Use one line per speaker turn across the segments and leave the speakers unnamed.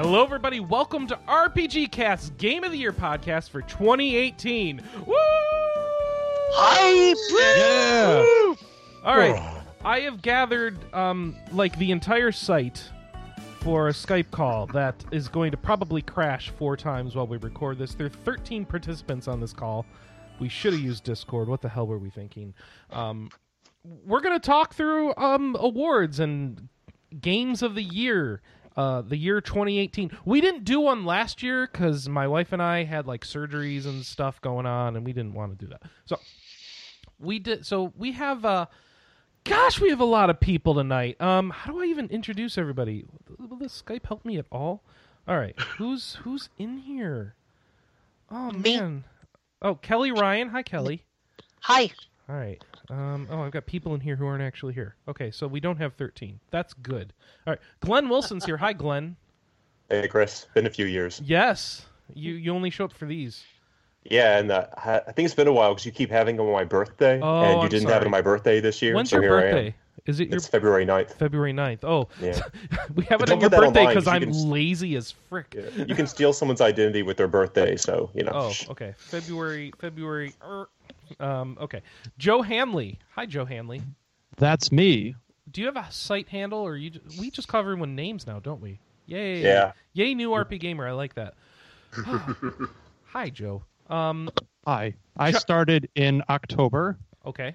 Hello, everybody. Welcome to RPG Cast's Game of the Year podcast for 2018. Woo!
Hype!
Yeah.
All right. I have gathered, um, like, the entire site for a Skype call that is going to probably crash four times while we record this. There are 13 participants on this call. We should have used Discord. What the hell were we thinking? Um, we're going to talk through um, awards and games of the year. Uh, the year 2018. We didn't do one last year because my wife and I had like surgeries and stuff going on, and we didn't want to do that. So we did. So we have uh, Gosh, we have a lot of people tonight. Um, how do I even introduce everybody? Will this Skype help me at all? All right, who's who's in here? Oh
Me.
man. Oh, Kelly Ryan. Hi, Kelly.
Hi.
All right. Um, oh, I've got people in here who aren't actually here. Okay, so we don't have thirteen. That's good. All right, Glenn Wilson's here. Hi, Glenn.
Hey, Chris. Been a few years.
Yes, you you only show up for these.
Yeah, and uh, I I think it's been a while because you keep having them on my birthday,
Oh,
and you
I'm
didn't
sorry.
have it on my birthday this year.
When's
so
your
here I
birthday?
am.
Is it your
It's February 9th.
February 9th? Oh,
Yeah.
we have it
Don't
on your
put that
birthday
online,
because
'cause you
I'm
can s-
lazy as frick.
Yeah. You can steal someone's identity with their birthday, so you know.
Oh, okay. February, February. er, um, okay. Joe Hanley. Hi, Joe Hanley.
That's me.
Do you have a site handle, or you? ju- we just call everyone names now, don't we? Yay!
Yeah.
Yay, new RP gamer. I like that. Hi, Joe. Um.
Hi. I
Sure.
started in October
Okay.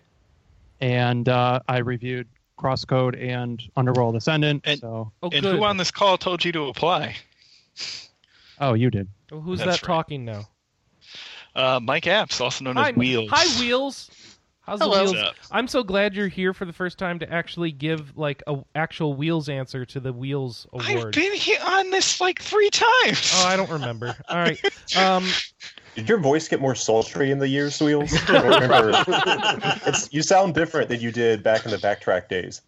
and uh, I reviewed Crosscode and Underworld Ascendant.
And-
so,
Oh,
and
good.
who on this call told you to apply?
oh, you did.
Oh, Who's that
That's right.
talking now?
Uh, Mike Apps, also known
Hi,
as Wheels.
Hi, Wheels. How's
Hello.
the
What's
wheels?
up?
I'm so glad you're here for the first time to actually give like a actual wheels answer to the wheels
I've
award.
been here on this like three times.
Oh, I don't remember. All right. Um,
Did your voice get more sultry in the years, Wheels? I don't remember. it's, you sound different than you did back in the backtrack days.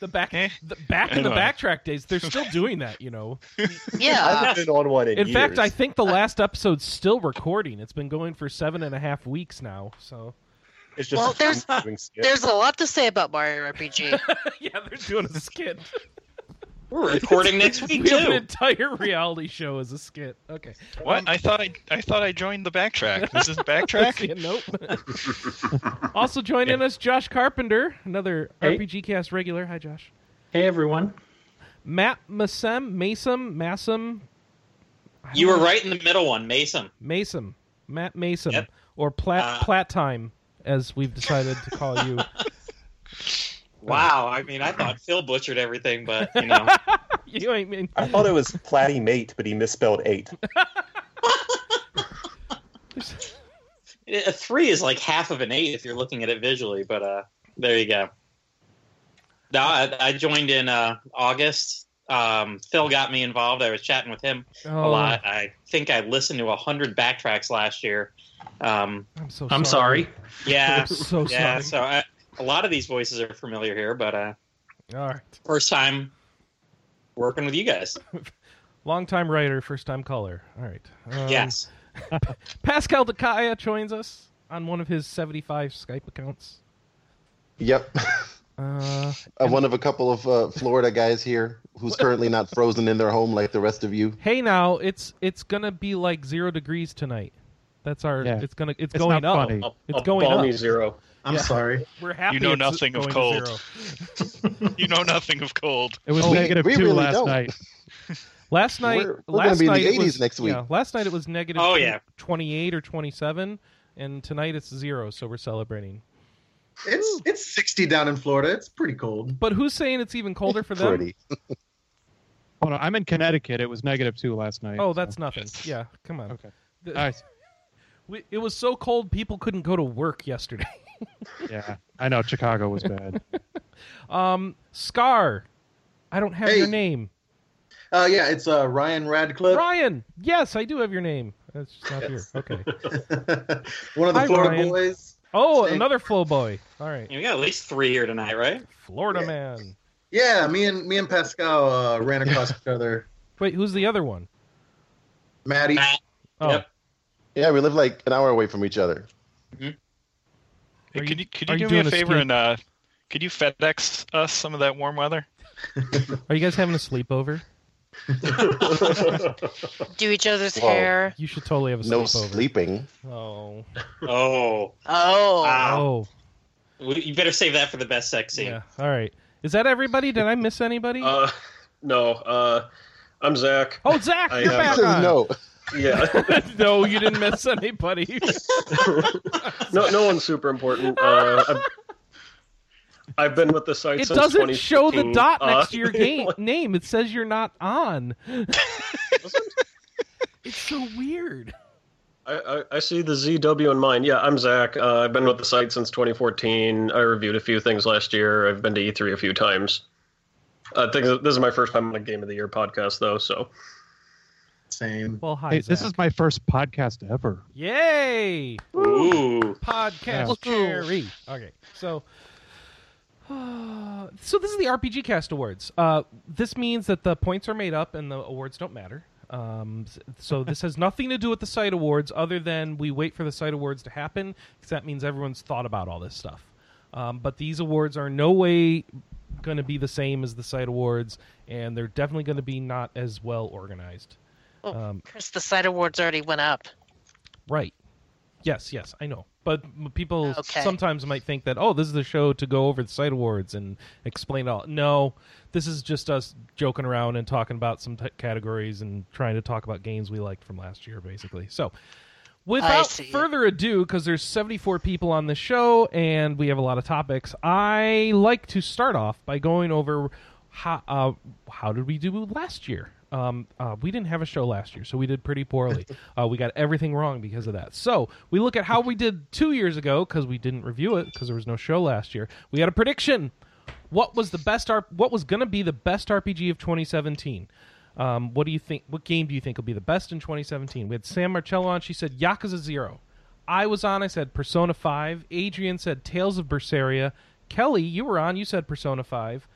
the back,
Eh?
the back in the
Anyway.
backtrack days, they're still doing that. You know.
I
Yeah.
haven't been on one in,
In fact,
years.
I think the last episode's still recording. It's been going for seven and a half weeks now. So
it's just
Well, there's-
doing skits.
There's a lot to say about Mario RPG.
yeah, they're doing a skit.
We're recording next week
we have an
too.
entire reality show as a skit. Okay. Um,
What? I thought I I thought I joined the backtrack. This is
Let's see
backtrack.
it. Nope. also joining us, Josh Carpenter, another
Hey.
RPG Cast regular. Hi, Josh.
Hey everyone.
Matt Masem, Mason, Massum,
You were right in the middle one, Mason.
Mason, Matt Mason,
Yep.
or Plat
Uh,
Plat Time, as we've decided to call you.
Wow, I mean, I thought Phil butchered everything, but you know,
you ain't mean.
I thought it was Platty Mate, but he misspelled eight.
a three is like half of an eight if you're looking at it visually. But uh, there you go. No, I, I joined in uh, August. Um, Phil got me involved. I was chatting with him
Oh,
a lot. I think I listened to hundred backtracks last year. Um,
I'm so.
I'm
sorry.
yeah,
I'm so
yeah.
sorry.
So I, a lot of these voices are familiar here, but uh,
All right.
first time working with you guys.
Long time writer, first time caller. All right. Um,
yes.
Pascal Dakaya joins us on one of his 75 Skype accounts.
Yep.
Uh,
I'm one of a couple of uh, Florida guys here who's currently not frozen in their home like the rest of you.
hey now it's it's gonna be like zero degrees tonight that's our
Yeah.
it's gonna it's,
It's
going
not
up
funny.
it's going up
zero.
I'm Yeah.
sorry.
we're happy
You know
it's
nothing of
going to
cold.
zero.
you know nothing of cold.
It was
Oh, we-
negative
we
two
really
last
don't.
night.
last night
We're- we're gonna
last
be in the
night it
80s
was,
next week.
yeah, last night it was negative
Oh,
tw-
yeah.
28 or 27 and tonight it's zero so we're celebrating
It's it's 60 down in Florida. It's pretty cold.
but who's saying it's even colder for them
Pretty.
Hold on. I'm in Connecticut. It was negative two last night.
oh
so-
that's nothing yeah come on
Okay.
The-
I,
we, it was so cold people couldn't go to work yesterday
yeah. I know. Chicago was bad.
um scar i don't have
Hey.
your name
Uh, yeah, it's uh, Ryan Radcliffe,
ryan yes i do have your name that's just not here okay
one of the
Hi,
Florida
Ryan.
boys.
Oh,
Snake.
another flow boy. All right,
We got at least three here tonight, right?
Florida
Yeah.
man.
Yeah, me and me and Pascal uh, ran across each other.
Wait, who's the other one?
Maddie,
Matt,
Oh,
Yep.
Yeah, we live like an hour away from each other.
Hey,
Are
could
you-
you could
are
you
you
do me a
doing a
favor
ski-
and uh, Could you FedEx us some of that warm weather?
Are you guys having a sleepover?
Do each other's
Whoa.
hair.
You should totally have a
No
sleepover.
sleeping.
Oh.
Oh,
Oh.
Wow.
Oh.
we- you better save that for the best sex scene.
Yeah. All right. Is that everybody? Did I miss anybody?
Uh, no, uh, I'm Zach.
oh, Zach,
I
you're
am.
back
Says
on.
no.
Yeah,
no, you didn't miss anybody.
no, no one's super important. Uh, I've, I've been with the site
it
since
doesn't show the
2015.
dot
Uh,
next to your game name. It says you're not on. it's so weird.
I, I, I see the ZW in mine. Yeah, I'm Zach. Uh, I've been with the site since 2014. I reviewed a few things last year. I've been to E3 a few times. I think this is my first time on a Game of the Year podcast, though. So
Same.
Well, hi.
Hey, this is
Zach.
my first podcast ever.
Yay!
Ooh,
Podcast
Yeah.
cherry. Okay, so. Uh, So this is the RPG Cast Awards. Uh, this means that the points are made up and the awards don't matter. Um, s- so this has nothing to do with the site awards, other than we wait for the site awards to happen, because that means everyone's thought about all this stuff. Um, but these awards are in no way going to be the same as the site awards, and they're definitely going to be not as well organized.
Oh.
Um,
Chris, the side awards already went up.
Right. Yes, yes, I know. But m- people
Okay.
sometimes might think that, oh, this is the show to go over the site awards and explain all. No, this is just us joking around and talking about some t- categories and trying to talk about games we liked from last year, basically. So, without
see.
further ado, because there's 74 people on the show and we have a lot of topics, I like to start off by going over how, uh, how did we do last year? Um, uh, we didn't have a show last year, so we did pretty poorly. uh, we got everything wrong because of that. So we look at how we did two years ago because we didn't review it because there was no show last year. We had a prediction. What was the best? R- what was going to be the best RPG of 2017? Um, what do you think? What game do you think will be the best in 2017? We had Sam Marcello on. She said Yakuza Zero. I was on. I said Persona Five. Adrian said Tales of Berseria. Kelly, you were on. You said Persona Five.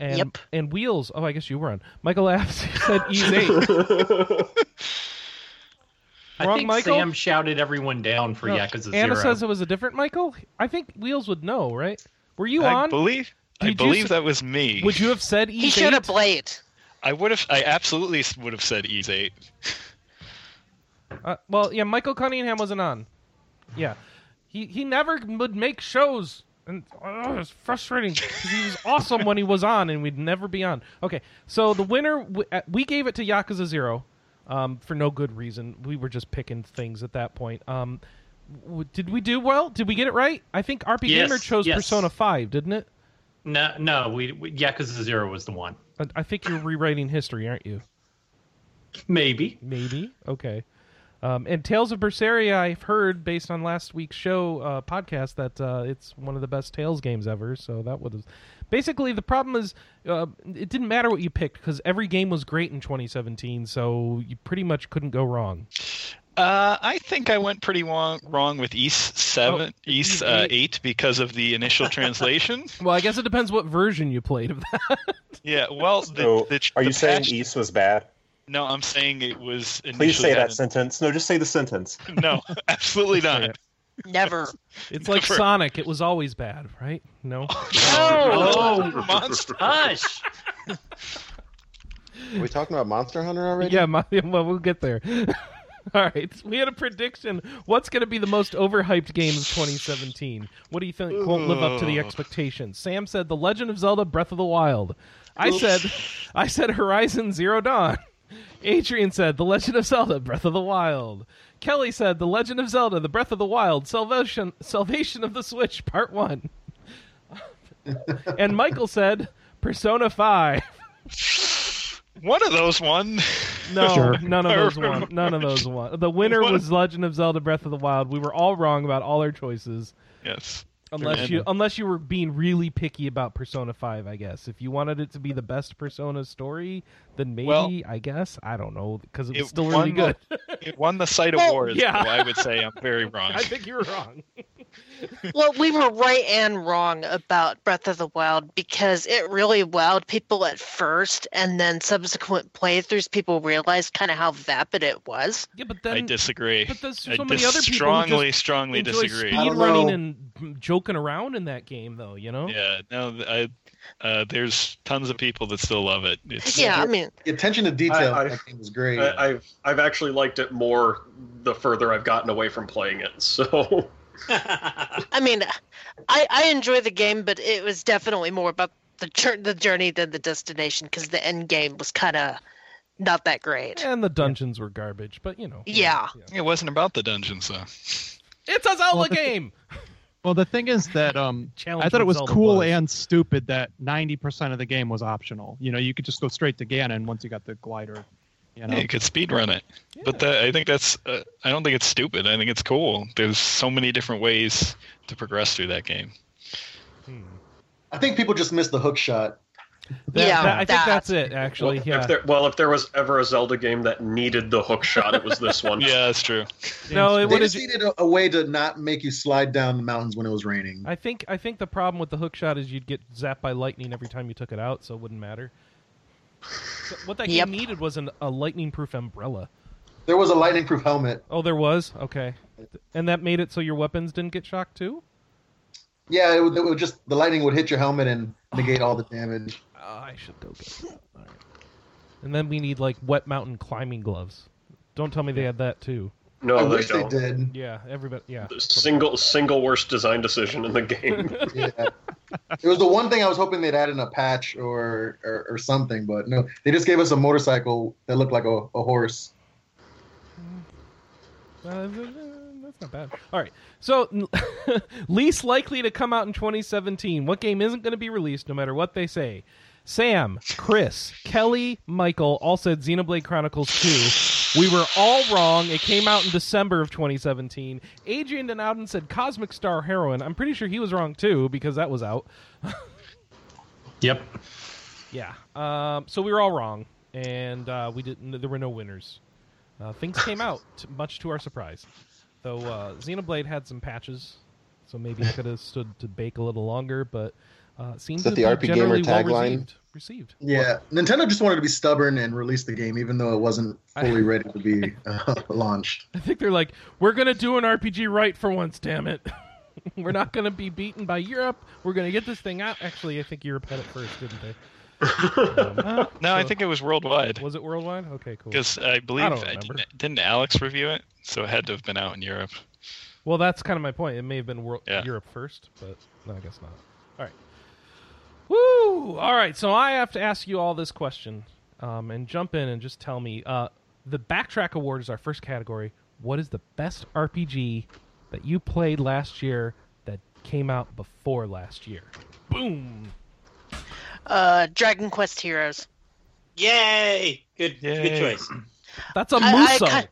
And,
Yep.
And Wheels. Oh, I guess you were on. Michael Apps said Ease Eight.
I
Wrong,
think
Michael?
Sam shouted everyone down for
No,
Yakuza
Anna
Zero.
says it was a different Michael. I think Wheels would know, right? Were you
I
on?
believe.
Did
I
you
believe
s-
that was me.
Would you have said Ease
He showed
Eight?
up late.
I would have. I absolutely s- would have said Ease Eight.
Uh, well, yeah, Michael Cunningham wasn't on. Yeah, he he never would make shows, and oh, it's frustrating. 'cause He was awesome when he was on, and we'd never be on. Okay, so the winner w- uh, we gave it to Yakuza Zero, um, for no good reason. We were just picking things at that point. Um, w- did we do well? Did we get it right? I think RP
Yes,
Gamer chose
yes.
Persona Five, didn't it?
no, no, we, we Yakuza Zero was the one.
Uh, I- I think you're rewriting history, aren't you?
Maybe.
Maybe. Okay. Um, and Tales of Berseria, I've heard based on last week's show uh, podcast that uh, it's one of the best Tales games ever. So that was basically the problem is uh, it didn't matter what you picked because every game was great in 2017, so you pretty much couldn't go wrong.
Uh, I think I went pretty wrong, wrong with East Seven, East
East
uh,
Eight.
Eight because of the initial translation.
Well, I guess it depends what version you played of that.
Yeah. Well, the,
So,
the,
Are
the
you saying
patch-
East was bad?
No, I'm saying it was. Initially
Please say that
had
sentence. No, just say the sentence.
an- No, absolutely not.
Never.
It's like
Never.
Sonic; it was always bad, right? No.
Oh,
monster!
Hush!
Are we talking about Monster Hunter already?
Yeah, my, well, we'll get there. All right, we had a prediction. What's going to be the most overhyped game of 2017? What do you think won't live up to the
Ugh.
expectations? Sam said The Legend of Zelda: Breath of the Wild. I said, I said Horizon Zero Dawn. Adrian said The Legend of Zelda: Breath of the Wild. Kelly said The Legend of Zelda: The Breath of the Wild, Salvation, Salvation of the Switch Part One. and Michael said Persona Five.
One of those one.
No,
Sure.
none of
I
those
remember
won. None of those won. The winner
What?
was Legend of Zelda: Breath of the Wild. We were all wrong about all our choices,
Yes.
unless
And-
you unless you were being really picky about Persona Five. I guess if you wanted it to be the best Persona story, then maybe
Well-
I guess I don't know because it was
It
still really
won the-
good.
It won the site
Well,
awards.
yeah.
so I would say I'm very wrong.
I think you were wrong.
well, we were right and wrong about Breath of the Wild because it really wowed people at first, and then subsequent playthroughs, people realized kind of how vapid it was.
Yeah, but
I
then
disagree.
but there's so
I
many
dis-
other people who
strongly,
just
strongly
enjoy
disagree.
I don't
speedrunning
know.
and joking around in that game, though. You know.
Yeah, no, th- I, uh, there's tons of people that still love it. It's,
Yeah, I mean,
The attention to detail
I-
I,
I-
that game is great.
I, I've I've actually liked it more the further I've gotten away from playing it. So
I mean, I I enjoy the game, but it was definitely more about the jour- the journey than the destination because the end game was kind of not that great.
And the dungeons were garbage, but you know.
Yeah.
it wasn't about the dungeons though.
It's a Zelda
Well, the-
game.
Well, the thing is that um,
Challenge
I thought it
what
was
Zelda
cool
was.
and stupid that 90% of the game was optional. You know, you could just go straight to Ganon once you got the glider. You know,
Yeah, you could speedrun it, but that, I think that's. Uh, I don't think it's stupid. I think it's cool. There's so many different ways to progress through that game.
I think people just missed the hook shot.
That-
yeah,
that- I think
that.
that's it. Actually,
well,
yeah.
if there, well, if there was ever a Zelda game that needed the hook shot, it was this one.
Yeah, that's true.
No, it
They
would have.
just needed a, a way to not make you slide down the mountains when it was raining.
I think I think the problem with the hook shot is you'd get zapped by lightning every time you took it out, so it wouldn't matter. So what that
Yep.
game needed was an, a lightning-proof umbrella.
There was a lightning-proof helmet.
Oh, there was okay, and that made it so your weapons didn't get shocked too.
Yeah, it would, it would just the lightning would hit your helmet and negate all the damage.
Uh, I should go get that. All right. And then we need like wet mountain climbing gloves. Don't tell me they had that too.
No,
I
they
wish
don't.
they did.
Yeah, everybody. Yeah,
The Single single worst design decision in the game.
Yeah. it was the one thing I was hoping they'd add in a patch or, or or something, but no, they just gave us a motorcycle that looked like a, a horse.
Uh, that's not bad. All right. So, least likely to come out in 2017. What game isn't going to be released no matter what they say? Sam, Chris, Kelly, Michael all said Xenoblade Chronicles 2. We were all wrong. It came out in December of 2017. Adrian Denouden said Cosmic Star Heroine. I'm pretty sure he was wrong too because that was out.
Yep.
Yeah. Um, so we were all wrong, and uh, we didn't. There were no winners. Uh, things came out t- much to our surprise, though. Uh, Xenoblade had some patches, so maybe it could have stood to bake a little longer, but uh, it seemed
Is that
to
the
be
RP Gamer
generally well
tagline?
received. received.
Yeah, Nintendo just wanted to be stubborn and release the game, even though it wasn't
I-
fully ready to be uh, launched.
I think they're like, we're gonna do an RPG right for once, damn it. we're not gonna be beaten by Europe. We're gonna get this thing out. Actually, I think Europe had it first, didn't they? Um,
No, I
So-
think it was worldwide
was it worldwide? Okay, cool.
because I believe
I don't
I
remember.
didn't, didn't Alex review it, so it had to have been out in Europe.
Well, that's kind of my point. It may have been world,
Yeah.
Europe first, but no, I guess not. All right. Woo! All right. So I have to ask you all this question, um, and jump in and just tell me. Uh, the Backtrack Award is our first category. What is the best RPG that you played last year that came out before last year? Boom!
Uh, Dragon Quest Heroes.
Yay! Good,
Yay.
good choice.
That's a
I- I
Muso.
ki-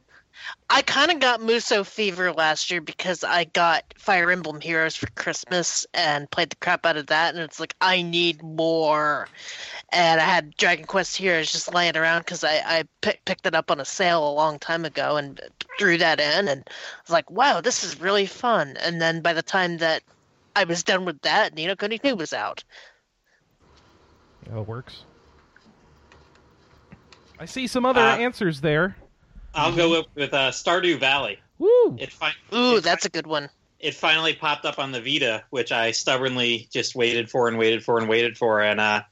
I kind of got Muso fever last year because I got Fire Emblem Heroes for Christmas and played the crap out of that, and it's like I need more. And I had Dragon Quest Heroes just laying around because I I pick, picked it up on a sale a long time ago and threw that in, and I was like, wow, this is really fun. And then by the time that I was done with that, Nino Kuni 2 was out.
Yeah, Oh, it works. I see some other
Uh,
answers there.
I'll go with, with uh, Stardew Valley.
Mm-hmm. Woo!
It, fi-
Ooh,
it,
that's a good one.
it finally popped up on the Vita, which I stubbornly just waited for and waited for and waited for, and uh,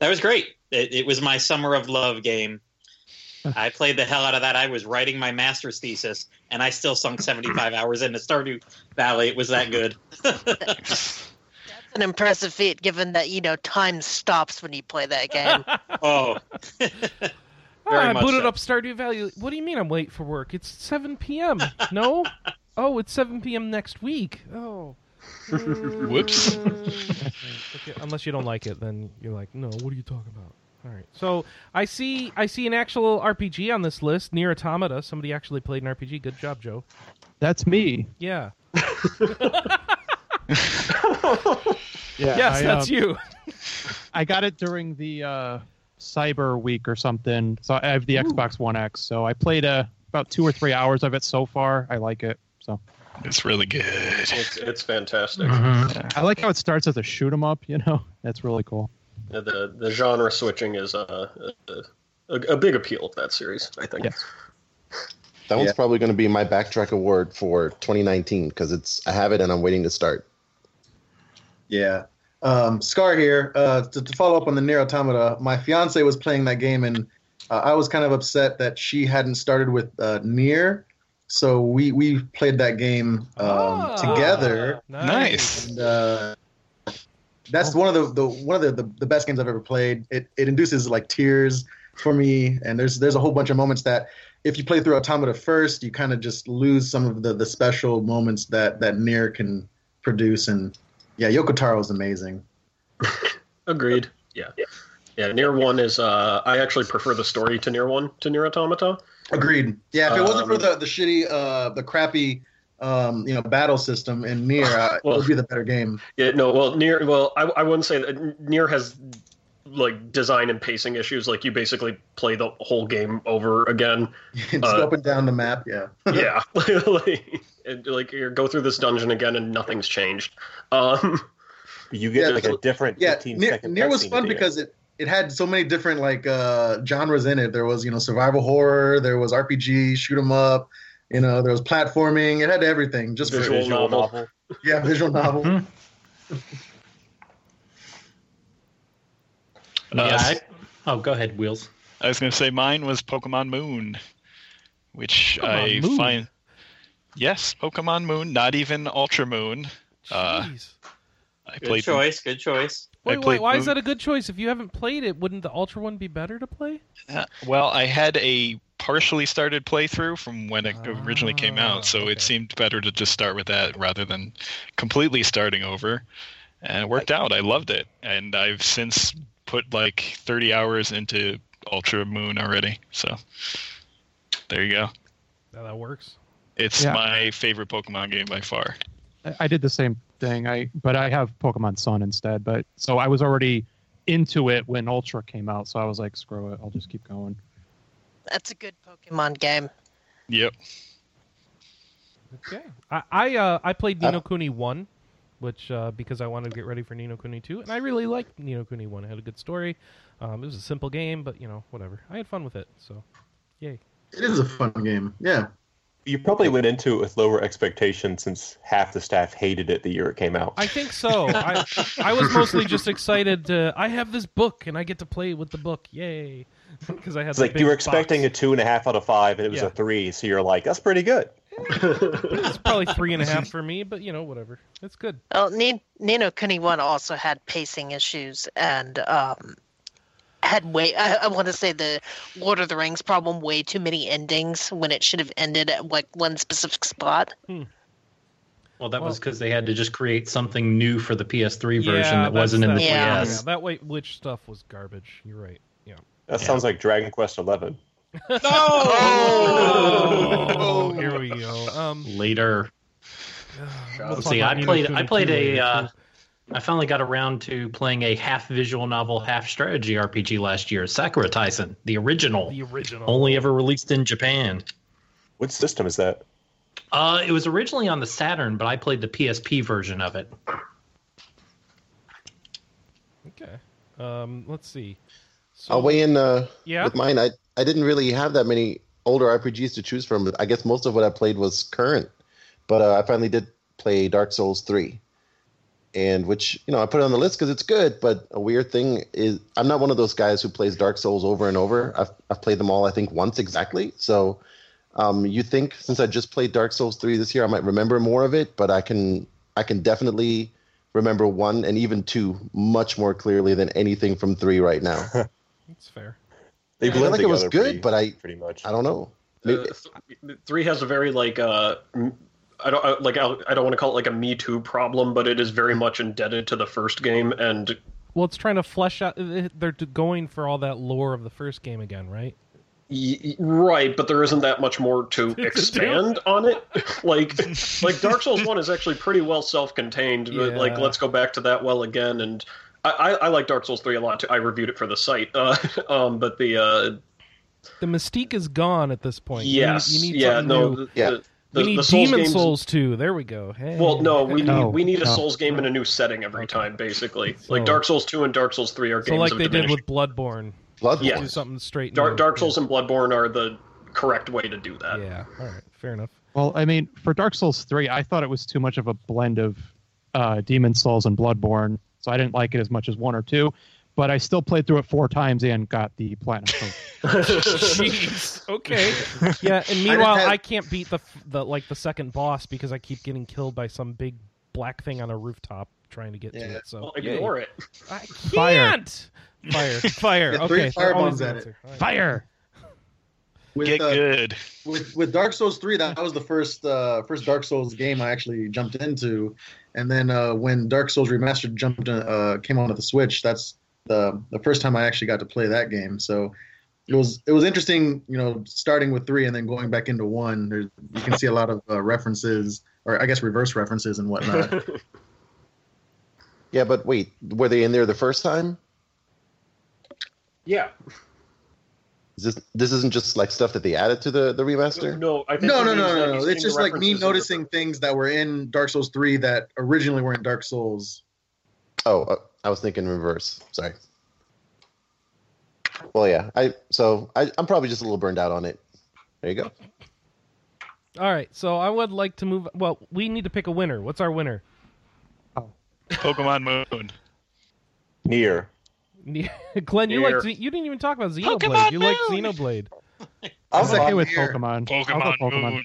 that was great. It, it was my summer of love game. I played the hell out of that. I was writing my master's thesis, and I still sunk seventy-five hours into Stardew Valley. It was that good.
An impressive feat, given that you know time stops when you play that game.
Oh,
Ah,
Very
I
much
booted
so.
up Stardew Valley. What do you mean I'm late for work? It's 7 p.m. no? Oh, it's 7 p.m. next week. Oh.
Whoops.
Okay, Unless you don't like it, then you're like, no. What are you talking about? All right. So I see, I see an actual RPG on this list. Near Automata. Somebody actually played an RPG. Good job, Joe.
that's me.
Yeah.
Yeah,
yes,
I,
that's
uh,
you.
I got it during the uh, Cyber Week or something. So I have the Xbox One X. So I played uh, about two or three hours of it so far. I like it. So
It's really good. Mm-hmm.
It's, it's fantastic.
I like how it starts as a shoot 'em up. You know, that's really cool.
Yeah, The the genre switching is uh, a, a, a big appeal of that series. I think.
That one's probably going to be my backtrack award for 2019 because it's I have it and I'm waiting to start.
Yeah. Um, Scar here. Uh, to, to follow up on the Near Automata, my fiance was playing that game, and uh, I was kind of upset that she hadn't started with uh, Near. So we we played that game um, together.
Nice.
And, uh, that's one of the, the one of the, the, the best games I've ever played. It it induces like tears for me, and there's there's a whole bunch of moments that if you play through Automata first, you kind of just lose some of the, the special moments that that Nier can produce. And yeah, Yokotaro is amazing.
Agreed. Yeah. Yeah. Near one is. Uh, I actually prefer the story to near one to near automata.
Agreed. Yeah, if it wasn't for
Um,
the the shitty uh the crappy um you know battle system in Nier, uh, it would be the better game.
Yeah, no, well, near, well, I, I wouldn't say that near has like design and pacing issues. Like you basically play the whole game over again.
It's
Uh,
up and down the map. Yeah.
yeah, like, and, like you go through this dungeon again and nothing's changed. Um,
You get
Yeah,
like a different
yeah,
15
Nier,
second
Nier was
cutscene at
fun
the end.
because it, it had so many different like uh, genres in it. There was you know survival horror, there was RPG, shoot 'em up, you know there was platforming. It had everything. Just
Visual
for,
novel.
yeah, visual novel.
Uh,
Yeah, I- oh, go ahead, Wheels.
I was going to say mine was Pokemon Moon, which I
Pokemon Moon?
find. Yes, Pokemon Moon, not even Ultra Moon. Uh,
Jeez.
I
Good
played.
choice. Good choice.
I
Wait, wait,
played
why is
Moon-
that a good choice? If you haven't played it, wouldn't the Ultra one be better to play?
Uh, well, I had a partially started playthrough from when it originally came
Ah,
out, so
okay.
it seemed better to just start with that rather than completely starting over. And it worked out. I loved it, and I've since put like 30 hours into Ultra Moon already. So there you go.
Yeah, that works.
It's
Yeah.
my favorite Pokemon game by far.
I- I did the same thing. I but I have Pokemon Sun instead. But so I was already into it when Ultra came out. So I was like, screw it, I'll just keep going.
That's a good Pokemon game.
Yep.
Okay. I I, uh, I played
Uh,
Nino Kuni one, which uh, because I wanted to get ready for Nino Kuni two, and I really liked Nino Kuni one. It had a good story. Um, it was a simple game, but you know whatever. I had fun with it. So
It is a fun game. Yeah.
You probably went into it with lower expectations since half the staff hated it the year it came out.
I think so. I I was mostly just excited to. I have this book and I get to play with the book. Yay! Because I had
It's
the
like
big
you were expecting a
box.
two and a half out of five, and it was
Yeah.
a three. So you're like, that's pretty good.
It's probably three and a half for me, but you know whatever. It's good.
Well, Ni- Nino Kuni One also had pacing issues and um, had way. I, I want to say the Lord of the Rings problem: way too many endings when it should have ended at like one specific spot.
Hmm.
Well, that was
Well-
because they had to just create something new for the PS3 version that
that's
wasn't in the
that- Yeah.
Yeah,
PS.
that way, which stuff was garbage. You're right. Yeah.
That
Yeah.
sounds like Dragon Quest Eleven.
No.
Oh, here we go. Um,
Later.
we'll
Let's
talk
see,
about
I
Nino
played.
Kuni
I played
2
a.
later,
Uh,
too.
I finally got around to playing a half visual novel, half strategy RPG last year. Sakura Tyson, the original,
the original.
only ever released in Japan.
What system is that?
Uh, it was originally on the Saturn, but I played the PSP version of it.
Okay. Um, let's see. So,
I'll weigh in uh,
Yeah.
with mine. I, I didn't really have that many older RPGs to choose from. I guess most of what I played was current, but uh, I finally did play Dark Souls three, and which you know I put it on the list because it's good. But a weird thing is I'm not one of those guys who plays Dark Souls over and over. I've I've played them all I think once exactly. So um, you think since I just played Dark Souls three this year, I might remember more of it, but I can I can definitely remember one and even two much more clearly than anything from three right now.
That's fair.
They
I
I feel
blend
like it was
together
good,
pretty,
but I
pretty much.
I don't know.
Uh, th- three has a very like uh, m- I don't I, like I, I don't want to call it like a Me Too problem, but it is very much indebted to the first game, and
Well, it's trying to flesh out. They're d- going for all that lore of the first game again, right?
y- y- right, but there isn't that much more to expand on it. like like Dark Souls One is actually pretty well self-contained. But, like
Yeah.
let's go back to that well again, and I, I, I like Dark Souls Three a lot. Too. I reviewed it for the site, uh, um, but the uh,
The mystique is gone at this point. You need-
yes,
You need,
yeah,
something
no,
new.
the-
Yeah.
the- The,
we need
the Souls
Demon
games-
Souls too. There we go. Hey.
Well, no, we need
Oh,
No,
we need a
no.
Souls game in a new setting every time, basically.
So-
like Dark Souls two and Dark Souls three are
so
games
like
of
they did
diminishing.
with Bloodborne.
Bloodborne.
Yeah.
Do something straight. and
Dark,
narrow.
Dark Souls and Bloodborne are the correct way to do that.
Yeah. All right. Fair enough.
Well, I mean, for Dark Souls 3, I thought it was too much of a blend of uh, Demon Souls and Bloodborne, so I didn't like it as much as one or two. But I still played through it four times and got the platinum. So
Jeez. Okay. Yeah. And meanwhile, I, can't beat the f- the like the second boss because I keep getting killed by some big black thing on a rooftop trying to get to
Yeah.
it. So
Well, ignore it.
I
Fire.
can't. Fire. Fire.
Yeah,
okay.
three
so
fire
always
bombs
the
at it.
answer. All right.
fire!
With,
Get
uh,
good.
with with Dark Souls three, that was the first uh, first Dark Souls game I actually jumped into, and then uh, when Dark Souls Remastered jumped uh, came onto the Switch, that's the the first time I actually got to play that game. So it was it was interesting, you know, starting with three and then going back into one. There's, you can see a lot of uh, references, or I guess reverse references and whatnot.
Yeah, but wait, were they in there the first time?
Yeah.
Is this this isn't just like stuff that they added to the the remaster.
No, I think
no,
it
no, no,
means that
no,
he's
no.
seen
It's
the
just like me
references in the-
noticing things that were in Dark Souls three that originally were in Dark Souls.
Oh, uh, I was thinking reverse. Sorry. Well, yeah. I so I, I'm probably just a little burned out on it. There you go.
All right. So I would like to move. Well, we need to pick a winner. What's our winner?
Oh. Pokemon Moon.
Near.
Glenn, you
Here.
like you didn't even talk about Xenoblade.
Pokemon
you like
Moon!
Xenoblade.
I was
Come
okay
on
with
here.
Pokemon. I'll go
Pokemon, Moon.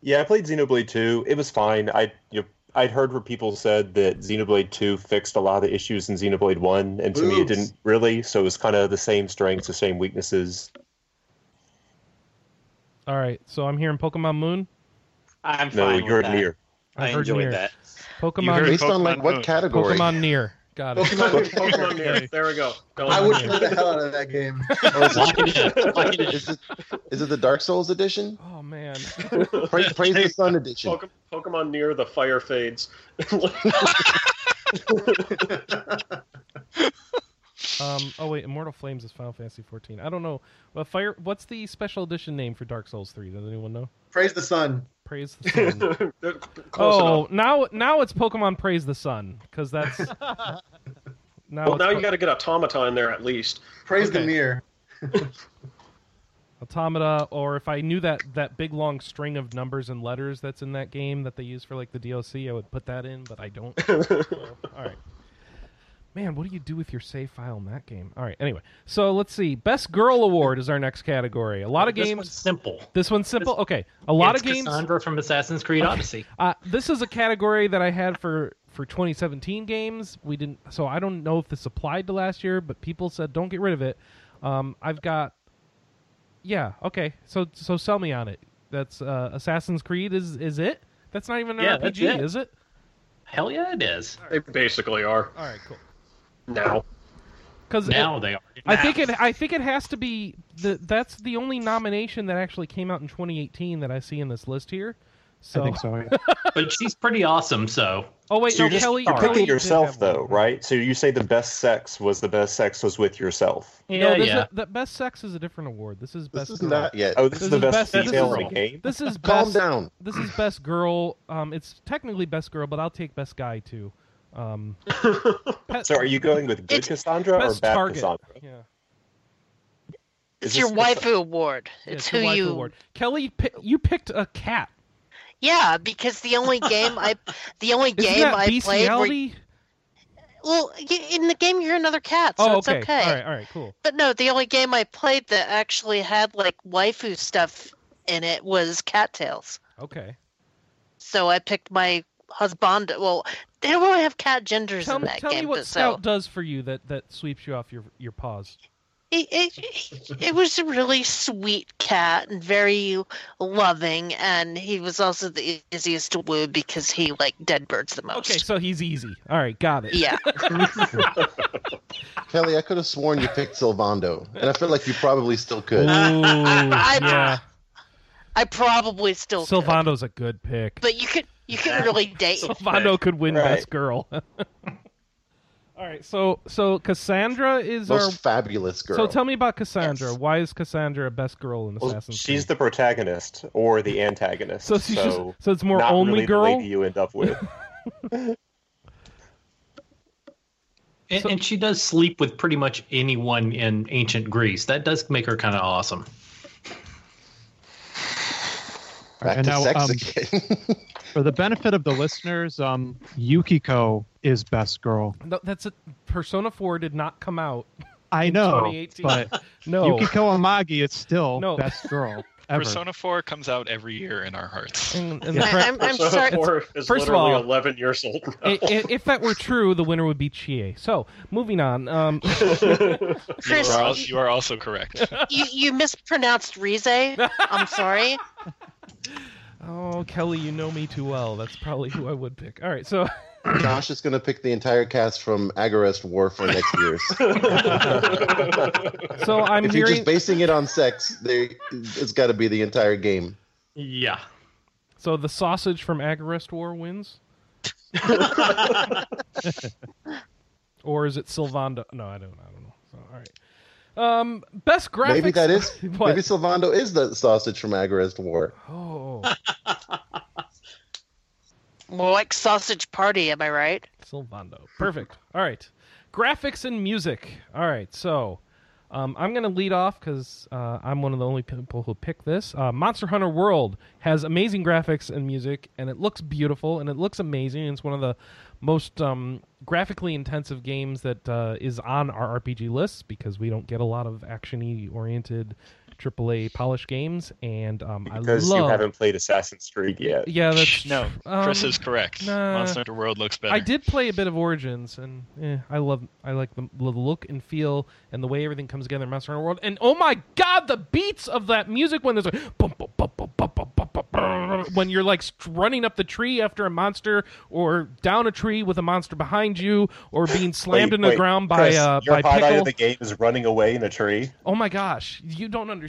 Yeah, I played Xenoblade 2. It was fine. I you know, I'd heard where people said that Xenoblade 2 fixed a lot of the issues in Xenoblade 1, and to me
Boobs.
it didn't really. So it was kind of the same strengths, the same weaknesses.
All right. So I'm hearing Pokemon Moon.
I'm
No,
fine.
you're
with that.
near.
I
I've heard
enjoyed
near.
that.
You heard
Pokemon.
Based on like
Pokemon
what
Moon.
category?
Pokemon near. Got it.
Pokemon Moon. There we go. Don't-
I would play the hell out of that game.
Oh, is,
Lock
it,
it in. Lock it in.
is, it, is it the Dark Souls edition?
Oh man.
Praise, praise the Sun edition.
Poke- Pokemon near the fire fades.
Um. Oh wait, Immortal Flames is Final Fantasy 14. I don't know. Well, fire. What's the special edition name for Dark Souls 3? Does anyone know?
Praise the sun.
Praise the Sun.
Close
oh,
enough.
now now it's Pokemon Praise the Sun because that's now.
Well,
it's
now
po-
you got to get Automata in there at least.
Praise
Okay.
the mirror.
Automata, or if I knew that that big long string of numbers and letters that's in that game that they use for like the DLC, I would put that in, but I don't. So, all right. Man, what do you do with your save file in that game? All right. Anyway, so let's see. Best Girl Award is our next category. A lot of
This
games.
one's simple.
this one's simple. Okay. A lot
It's
of games.
Cassandra from Assassin's Creed Odyssey.
Uh, this is a category that I had for for 2017 games. We didn't, so I don't know if this applied to last year, but people said don't get rid of it. Um, I've got, yeah, okay. So so sell me on it. That's uh, Assassin's Creed is is it? That's not even an
Yeah, that's
RPG,
it.
is it?
Hell yeah, it is.
They basically are
All right, cool.
now.
Because
Now they are.
I think it I think it has to be the that's the only nomination that actually came out in 2018 that I see in this list here. So
I think so. yeah.
But she's pretty awesome, so
oh wait,
So
no,
you're just-
Kelly,
You're
Kelly
picking
did
yourself,
have one.
though, right? So you say the best sex was the best sex was with yourself.
yeah,
No, this
yeah.
is, the best sex is a different award. This is best.
This is
girl.
not yet.
Oh, this, is the best,
this
detail
is-
in the game.
This is
Calm
best.
down.
This is best girl. Um, it's technically best girl, but I'll take best guy too. Um, pe-
So are you going with good
It's
Cassandra or
best
bad
target.
Cassandra?
Yeah,
Is
It's
this
your
Cassandra?
waifu award.
Yeah,
It's
it's a
who
wife
you.
award. Kelly, pi- you picked uh, a cat.
Yeah, because the only game I, the only
Isn't
game
that
I played. Where,
bestiality?
well, y- in the game you're another cat, so
oh,
it's
okay.
okay.
All right, all right, cool.
But no, the only game I played that actually had like waifu stuff in it was Cattails.
Okay.
So I picked my husband. Well, they don't really have cat genders
Tell
in
me,
that
tell
game,
me
but
what
so
Scout does for you that that sweeps you off your your paws.
it, it, it was a really sweet cat and very loving, and he was also the easiest to woo because he liked dead birds the most.
Okay, so he's easy. All right, got it.
Yeah.
Kelly, I could have sworn you picked Silvando, and I feel like you probably still
Ooh,
could.
I-
yeah.
I probably still could.
Silvando's a good pick.
but you could you could really date.
Silvando could win
Right.
best girl. All right, so so Cassandra is
Most
our
fabulous girl.
So tell me about Cassandra. Why is Cassandra best girl in
Well,
Assassin's Creed?
she's the protagonist or the antagonist.
So
So,
she's just- so it's more
not
only
really the
girl?
lady you end up with.
And, and she does sleep with pretty much anyone in ancient Greece. That does make her kind of awesome.
Back
and
to
now,
sex
um,
again.
For the benefit of the listeners, um, Yukiko is best girl.
No, that's a, Persona Four did not come out.
I
in
know,
2018.
but
no,
Yukiko Amagi is still
No.
best girl ever.
Persona 4 comes out every year in our hearts.
And- and the
I,
pre-
I'm, I'm
Persona
sorry.
4 is
First of
literally
all-
11 years old. now.
i- i- if that were true, the winner would be Chie. So moving on. Um,
You
Chris,
are, also, you are also correct.
you, you mispronounced Rize. I'm sorry.
oh, Kelly, you know me too well. That's probably who I would pick. All right, so
Josh is going to pick the entire cast from Agarest War for next year's.
so I'm
if you're
hearing.
just basing it on sex, they, it's got to be the entire game.
Yeah.
So the sausage from Agarest War wins? or is it Sylvanda? No, I don't. I don't know. So, all right. Um, best graphics.
Maybe that is.
What?
Maybe Silvando is the sausage from Agarest War.
Oh,
More like sausage party, am I right?
Sylvando. Perfect. All right. Graphics and music. All right. So um, I'm going to lead off because uh, I'm one of the only people who pick this. Uh, Monster Hunter World has amazing graphics and music, and it looks beautiful and it looks amazing. It's one of the most um, graphically intensive games that uh, is on our RPG lists because we don't get a lot of actiony oriented AAA polished games. And um, I
because
love.
you haven't played Assassin's Creed yet.
yeah, that's
no,
um,
Chris is correct.
nah.
Monster Hunter World looks better.
I did play a bit of Origins, and eh, I love, I like the, the look and feel and the way everything comes together in Monster Hunter World. And oh my god, the beats of that music when there's like bum, bum, bum, bum, bum, bum, bum, bum, bum, when you're like st- running up the tree after a monster, or down a tree with a monster behind you, or being slammed
Wait,
in the
wait,
ground by
Chris,
uh,
your
by
highlight
pickle.
of the game is running away in a tree.
Oh my gosh, you don't understand.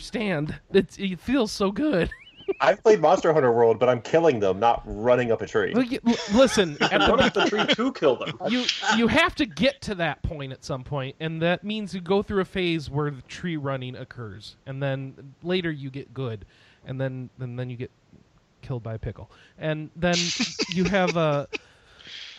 It's, it feels so good.
I've played Monster Hunter World, but I'm killing them, not running up a tree.
Look, you- l- listen, at the
what if the tree two killed them?
you you have to get to that point at some point, and that means you go through a phase where the tree running occurs, and then later you get good, and then and then you get killed by a pickle, and then you have a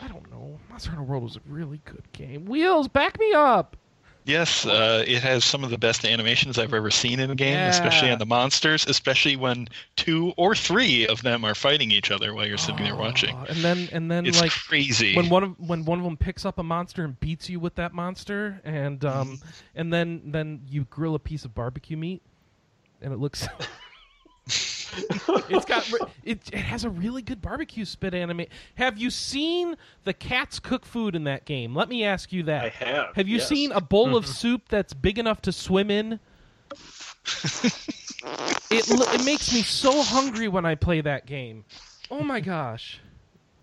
I don't know. Monster Hunter World was a really good game. Wheels, back me up.
Yes, uh, it has some of the best animations I've ever seen in a game, especially
Yeah.
on the monsters, especially when two or three of them are fighting each other while you're sitting there watching.
Oh, and then and then
It's
like
crazy.
when one of when one of them picks up a monster and beats you with that monster, and um and then then you grill a piece of barbecue meat, and it looks. it's got re- it, it has a really good barbecue spit anime. Have you seen the cats cook food in that game? Let me ask you that.
I have.
Have you
yes. Mm-hmm.
seen a bowl of soup that's big enough to swim in? it lo- it makes me so hungry when I play that game. Oh my gosh!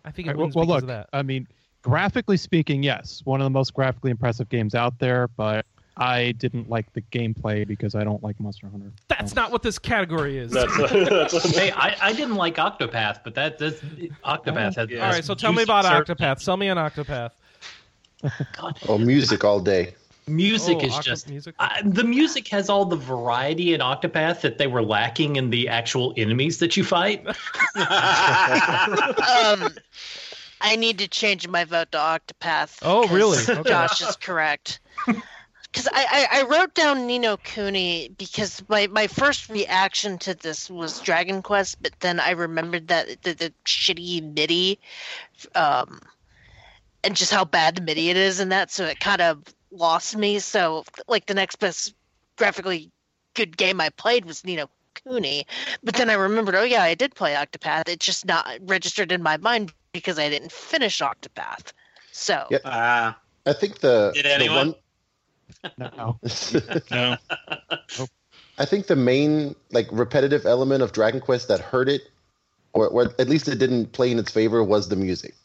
I think it
All right,
wins
well,
because
well,
of
look,
that.
I mean, graphically speaking, yes, one of the most graphically impressive games out there, but I didn't like the gameplay because I don't like Monster Hunter.
That's not what this category is.
That's that's
Hey, I, I didn't like Octopath, but that that's, Octopath has.
All right, so tell me about Octopath. Sell me on Octopath.
God,
Oh, music all day.
music
Oh,
is
Octo-
just
music.
I, the music has all the variety in Octopath that they were lacking in the actual enemies that you fight.
Um, I need to change my vote to Octopath.
Oh,
'cause
really? Okay.
Josh is correct. Because I, I, I wrote down Nino Cooney because my, my first reaction to this was Dragon Quest, but then I remembered that the, the shitty MIDI um, and just how bad MIDI it is and that, so it kind of lost me. So, like, the next best graphically good game I played was Nino Cooney, but then I remembered, oh yeah, I did play Octopath. It's just not registered in my mind because I didn't finish Octopath. So
Yeah.
Ah,
I think the
Uh, Did
the
anyone?
No.
one-
no,
I think the main like repetitive element of Dragon Quest that hurt it, or, or at least it didn't play in its favor, was the music.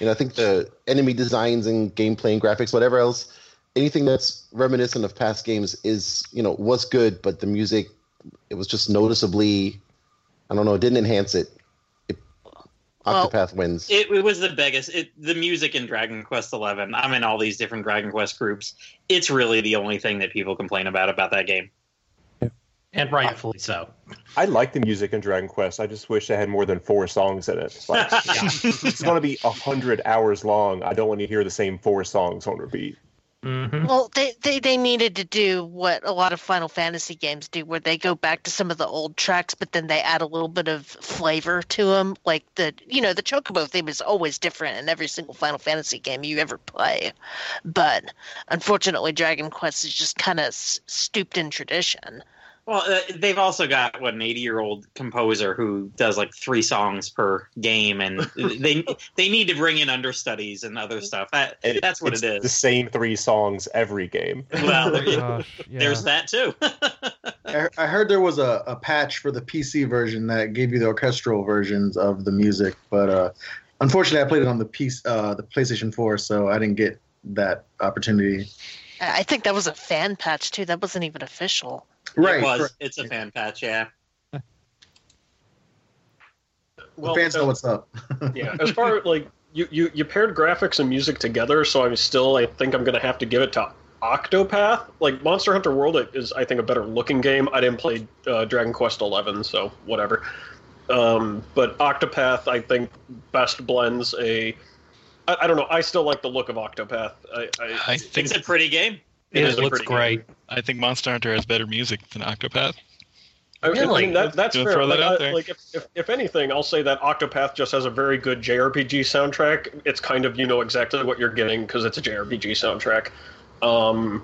And I think the enemy designs and gameplay and graphics, whatever else, anything that's reminiscent of past games is you know was good, but the music it was just noticeably, I don't know, it didn't enhance it. It
Well,
Octopath wins.
It, it was the biggest. It, the music in Dragon Quest XI. I'm in all these different Dragon Quest groups. It's really the only thing that people complain about about that game.
and rightfully so.
I like the music in Dragon Quest. I just wish I had more than four songs in it. It's, like, it's going to be a hundred hours long. I don't want to hear the same four songs on repeat.
Mm-hmm.
Well, they, they, they needed to do what a lot of Final Fantasy games do, where they go back to some of the old tracks, but then they add a little bit of flavor to them. Like the you know the Chocobo theme is always different in every single Final Fantasy game you ever play, but unfortunately, Dragon Quest is just kind of s- stooped in tradition.
Well, uh, they've also got what an 80 year old composer who does like three songs per game, and they they need to bring in understudies and other stuff. That
It-
that's what
it's
it
The
is.
same three songs every game.
Well, there,
Gosh, yeah.
there's that too.
I, I heard there was a, a patch for the PC version that gave you the orchestral versions of the music, but uh, unfortunately, I played it on the PC, uh, the PlayStation 4, so I didn't get that opportunity.
I I think that was a fan patch too. That wasn't even official.
Right.
it was.
correct.
It's a fan patch, yeah.
the fans know what's up.
yeah as far like you, you you paired graphics and music together so i'm still i think i'm gonna have to give it to octopath like monster hunter world is i think a better looking game i didn't play uh, dragon quest 11 so whatever um, but octopath i think best blends a I, I don't know i still like the look of octopath i, I
I think
It's a pretty game.
It
It,
is a
looks
pretty good
great.
I think Monster Hunter has better music than Octopath.
I, I
Really?
mean, that, that's
Gonna
fair.
throw that
like,
out
I-
there.
like, if, if, if anything, I'll say that Octopath just has a very good JRPG soundtrack. It's kind of you know exactly what you're getting because it's a JRPG soundtrack. Um,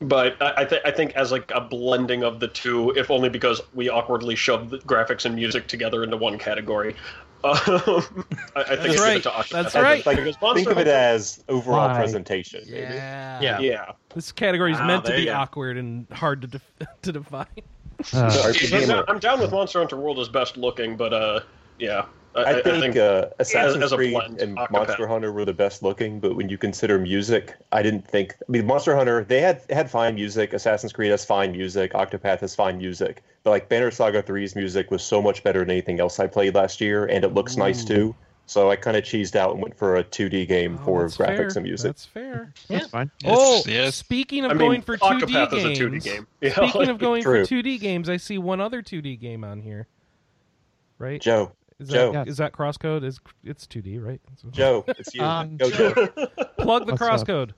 but I, I, th- I think as like a blending of the two, if only because we awkwardly shoved the graphics and music together into one category. Um, I, I think
That's
I give
right.
it to Octopath.
That's
Like-
right.
like,
Because
think
Monster
of it
Hunter-
as overall
Why?
presentation. maybe.
Yeah.
Yeah.
yeah,
This category is
Wow,
meant to
there
be
you go.
awkward and hard to def- to define.
Uh,
RPG
I'm,
mode.
down, I'm down with Monster Hunter World as best looking, but uh, yeah,
I think, uh, Assassin's
as a
Creed
blend,
and
Octopath.
Monster Hunter were the best looking, but when you consider music, I didn't think. I mean, Monster Hunter they had had fine music. Assassin's Creed has fine music. Octopath has fine music. But like Banner Saga 3's music was so much better than anything else I played last year, and it looks nice too. So I kind of cheesed out and went for a 2D game
Oh,
for
that's
graphics
fair.
and music.
That's fair.
That's fine.
Yes,
oh,
yes.
speaking of
I mean,
going for 2D
Octopath
games,
is a 2D game. Yeah,
Speaking of going
True.
for 2D games, I see one other 2D game on here. Right?
Joe,
Is
Joe.
that, is that crosscode? Is it's 2D, right?
Joe, it's you.
Um,
Go, Joe.
Plug
What's
the
up?
crosscode.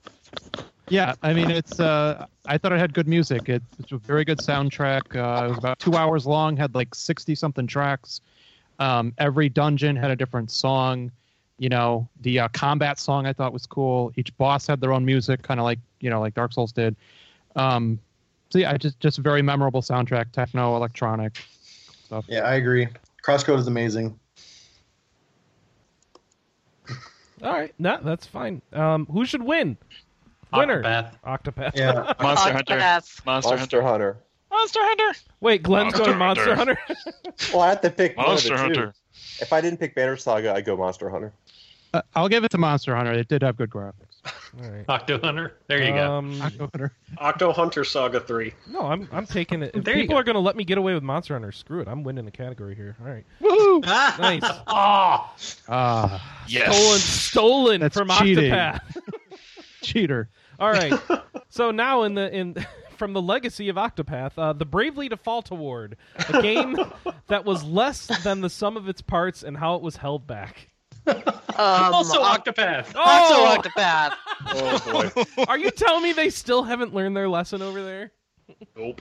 Yeah, I mean, it's. Uh, I thought it had good music. It, it's a very good soundtrack. Uh, it was about two hours long. Had like sixty something tracks. Um, every dungeon had a different song. You know, the uh, combat song I thought was cool. Each boss had their own music, kind of like you know, like Dark Souls did. Um, so yeah, I just just a very memorable soundtrack, techno, electronic stuff.
Yeah, I agree. Crosscode is amazing.
All right. No, that's fine. Um, who should win? Winner.
Octopath.
Octopath.
Yeah.
Monster Hunter.
Octopath.
Monster
Monster
Hunter.
Hunter.
Monster Hunter.
Wait, Glenn's
Monster
going Monster Hunter.
Well, I have to pick
Monster
one of the two.
Hunter.
If I didn't pick Banner Saga, I'd go Monster Hunter.
Uh, I'll give it to Monster Hunter. It did have good graphics.
All right.
Octo Hunter. There you go.
Um,
Monster Hunter.
Octo Hunter Saga Three.
no, I'm I'm taking it. If
There you
people
go.
are going to let me get away with Monster Hunter, screw it. I'm winning the category here. All right.
Woohoo!
Nice.
Ah,
Ah,
Yes.
Stolen, stolen
That's
from
cheating.
Octopath.
cheater.
All right. so now in the in from the legacy of Octopath, uh, the Bravely Default Award, a game that was less than the sum of its parts and how it was held back.
Um,
also
Oc- also
Octopath.
Oh,
Octopath.
Oh boy.
are you telling me they still haven't learned their lesson over there?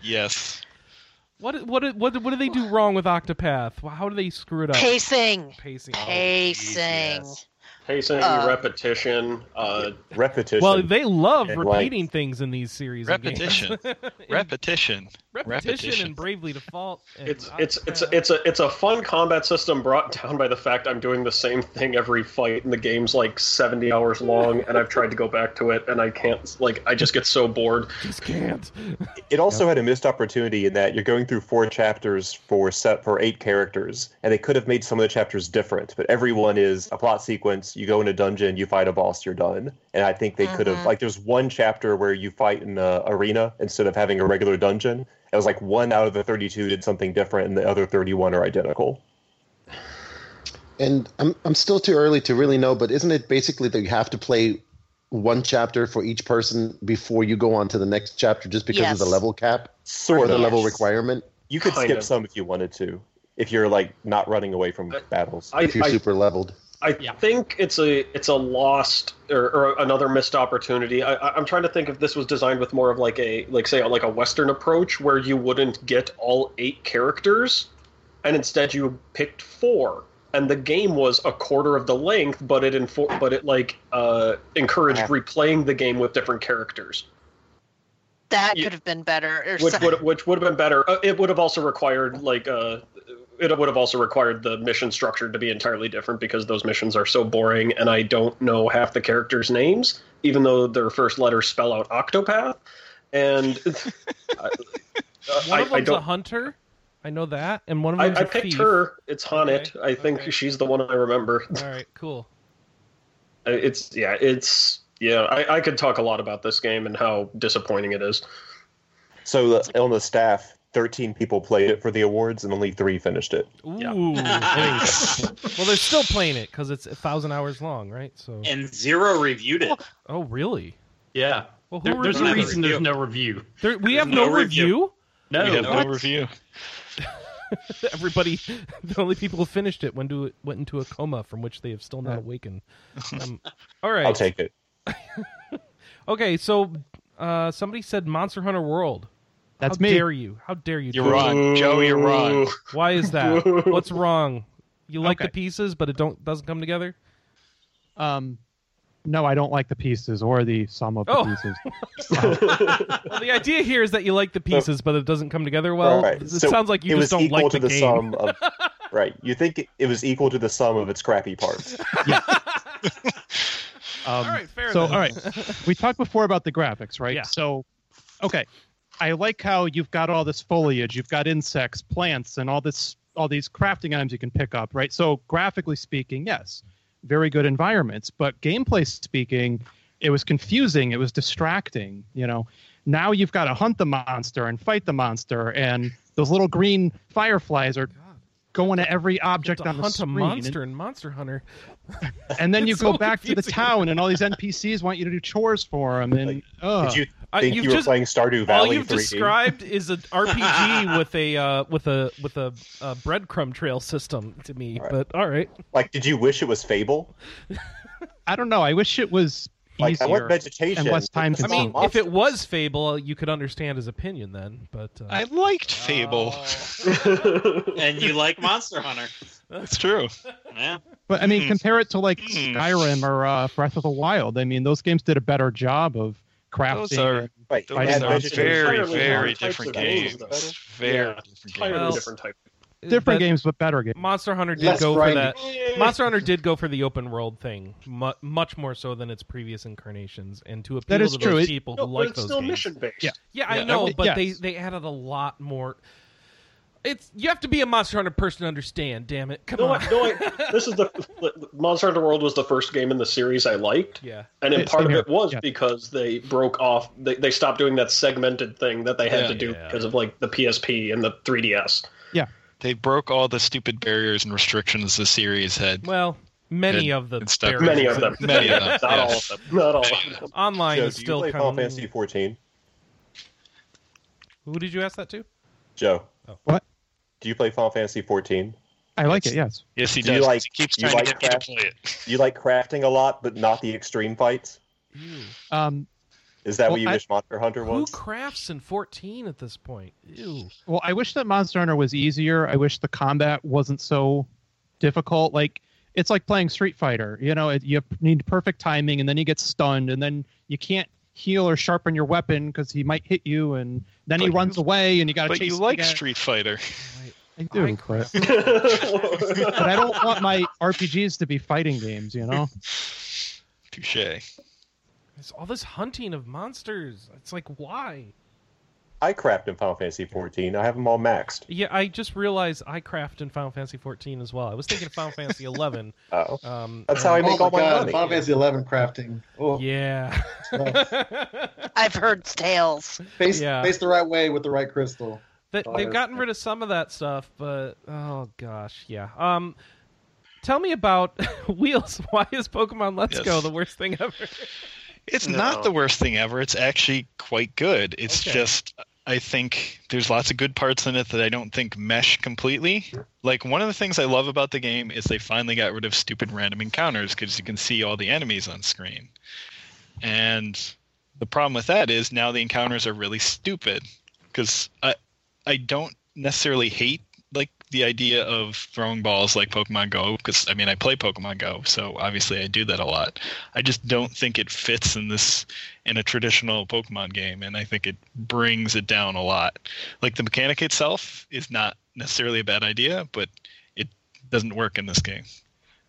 Yes.
What what what what do they do wrong with Octopath? How do they screw it up?
Pacing.
Pacing.
Pacing.
Pacing,
Uh,
repetition. Uh,
Repetition.
Well, they love
And, like,
repeating things in these series. and games.
Repetition. Repetition.
repetition,
Repetition.
and Bravely Default. And
it's it's it's
Octopath.
it's a it's a fun combat system brought down by the fact I'm doing the same thing every fight, and the game's like 70 hours long, and I've tried to go back to it, and I can't. Like, I just get so bored.
just can't.
It also had a missed opportunity in that you're going through four chapters for set for eight characters, and they could have made some of the chapters different. But everyone is a plot sequence. You go in a dungeon, you fight a boss, you're done. And I think they could have
Mhm.
like there's one chapter where you fight in an arena instead of having a regular dungeon. It was like one out of the 32 did something different, and the other 31 are identical.
And I'm I'm still too early to really know, but isn't it basically that you have to play one chapter for each person before you go on to the next chapter just because of the
Yes.
level cap
Sort
or
of.
the level requirement
You could
Kind
skip
of.
some if you wanted to, if you're like not running away from
I-
battles.
I,
if you're
I
super leveled?
I
Yeah.
think it's a it's a lost or, or another missed opportunity. I, I- I'm trying to think if this was designed with more of like a like say like a Western approach where you wouldn't get all eight characters, and instead you picked four, and the game was a quarter of the length, but it infor- but it like uh, encouraged
Yeah.
replaying the game with different characters,
That
You-
could have been better. Or
which
some-
would which would have been better. Uh, it would have also required like uh, it would have also required the mission structure to be entirely different because those missions are so boring, and I don't know half the characters' names, even though their first letters spell out Octopath, and
One
I, I,
of
I
them's a
don't.
hunter. I know that, and one of them's
I,
a
I picked
thief.
her. It's Hanet.
Okay,
I think
okay.
she's the one I remember.
All right, cool.
Uh, It's yeah. It's yeah. I, I could talk a lot about this game and how disappointing it is.
So the, on the staff, 13 people played it for the awards, and only three finished it.
Yeah.
Ooh. well, they're still playing it because it's a thousand hours long, right? So.
and zero reviewed it.
Oh, really?
Yeah.
Well, who
There, there's
reviewed
a
it?
reason there's no review.
There, we
there's
have no,
no
review.
review.
No.
we have
what?
no review.
Everybody, the only people who finished it went into went into a coma from which they have still not awakened. Um, all right.
I'll take it.
Okay, so uh, somebody said Monster Hunter World.
That's
How
me.
dare you? How dare you?
You're
do it?
wrong, Joe. You're wrong.
Ooh.
Why is that? What's wrong? You like
Okay.
the pieces, but it don't doesn't come together.
Um, no, I don't like the pieces or the sum of the
Oh.
pieces.
Well, the idea here is that you like the pieces, but it doesn't come together well.
All right,
It
so
sounds like you
it
just
was
don't
equal
like
to
the,
the,
game.
sum of. Right, you think it- it was equal to the sum of its crappy parts.
Um,
all right, fair
so
enough.
all right, we talked before about the graphics, right?
Yeah.
So, okay, I like how you've got all this foliage, you've got insects, plants, and all this, all these crafting items you can pick up, right? So graphically speaking, yes, very good environments, but gameplay speaking, it was confusing, it was distracting. You know, now you've got to hunt the monster and fight the monster, and those little green fireflies are. Going to every
You have
object
to
on the
hunt a
screen, and-
monster in Monster Hunter.
and then you
It's
go
so
back to the
confusing.
town, and all these NPCs want you to do chores for them, and
Like,
ugh.
Did you
I-
think
you've
you were
just-
playing Stardew
All
Valley
you've
3D?
described is an RPG with a uh, with a with a, uh breadcrumb trail system to me.
All right.
But all right,
Like, did you wish it was Fable?
I don't know. I wish it was
Like, I
easier
want vegetation.
and less time
I mean,
consuming.
if it was Fable, you could understand his opinion then. But uh,
I liked Fable.
and you like Monster Hunter.
That's true.
Yeah.
But I mean,
Mm.
compare it to like
Mm.
Skyrim or uh, Breath of the Wild. I mean, those games did a better job of crafting.
Those are
Right,
those
Add
add
are
vegetation.
very
Entirely
very
different types
different
of games,
games. Very
Yeah.
different
Entirely
games.
Well,
different type.
different
but
games, but better games.
Monster Hunter did
Less
go for
grinding.
that. Monster Hunter did go for the open world thing, mu- much more so than its previous incarnations, and to appeal
That is
to
true.
those
It-
people
No,
who
but
like
it's
those
still
games.
mission based.
Yeah.
Yeah,
Yeah,
I
I
know,
would-
but
yes.
they they added a lot more. It's you have to be a Monster Hunter person to understand. Damn it, come
No,
on.
I, no, I, this is the Monster Hunter World was the first game in the series I liked,
yeah,
and in
Same
part of
here.
it was
Yeah.
because they broke off. They, they stopped doing that segmented thing that they had
Yeah.
to do
Yeah.
because of like the PSP and the 3DS.
They broke all the stupid barriers and restrictions the series had.
well, many
And-
of the
and stuff.
barriers-
Many of them,
Many of them,
not
yeah.
all of them, not all of them.
Online
Joe,
is
do you
still
play
kind
Final
of.
Fantasy 14?
Who did you ask that to?
Joe.
What?
Do you play Final Fantasy 14?
I like it. Yes.
Yes, he
Do you
does.
like-
he keeps
do you
trying to
like
get me
crap?
to play it.
Do you like crafting a lot, but not the extreme fights?
Um,
Is that
Well,
what you
I-
wish Monster Hunter
Who
was?
crafts in fourteen at this point? Ew.
Well, I wish that Monster Hunter was easier. I wish the combat wasn't so difficult. Like it's like playing Street Fighter. You know, it, you need perfect timing, and then you get stunned, and then you can't heal or sharpen your weapon because he might hit you, and then he
But
runs
you-
away, and you got to
But
chase.
you
him
like
again.
Street Fighter.
I do,
I
but,
craft.
but I don't want my RPGs to be fighting games. You know,
Touche.
It's all this hunting of monsters. It's like why?
I craft in Final Fantasy 14. I have them all maxed.
Yeah, I just realized I craft in Final Fantasy fourteen as well. I was thinking of Final Fantasy eleven.
Oh.
Um,
That's how I
and-
make all
Oh my
my
God,
money.
Final Fantasy Eleven crafting. Oh,
Yeah.
I've heard tales.
face
Yeah.
face the right way with the right crystal.
That
Oh,
they've
yeah.
gotten rid of some of that stuff, but oh gosh, yeah. Um, Tell me about Wheels. Why is Pokemon Let's
Yes.
Go the worst thing ever?
It's not the worst thing ever. It's actually quite good. It's
Okay.
just I think there's lots of good parts in it that I don't think mesh completely. Like one of the things I love about the game is they finally got rid of stupid random encounters because you can see all the enemies on screen. And the problem with that is now the encounters are really stupid because I I don't necessarily hate like the idea of throwing balls like Pokemon Go because I mean I play Pokemon Go so obviously I do that a lot. I just don't think it fits in this in a traditional Pokemon game, and I think it brings it down a lot. Like the mechanic itself is not necessarily a bad idea, but it doesn't work in this game.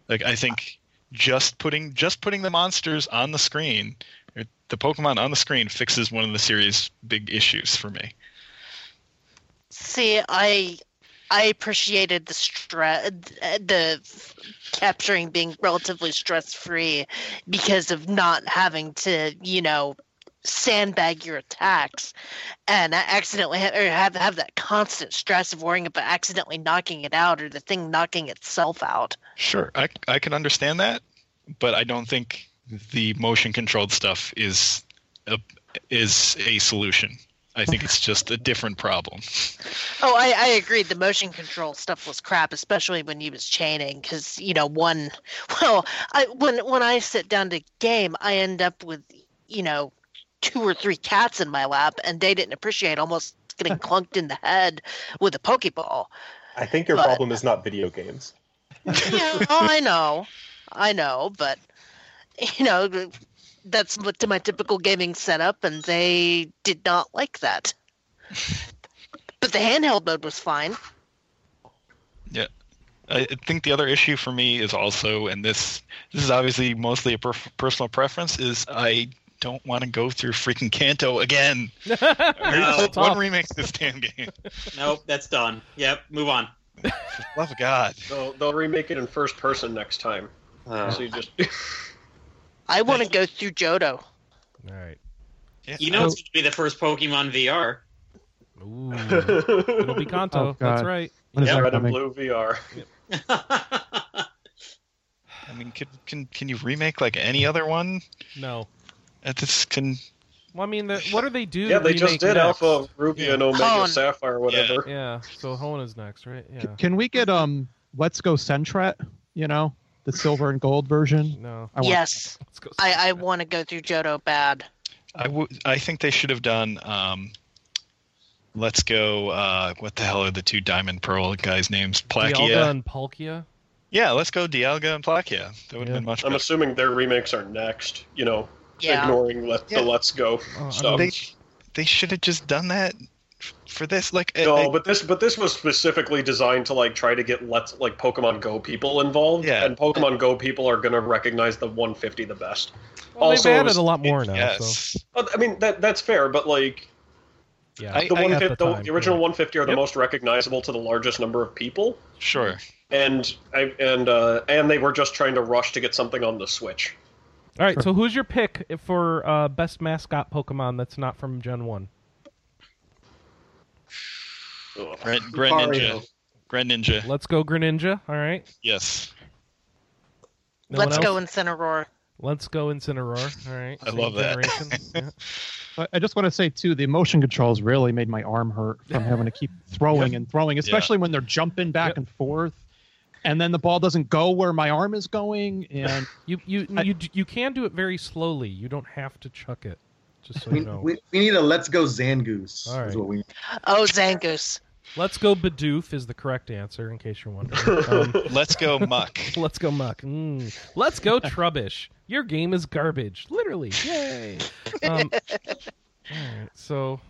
Like I think just putting just putting the monsters on the screen, or the Pokemon on the screen, fixes one of the series' big issues for me.
See, I I appreciated the stress, the f- capturing being relatively stress free because of not having to, you know, sandbag your attacks and accidentally ha- or have have that constant stress of worrying about accidentally knocking it out or the thing knocking itself out.
Sure, I I can understand that, but I don't think the motion controlled stuff is a, is a solution. I think it's just a different problem.
Oh, I, I agreed. The motion control stuff was crap, especially when he was chaining, because you know one. Well, I when when I sit down to game, I end up with you know two or three cats in my lap, and they didn't appreciate almost getting clunked in the head with a pokeball.
I think your
But-
problem is not video games.
yeah, oh, I know, I know, but you know that's what to my typical gaming setup, and they did not like that. But the handheld mode was fine.
I I think the other issue for me is also, and this this is obviously mostly a per- personal preference, is I don't want to go through freaking Kanto again.
It's
One
tough.
remake of Hmm. this damn game.
Nope, Oh, that's done. Yep, move on.
Love of God.
They'll, they'll remake it in first person next time.
Uh,
So you just
I want to go through Johto.
All right. Oh.
Yeah,
you know it's going to be the first Pokemon VR.
Ooh. It'll be Kanto.
Oh,
That's
God.
right.
When is
yeah,
that
red and
coming?
blue VR.
I mean, can, can can you remake like any other one?
No.
At this can
Well, I mean, the, what do they do?
Yeah, they just
remake
did
next?
Alpha Ruby
Yeah.
and Omega
Colin.
Sapphire, whatever.
Yeah. So Hona's next, right?
C-
Yeah.
Can we get um Let's Go Centret? You know, the silver and gold version.
No.
I want-
yes,
Let's go.
I, I want to go through Johto bad.
I would. I think they should have done. Um, let's go. Uh, what the hell are the two Diamond Pearl guys' names?
Dialga
Plakia.
and Palkia.
Yeah, let's go Dialga and Plakia. That would have
Yeah.
been much
I'm
better.
assuming their remakes are next. You know,
Yeah.
ignoring let,
Yeah.
the Let's Go
Oh, I
stuff.
mean,
they they should have just done that f- for this. Like I-
No,
I-
but this but this was specifically designed to like try to get let's like Pokemon Go people involved,
Yeah.
and Pokemon Go people are gonna recognize the 150 the best.
well,
also
they've
it
added
was-
a lot more now. So
yes,
Uh, I mean that that's fair, but like
yeah.
I-
the one
at
the,
the
the,
time,
original
yeah.
150 are the
Yep.
most recognizable to the largest number of people,
sure.
and I and uh, and they were just trying to rush to get something on the Switch.
All right. So who's your pick for uh, best mascot Pokemon that's not from Gen One?
Ugh.
Grand, Grand Ninja. Grand Ninja.
Let's go Greninja. All right.
Yes,
No one
Let's
else?
go Incineroar.
Let's go Incineroar. All right.
I love that.
that.
I- I just want to say too, the motion controls really made my arm hurt from having to keep throwing and throwing, especially when they're jumping back
Yep.
and forth, and then the ball doesn't go where my arm is going, and
You you
I-
you you can do it very slowly. You don't have to chuck it. Just so
We,
you know.
we, we need a let's go Zangoose.
All right.
Is what we need.
Oh, Zangoose.
Let's go Bidoof is the correct answer, in case you're wondering. Um,
let's go Muck.
let's go Muck. Mm. Let's go Trubbish. Your game is garbage, literally. Yay! Um, all right, so,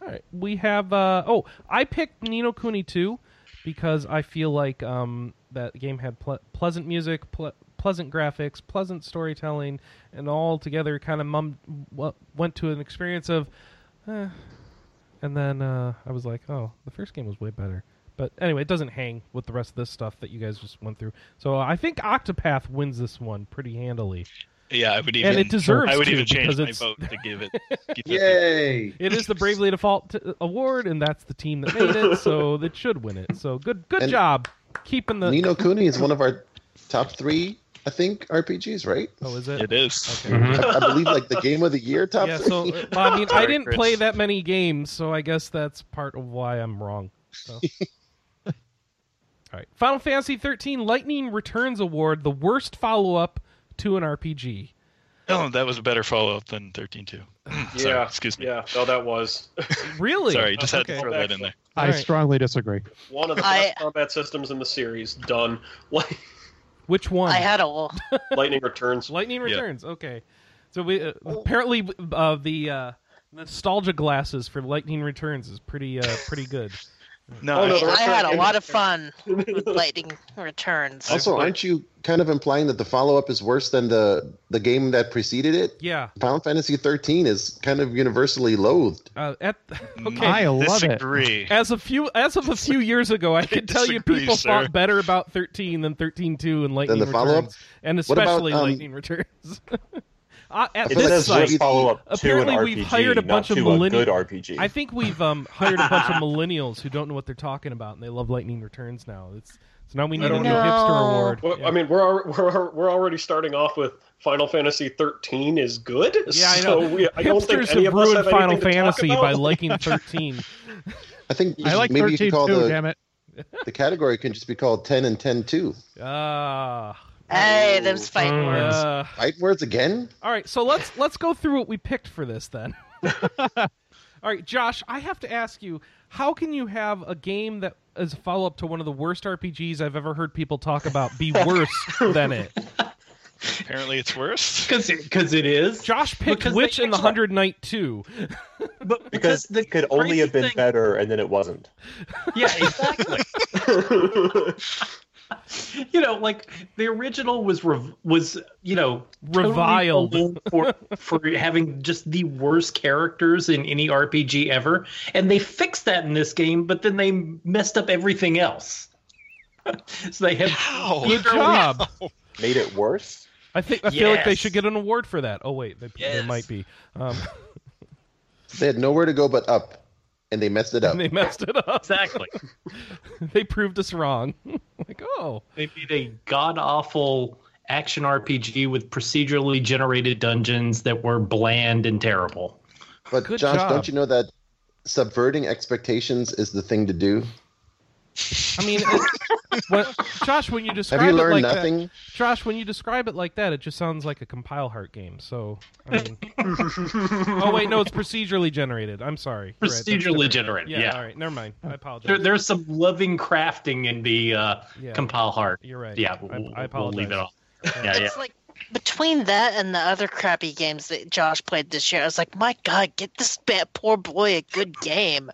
all right, we have. Uh, oh, I picked Nino Cooney two because I feel like um, that game had ple- pleasant music, ple- pleasant graphics, pleasant storytelling, and all together kind of mum- w- went to an experience of. Eh. And then uh, I was like, oh, the first game was way better. But anyway, it doesn't hang with the rest of this stuff that you guys just went through. So uh, I think Octopath wins this one pretty handily.
Yeah, I would even.
and it deserves
I would
to
even change
because
my
it's-
vote to give it. give it-
Yay!
It is the Bravely Default t- award, and that's the team that made it, so that should win it. So good, good
And-
job keeping the
Nino Cooney is one of our top three, I think, RPGs, right?
Oh, is it?
It is.
Okay.
I, I believe like the game of the year top
Yeah,
three.
so uh, well, I mean, I
Sorry,
didn't
Chris.
play that many games, so I guess that's part of why I'm wrong. So. All right, Final Fantasy 13 Lightning Returns award the worst follow-up to an RPG.
Oh, that was a better follow up than 13.2. Sorry,
yeah.
excuse me.
Yeah. Oh, that was
Really?
Sorry, just had
Okay.
to throw that in there.
I
All right.
strongly disagree.
one of the
I-
best combat systems in the series. Done. Like
Which one?
I had a
Lightning Returns.
Lightning
Yeah.
Returns. Okay, so we uh, apparently uh, the uh, nostalgia glasses for Lightning Returns is pretty uh, pretty good.
No,
Oh, no,
I-
the rest
I
are
had a
in-
lot of fun with Lightning Returns.
Also, aren't you kind of implying that the follow up is worse than the the game that preceded it?
Yeah.
Final Fantasy 13 is kind of universally loathed.
Uh, at okay.
I love it.
Mm, disagree.
as a few as of a few years ago, I can tell you
disagree,
people
sir.
thought better about thirteen than thirteen two and Lightning
the
Returns,
follow-up?
and
about,
especially
um,
Lightning Returns. I, at
It
It
this
says
says
site,
worst
just follow up to an
apparently we've
RPG,
hired a
not
bunch of
to
millenni-
a good RPG.
I think we've um, hired a bunch of millennials who don't know what they're talking about, and they love Lightning Returns now. It's so now we need a
don't
new
know.
hipster
No.
award.
Well,
Yeah.
I mean, we're al- we're al- we're already starting off with Final Fantasy 13 is good.
Yeah, I know.
So we, I don't think
Hipsters
any
have
of us
ruined
have
Final
anything to talk
Fantasy by
about.
liking 13.
I think
I like
maybe you
13
could call
too,
the,
damn it.
the category can just be called 10 and 10 2.
Ah.
Hey, them's fighting words.
Uh,
Fight words again?
all right, so let's let's go through what we picked for this then. all right, Josh, I have to ask you, how can you have a game that is a follow-up to one of the worst RPGs I've ever heard people talk about be worse than it?
Apparently, it's worse.
Because it is.
Josh picked
Because they
Witch and the
actually-
Hundred Night 2.
But
because it could only have been better, and then it wasn't.
Yeah, exactly. you know, like the original was rev- was you know totally
Reviled.
known for for having just the worst characters in any RPG ever, and they fixed that in this game, but then they messed up everything else. so they have
How?
Good job.
Oh.
Made it worse.
I think I feel like they
Yes.
should get an award for that. Oh wait, they, they
Yes.
might be. Um,
They had nowhere to go but up, and they messed it up.
and they messed it up.
exactly.
they proved us wrong. like, oh,
They made a god awful action RPG with procedurally generated dungeons that were bland and terrible.
But
Good
Josh,
job.
don't you know that subverting expectations is the thing to do?
I mean, it, what, Josh, when you describe
Have you
it
learned
like
nothing?
that, Josh, when you describe it like that, it just sounds like a compile heart game. So, I mean, oh wait, no, it's procedurally generated. I'm sorry, You're right, that's
Procedurally
different.
generated,
Yeah,
yeah.
all right, never mind. I apologize.
There, there's some loving crafting in the uh,
Yeah.
compile heart.
You're right.
Yeah,
I,
we'll,
I apologize.
We'll leave it off.
Yeah.
Yeah, yeah.
It's like between that and the other crappy games that Josh played this year, I was like, my God, get this bad poor boy a good game.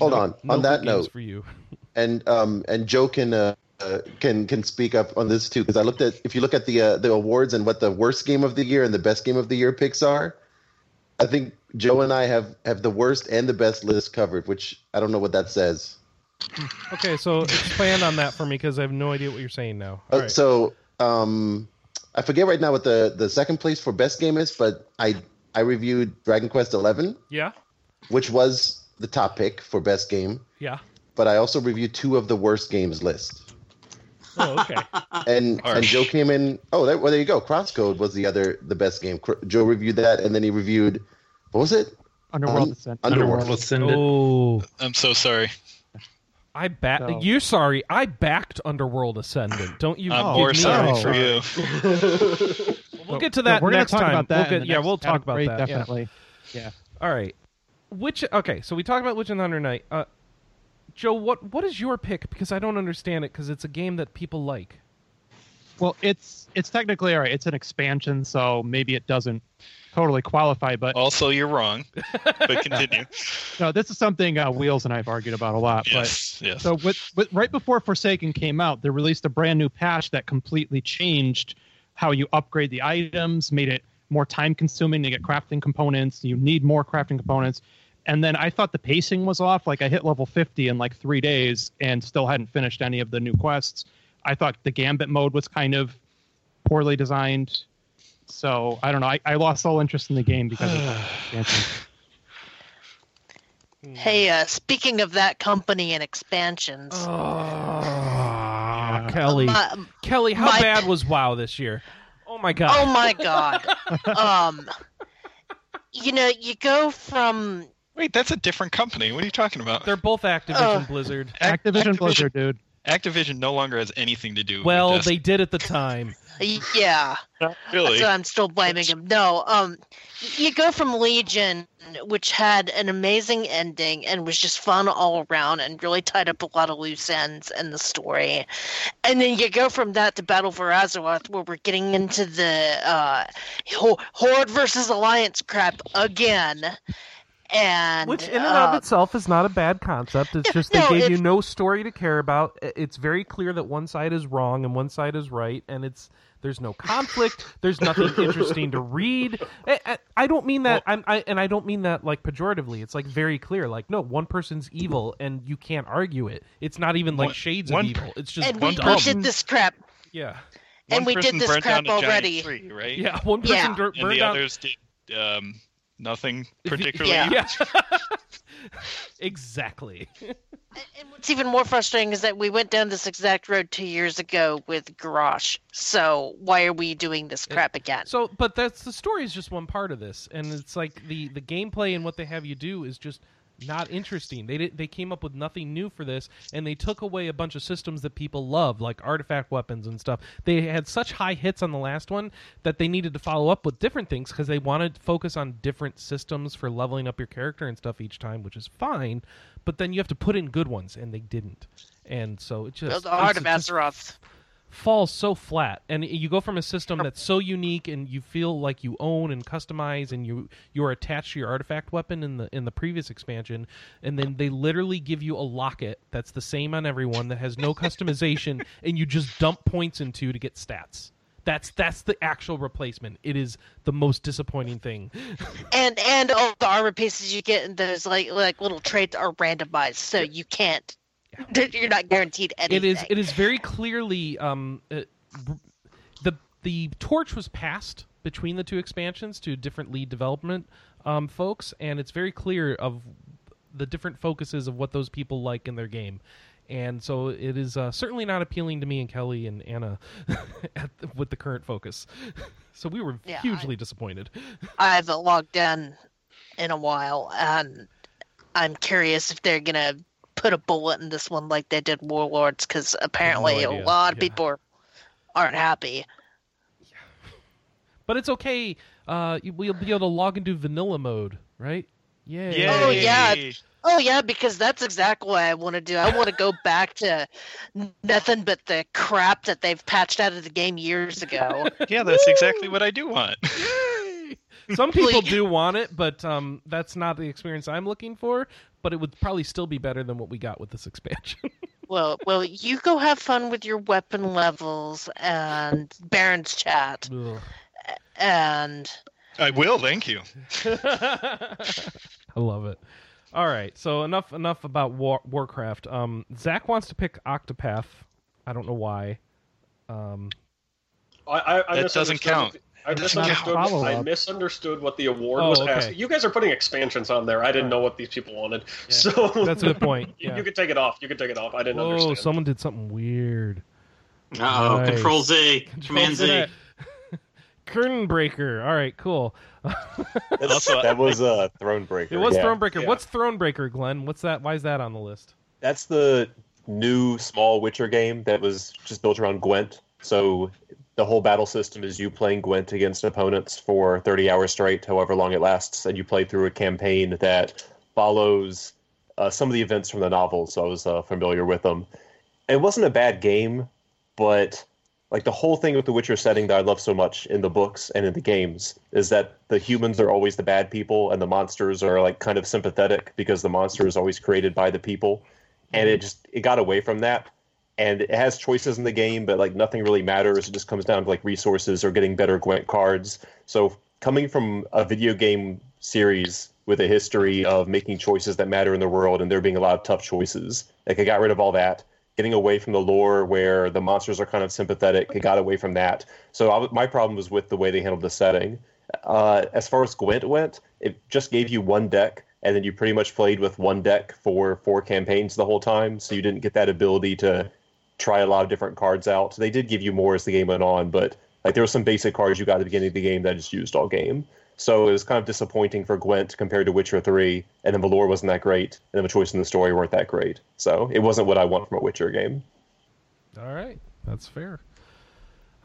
Hold on.
No
on
good
that
games
note,
for you.
and um, and Joe can uh, uh, can can speak up on this too because I looked at if you look at the uh, the awards and what the worst game of the year and the best game of the year picks are, I think Joe and I have have the worst and the best list covered, which I don't know what that says.
Okay, so expand on that for me because I have no idea what you're saying now. All
Uh,
right.
So um, I forget right now what the the second place for best game is, but I I reviewed Dragon Quest Eleven,
yeah,
which was the top pick for best game,
yeah.
but I also reviewed two of the worst games list.
Oh, okay.
and and
Harsh.
Joe came in. Oh, that, well, there you go. Crosscode was the other the best game. Cr- Joe reviewed that, and then he reviewed what was it?
Underworld
Un-
Ascent.
Underworld.
Underworld Ascendant.
oh,
I'm so sorry.
I back.
So-
You sorry? I backed Underworld Ascendant. Don't you?
I'm
give
more
me
sorry
a
no.
for
Uh, sorry.
you.
We'll get to
So
that
we're gonna
next
talk
time.
About that
We'll
in the
get- yeah,
next
we'll talk about
category,
that. yeah.
Definitely.
All right. Which okay, so we talked about Witch and the Hunter Knight. Uh, Joe, what what is your pick? Because I don't understand it. Because it's a game that people like.
Well, it's it's technically all right. It's an expansion, so maybe it doesn't totally qualify. But
Also, you're wrong. But continue.
no, this is something uh, Wheels and I have argued about a lot.
yes, yes.
But so with, with, right before Forsaken came out, they released a brand new patch that completely changed how you upgrade the items, made it more time consuming to get crafting components. You need more crafting components. And then I thought the pacing was off. Like I hit level 50 in like three days and still hadn't finished any of the new quests. I thought the Gambit mode was kind of poorly designed. So I don't know. I, I lost all interest in the game because of that expansion.
Hey, uh, speaking of that company and expansions,
Oh, Ah, Kelly.
My-
Kelly, how
my-
bad was WoW this year? Oh my god.
oh my god. um, you know, you go from
Wait, that's a different company. What are you talking about?
They're both Activision Blizzard.
Ac-
Activision Blizzard, dude.
Activision no longer has anything to do.
Well,
with
they did at the time.
yeah.
they really.
That's why I'm still blaming him. No, um, you go from Legion, which had an amazing ending and was just fun all around and really tied up a lot of loose ends in the story, and then you go from that to Battle for Azeroth, where we're getting into the uh, Ho- Horde versus Alliance crap again, and
Which, in and
uh,
of itself, is not a bad concept. It's
Yeah,
just they
no,
gave you
it's-
no story to care about. I- It's very clear that one side is wrong and one side is right, and it's there's no conflict. there's nothing interesting to read. I, I, I don't mean that. I'm, I and I don't mean that like pejoratively. It's like very clear. Like no, one person's evil, and you can't argue it. It's not even like
One-
shades
one-
of evil. It's just
and
one
we
person.
did this crap,
yeah,
One
and we did
person
this
burnt
crap
down a giant
already.
tree, right?
yeah. One person
Yeah.
dur-
And
burned
the
down-
others did um, nothing particularly.
Yeah.
Yeah. exactly.
And what's even more frustrating is that we went down this exact road two years ago with Garage. So why are we doing this crap again?
So, but that's the story is just one part of this, and it's like the the gameplay and what they have you do is just not interesting. They did, they came up with nothing new for this, and they took away a bunch of systems that people love, like artifact weapons and stuff. They had such high hits on the last one that they needed to follow up with different things because they wanted to focus on different systems for leveling up your character and stuff each time, which is fine. But then you have to put in good ones, and they didn't. And so it just
the Heart of
it's just-
Azeroth.
falls so flat and you go from a system that's so unique and you feel like you own and customize and you you're attached to your artifact weapon in the in the previous expansion and then they literally give you a locket that's the same on everyone that has no customization and you just dump points into to get stats that's that's the actual replacement it is the most disappointing thing
And and all the armor pieces you get in those like like little traits are randomized, so you can't you're not guaranteed anything.
it is it is very clearly um uh, the the torch was passed between the two expansions to different lead development um, folks and it's very clear of the different focuses of what those people like in their game and so it is uh, certainly not appealing to me and Kelly and Anna at the, with the current focus. So we were
Yeah, I-
hugely disappointed.
I haven't logged in in a while and I'm curious if they're gonna put a bullet in this one like they did Warlords because apparently a
idea.
lot of
Yeah.
people are- aren't happy.
But it's okay. Uh, you- we'll be able to log into vanilla mode, right? Yeah.
Oh, yeah. Oh yeah, because that's exactly what I want to do. I want to go back to nothing but the crap that they've patched out of the game years ago.
Yeah, that's exactly what I do want.
Some people
Please.
do want it, but um, that's not the experience I'm looking for. But it would probably still be better than what we got with this expansion.
well, well, you go have fun with your weapon levels and Baron's chat
Ugh.
and
I will, thank you.
I love it. All right, so enough enough about War- Warcraft. Um, Zach wants to pick Octopath. I don't know why. Um,
I, I, I
That
misunderstood-
doesn't count.
I
That's not a
misunderstood, I
follow-up.
misunderstood what the award
Oh,
was
okay.
asking. You guys are putting expansions on there. I didn't know what these people wanted. So
that's a good point.
you,
Yeah.
you could take it off. You could take it off. I didn't
Whoa,
understand.
oh, someone did something weird.
Uh oh,
Nice.
Control Z, Command Z.
Curtain breaker. All right, cool.
That's-
Also,
that was uh, Thronebreaker.
It was
yeah.
Thronebreaker.
yeah.
What's Thronebreaker, Glenn? What's that? Why is that on the list?
That's the new small Witcher game that was just built around Gwent. So the whole battle system is you playing Gwent against opponents for 30 hours straight, however long it lasts, and you play through a campaign that follows uh, some of the events from the novel, so I was uh, familiar with them. And it wasn't a bad game, but like the whole thing with the Witcher setting that I love so much in the books and in the games is that the humans are always the bad people and the monsters are like kind of sympathetic because the monster is always created by the people. And it just it got away from that. And it has choices in the game, but like nothing really matters. It just comes down to like resources or getting better Gwent cards. So coming from a video game series with a history of making choices that matter in the world and there being a lot of tough choices, like I got rid of all that getting away from the lore where the monsters are kind of sympathetic. It got away from that. So I, my problem was with the way they handled the setting. Uh, as far as Gwent went, it just gave you one deck, and then you pretty much played with one deck for four campaigns the whole time. So you didn't get that ability to try a lot of different cards out. They did give you more as the game went on, but like there were some basic cards you got at the beginning of the game that I just used all game. So it was kind of disappointing for Gwent compared to Witcher 3, and then Valor wasn't that great, and then the choice in the story weren't that great. So it wasn't what I want from a Witcher game.
All right, that's fair.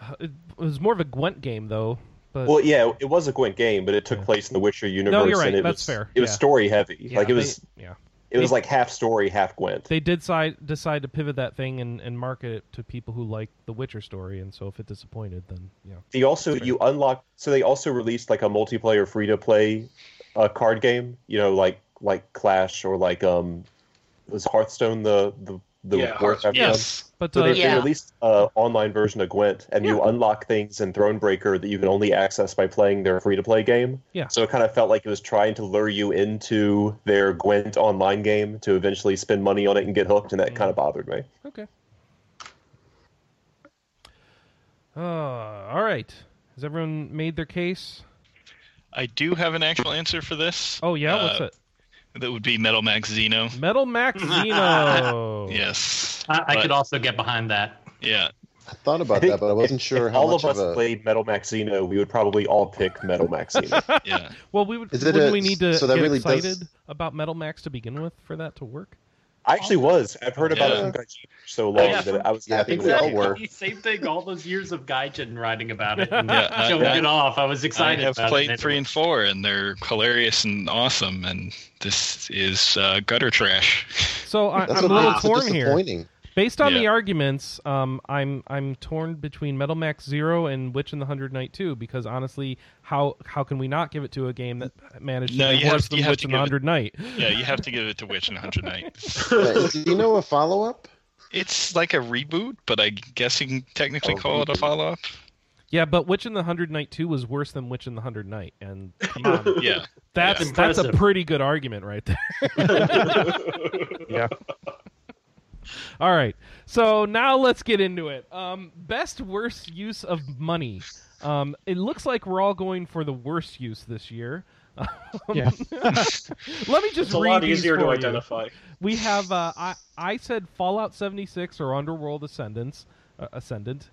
Uh, It was more of a Gwent game, though. But
Well, yeah, it was a Gwent game, but it took place in the Witcher universe.
you're right.
And it was,
That's fair.
It was
Yeah.
story heavy.
Yeah,
like it was,
they- yeah.
it was
They-
like half story, half Gwent.
They did si- decide to pivot that thing and, and market it to people who like the Witcher story, and so if it disappointed, then yeah.
They also you unlock. So they also released like a multiplayer free to play uh, card game. You know, like like Clash or like um, was Hearthstone the the the
Yeah,
Warcraft one?
Yes.
But
So
uh,
they,
Yeah.
they released an online version of Gwent, and you unlock things in Thronebreaker that you can only access by playing their free-to-play game.
Yeah.
So it kind of felt like it was trying to lure you into their Gwent online game to eventually spend money on it and get hooked, and that
Mm.
kind of bothered me.
okay. Uh, all right. Has everyone made their case?
I do have an actual answer for this.
Oh yeah, what's
Uh,
it?
That would be Metal Max Xeno.
Metal Max Xeno.
Yes.
I, I
But-
could also get behind that.
Yeah.
I thought about that, but I wasn't
if,
sure
if
how
all
much
of us
a.
played Metal Maxino, we would probably all pick Metal Maxino.
Yeah.
Well, we would.
Is it
Wouldn't
a-
we need to
so that
get
really does-
excited about Metal Max to begin with for that to work?
I actually was. I've heard about
Yeah.
it from Gaijin for so long
Yeah,
that I was
yeah, I
happy.
think
with
we all
it.
were.
Same thing. All those years of Gaijin writing about it, and
Yeah, I-
joking
I-
it off. I was
I
excited.
have
about
played
it.
three and four, and they're hilarious and awesome. And this is uh, gutter trash.
So I,
That's
I'm a
what
little
makes it
torn here.
disappointing.
Based on
Yeah.
the arguments, um, I'm I'm torn between Metal Max Zero and Witch and the Hundred Night Two because honestly, how how can we not give it to a game that managed to
No,
do
you
worse
have-
than
you have
Witch
to
and the
give it-
Hundred Night?
yeah, you have to give it to Witch and Hundred Night.
But Do you know a follow up?
It's like a reboot, but I guess you can
Oh,
technically
A
call it a
reboot.
follow up.
Yeah, but Witch and the Hundred Night Two was worse than Witch and the Hundred Night, and come on,
Yeah.
that's that's
That's
a
impressive.
pretty good argument right there. All right, so now let's get into it. Um, best worst use of money. Um, it looks like we're all going for the worst use this year. Um,
Yeah.
Let me just
It's a
read
lot
these
easier to
for you.
identify.
We have uh, I I said Fallout 76 or Underworld Ascendance uh, Ascendant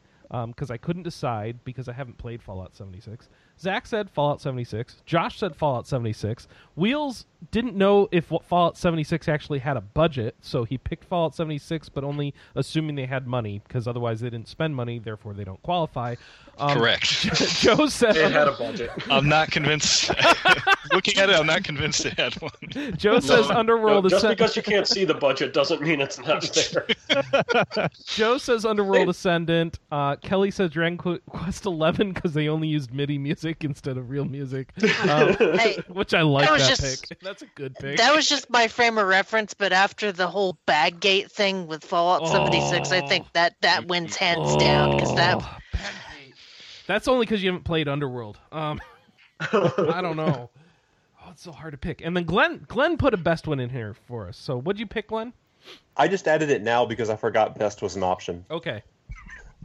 because I couldn't decide because I haven't played Fallout 76. Zach said Fallout 76. Josh said Fallout 76. Wheels didn't know if what Fallout 76 actually had a budget, so he picked Fallout 76, but only assuming they had money because otherwise they didn't spend money, therefore they don't qualify. Um,
Correct.
Joe said
It had a budget.
I'm not convinced. Looking at it, I'm not convinced it had one.
Joe says Underworld
No, just
Ascendant.
because you can't see the budget doesn't mean it's not there.
Joe says Underworld Ascendant. Uh, Kelly says Dragon Qu- Quest Eleven because they only used MIDI music instead of real music, um,
Hey,
which I like
That
that,
was just-
pick. That's a good pick.
that was just my frame of reference, but after the whole Baggate thing with Fallout 76, I think that that wins hands down because that
Oh, That's only because you haven't played Underworld. Um, I don't know. Oh, it's so hard to pick. And then Glenn, Glenn put a best one in here for us. So, what'd you pick, Glenn?
I just added it now because I forgot best was an option.
Okay,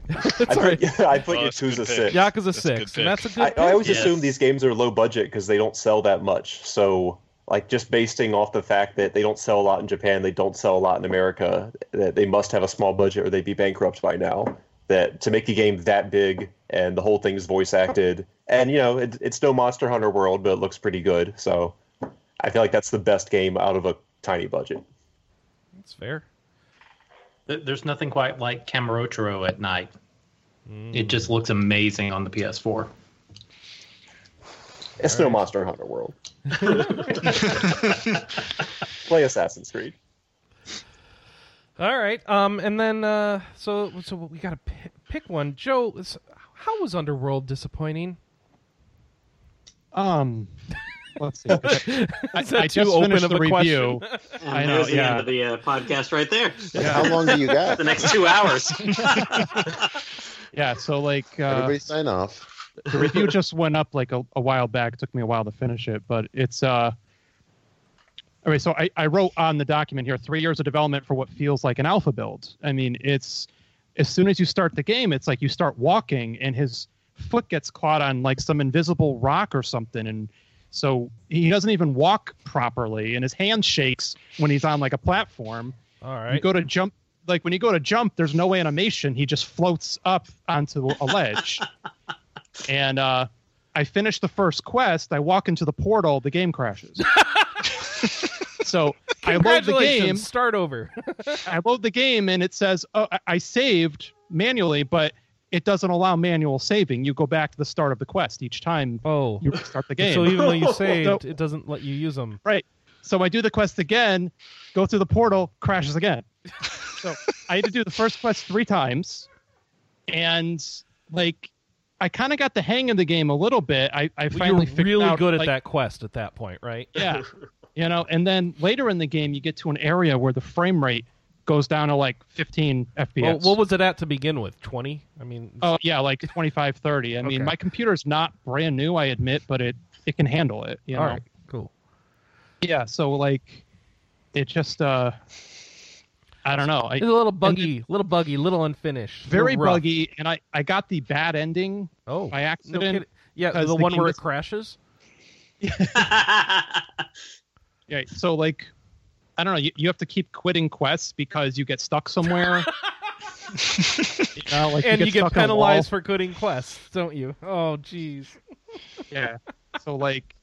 I
all right.
put, I put
Oh, that's a good
Yakuza
pick.
six.
Yakuza
That's a good
six,
pick.
and that's a good.
I,
pick.
I always
Yes.
assume these games are low budget because they don't sell that much. So, like, just basing off the fact that they don't sell a lot in Japan, they don't sell a lot in America, that they must have a small budget or they'd be bankrupt by now. That to make a game that big and the whole thing's voice acted, and you know, it, it's no Monster Hunter World, but it looks pretty good. So, I feel like that's the best game out of a tiny budget.
That's fair.
Th- There's nothing quite like Kamurocho at night. It just looks amazing on the PS4.
It's no Monster Hunter World. Play Assassin's Creed.
All right. Um, and then uh, so so we gotta pi pick one. Joe, s- how was Underworld disappointing?
Um, let's see. I,
Is that
I
too
just
open
finished
of
the
a question?
review. I
And
know,
there's the
yeah.
end of the uh, podcast right there.
Like, How long do you got?
The next two hours.
Yeah, so like uh,
Everybody sign off.
the review just went up like a, a while back. It took me a while to finish it, but it's uh all right, so I, I wrote on the document here three years of development for what feels like an alpha build. I mean, it's as soon as you start the game, it's like you start walking and his foot gets caught on like some invisible rock or something and so he doesn't even walk properly and his hand shakes when he's on like a platform.
All
You
right.
go to jump like when you go to jump, there's no animation. He just floats up onto a ledge. and uh, I finish the first quest. I walk into the portal. The game crashes. so I load the
Congratulations,
game.
Start over.
I load the game and it says, "Oh, I- I saved manually, but it doesn't allow manual saving. You go back to the start of the quest each time
Oh,
you start the game."
so even though
So-
you saved, it doesn't let you use them.
so I do the quest again, go through the portal, crashes again. so I had to do the first quest three times, and like I kind of got the hang of the game a little bit. I I
you were
finally figured
really
out,
good at
like,
that quest at that point, right?
yeah you know and then later in the game you get to an area where the frame rate goes down to like 15 fps
Well, what was it at to begin with? Twenty? I mean,
oh yeah like 25 30 i mean
Okay.
my computer's not brand new i admit but it it can handle it you
all
know?
right, cool.
yeah so like it just uh i don't know I,
It's a little buggy, little buggy, little unfinished, little
very
rough.
buggy and i i got the bad ending
Oh,
by
no
accident
kidding. Yeah, the,
because the
one
game
where
is-
it crashes.
Yeah. So like, I don't know. You, you have to keep quitting quests because you get stuck somewhere. You know, like
and you get,
stuck on a wall.
penalized for quitting quests, don't you? Oh, jeez.
Yeah. So like,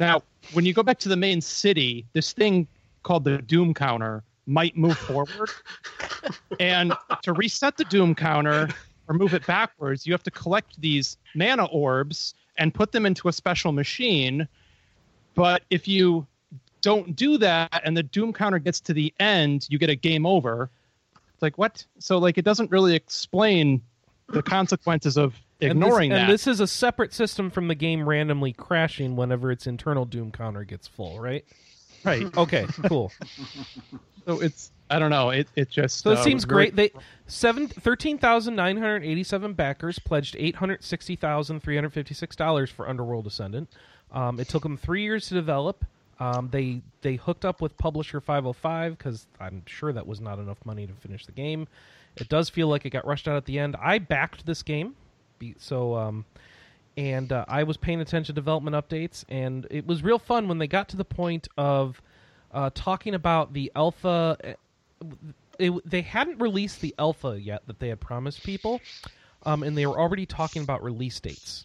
now when you go back to the main city, this thing called the doom counter might move forward, and to reset the doom counter or move it backwards, you have to collect these mana orbs and put them into a special machine. But if you don't do that and the doom counter gets to the end, you get a game over. It's like what? So like it doesn't really explain the consequences of ignoring
and this,
that.
And this is a separate system from the game randomly crashing whenever its internal doom counter gets full, right?
right.
Okay, cool.
So it's I don't know. It it just
So
uh,
it
was
seems
very-
great. They seven thirteen thousand nine hundred eighty seven backers pledged eight hundred sixty thousand three hundred fifty six dollars for Underworld Ascendant. Um, it took them three years to develop. Um, they they hooked up with publisher five hundred five because I'm sure that was not enough money to finish the game. It does feel like it got rushed out at the end. I backed this game, be- so um, and uh, I was paying attention to development updates, and it was real fun when they got to the point of uh, talking about the alpha. eh, It, they hadn't released the alpha yet that they had promised people, um, and they were already talking about release dates.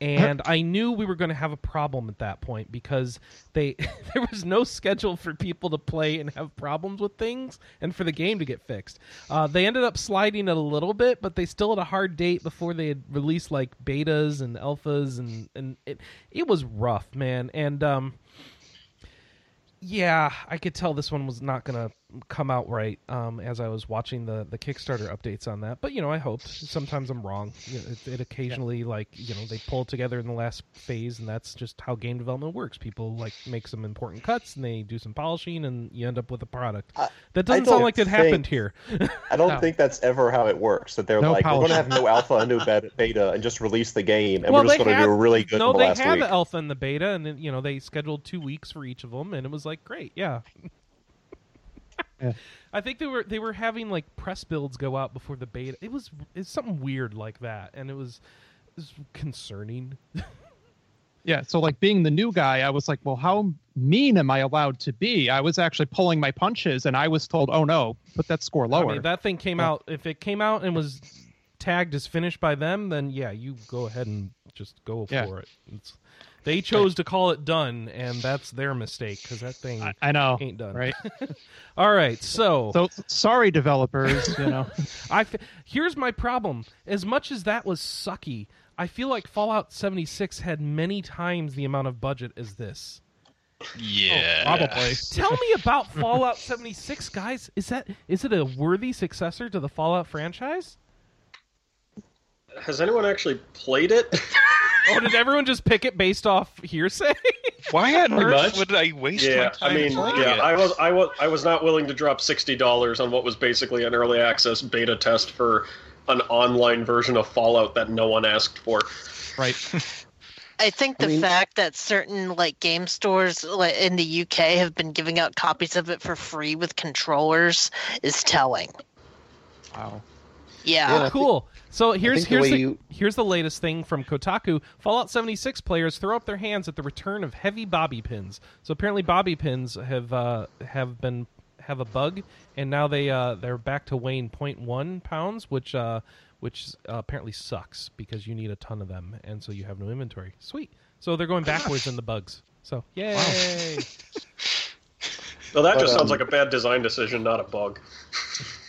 And I knew we were going to have a problem at that point because they there was no schedule for people to play and have problems with things, and for the game to get fixed. Uh, they ended up sliding it a little bit, but they still had a hard date before they had released like betas and alphas, and and it it was rough, man. And um, yeah, I could tell this one was not going to come out right um, as I was watching the, the Kickstarter updates on that. But, you know, I hoped. Sometimes I'm wrong. You know, It, it occasionally, like, you know, they pull it together in the last phase, and that's just how game development works. People, like, make some important cuts and they do some polishing, and you end up with a product.
I-
that
I
doesn't sound
don't
like that
think-
happened here.
I don't
No.
think that's ever how it works. That they're
No
like, we're going to have
polish.
no alpha and no beta, beta and just release the game, and
Well,
we're just
they
going to do
have-
really good
no,
in the
they
last
have
week.
the alpha and the beta, and, then, you know, they scheduled two weeks for each of them, and it was like, great, yeah.
Yeah.
I think they were they were having like press builds go out before the beta. It was it's something weird like that, and it was, it was concerning.
yeah. So like being the new guy, I was like, well, how mean am I allowed to be? I was actually pulling my punches, and I was told, oh no, put that score
I
lower.
mean, that thing came out. If it came out and was tagged as finished by them, then yeah, you go ahead and just go
Yeah.
for it. It's, they chose to call it done, and that's their mistake because that thing
I, I know,
ain't done.
right?
All right, so
So sorry, developers. You know,
I f- here's my problem. As much as that was sucky, I feel like Fallout 76 had many times the amount of budget as this.
Yeah.
probably.
Tell me about Fallout 76, guys. Is that is it a worthy successor to the Fallout franchise?
Has anyone actually played it?
Oh, did everyone just pick it based off hearsay?
Why on
Pretty
earth
much.
would I waste my
yeah,
time
I mean,
playing
yeah,
it?
I was, I was, I was not willing to drop sixty dollars on what was basically an early access beta test for an online version of Fallout that no one asked for.
right?
I think the
I mean-
fact that certain like game stores like, in the UK have been giving out copies of it for free with controllers is telling. Yeah.
Wow.
Yeah, I think-
cool. So here's
think the
here's
way
the,
you-
here's the latest thing from Kotaku. Fallout 76 players throw up their hands at the return of heavy bobby pins. So apparently, bobby pins have uh, have been have a bug, and now they uh, they're back to weighing 0.1 pounds, which uh, which uh, apparently sucks because you need a ton of them, and so you have no inventory. Sweet. So they're going backwards in the bugs. So yay!
Well, that
But,
just sounds
um,
like a bad design decision, not a bug.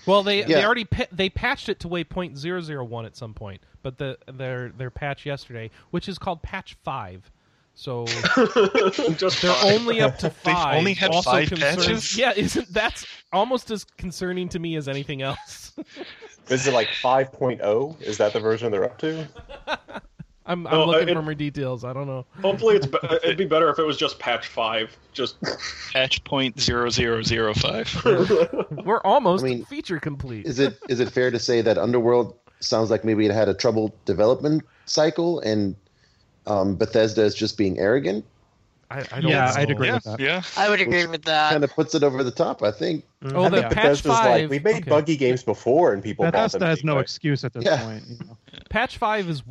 Well, they they
Yeah.
already pa- they patched it to way point zero zero one at some point, but the their their patch yesterday, which is called patch five, so
just
they're
fine.
only up to
They've
five.
only had
also
five
concerns-
patches?
Yeah, isn't that's almost as concerning to me as anything else?
Is it like 5.0? Is that the version they're up to?
I'm I'm
No,
looking
uh, it-
for more details. I don't know.
Hopefully, it's be- uh, it'd be better if it was just patch five. Just
Patch point zero zero zero five.
We're almost
I mean,
feature complete.
Is it is it fair to say that Underworld sounds like maybe it had a troubled development cycle and um, Bethesda is just being arrogant?
I, I don't
Yeah,
know.
I'd agree
yeah,
with that.
yeah.
I would agree with that.
Kind of puts it over the top, I think.
Oh,
I
the
think
patch
Bethesda's
five.
like, we made
okay.
buggy games before and people bought them.
Bethesda has no
anyway."
excuse at this
Yeah.
point. You know.
Patch five is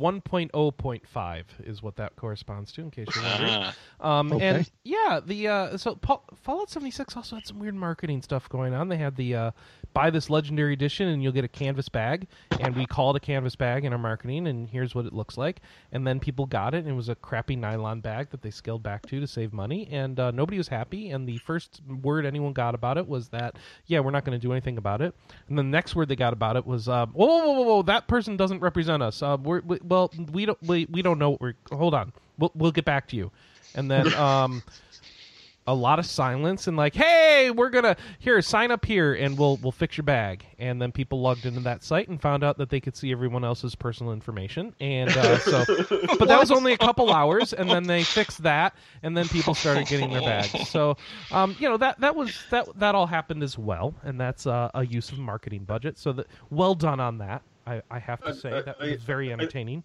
1.0.5 is what that corresponds to. In case you're wondering.
Ah,
Uh-huh.
Um,
Okay.
And yeah, the uh, so Paul, Fallout 76 also had some weird marketing stuff going on. They had the uh, buy this legendary edition and you'll get a canvas bag, and we call it a canvas bag in our marketing, and here's what it looks like. And then people got it, and it was a crappy nylon bag that they scaled back to to save money, and uh, nobody was happy. And the first word anyone got about it was that yeah, we're not going to do anything about it. And the next word they got about it was, um, whoa, whoa, whoa, whoa, that person doesn't represent us. Uh, we're, we, well, we don't, we, we don't know what we're. Hold on, we'll, we'll get back to you. And then um, a lot of silence and like, hey, we're gonna here sign up here and we'll we'll fix your bag. And then people logged into that site and found out that they could see everyone else's personal information. And uh, so, but that was only a couple hours, and then they fixed that, and then people started getting their bags. So, um, you know that that was that that all happened as well, and that's uh, a use of marketing budget. So that well done on that. I, I have to say
I-
that
I-
was very entertaining.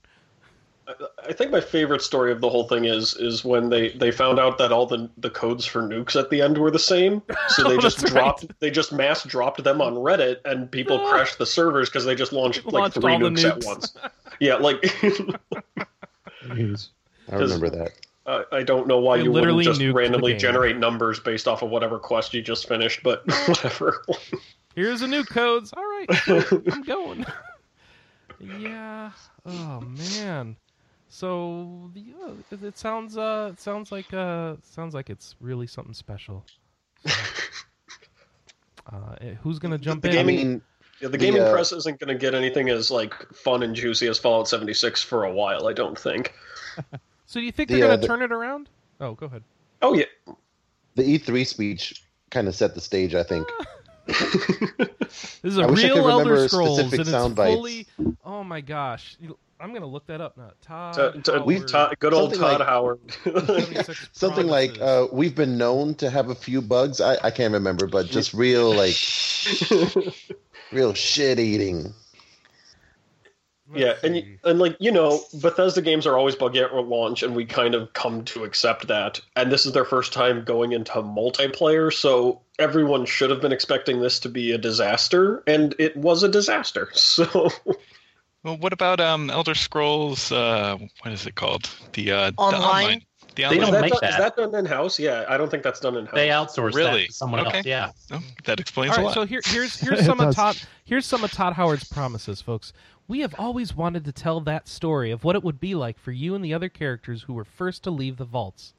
I think my favorite story of the whole thing is is when they they found out that all the the codes for nukes at the end were the same, so they
Oh,
just
that's Ah.
dropped they just mass dropped them on Reddit, and people crashed the servers because they just launched like
Launched
three
all the
nukes,
nukes.
at once. yeah, like
Jeez.
I remember that.
I I don't know why
They
you
literally
wouldn't just
nuked the
randomly
game.
generate numbers based off of whatever quest you just finished, but whatever.
Here's the new codes. All right, I'm going. yeah. Oh man. So yeah, it- it sounds uh, it sounds like uh, sounds like it's really something special. So, uh, eh, who's gonna jump
the
in?
I
gaming-
mean,
Yeah, the gaming
uh,
press isn't going to get anything as like fun and juicy as Fallout 76 for a while, I don't think.
so do you think
the,
they're gonna
uh, the-
turn it around? Oh, go ahead.
Oh yeah,
the E3 speech kind of set the stage, I think.
Ah. This is a
I wish I could
real Elder
remember
Scrolls,
specific
and it's
sound bites.
fully. Oh my gosh, You- I'm gonna look that up now.
To-
Todd.
to-
Howard,
Todd- good old
Something like-
Todd Howard.
76
Something like
Promises.
uh, we've been known to have a few bugs. I, I can't remember, but just real like real shit eating.
Let's
yeah, and
see.
y- and like you know, Bethesda games are always buggy at launch, and we kind of come to accept that. And this is their first time going into multiplayer, so everyone should have been expecting this to be a disaster, and it was a disaster. So
Well, what about um Elder Scrolls? Uh, what is it called? The uh, the
Online?
online. The
Is
They
online.
don't make
done, Is
that.
that done in house? Yeah, I don't think that's done in house.
They outsource
Really?
that to someone
Okay.
else. Yeah.
Oh, that explains
All
a
right,
lot.
so here, here's here's
It
some of
does.
Todd here's some of Todd Howard's promises, folks. We have always wanted to tell that story of what it would be like for you and the other characters who were first to leave the vaults.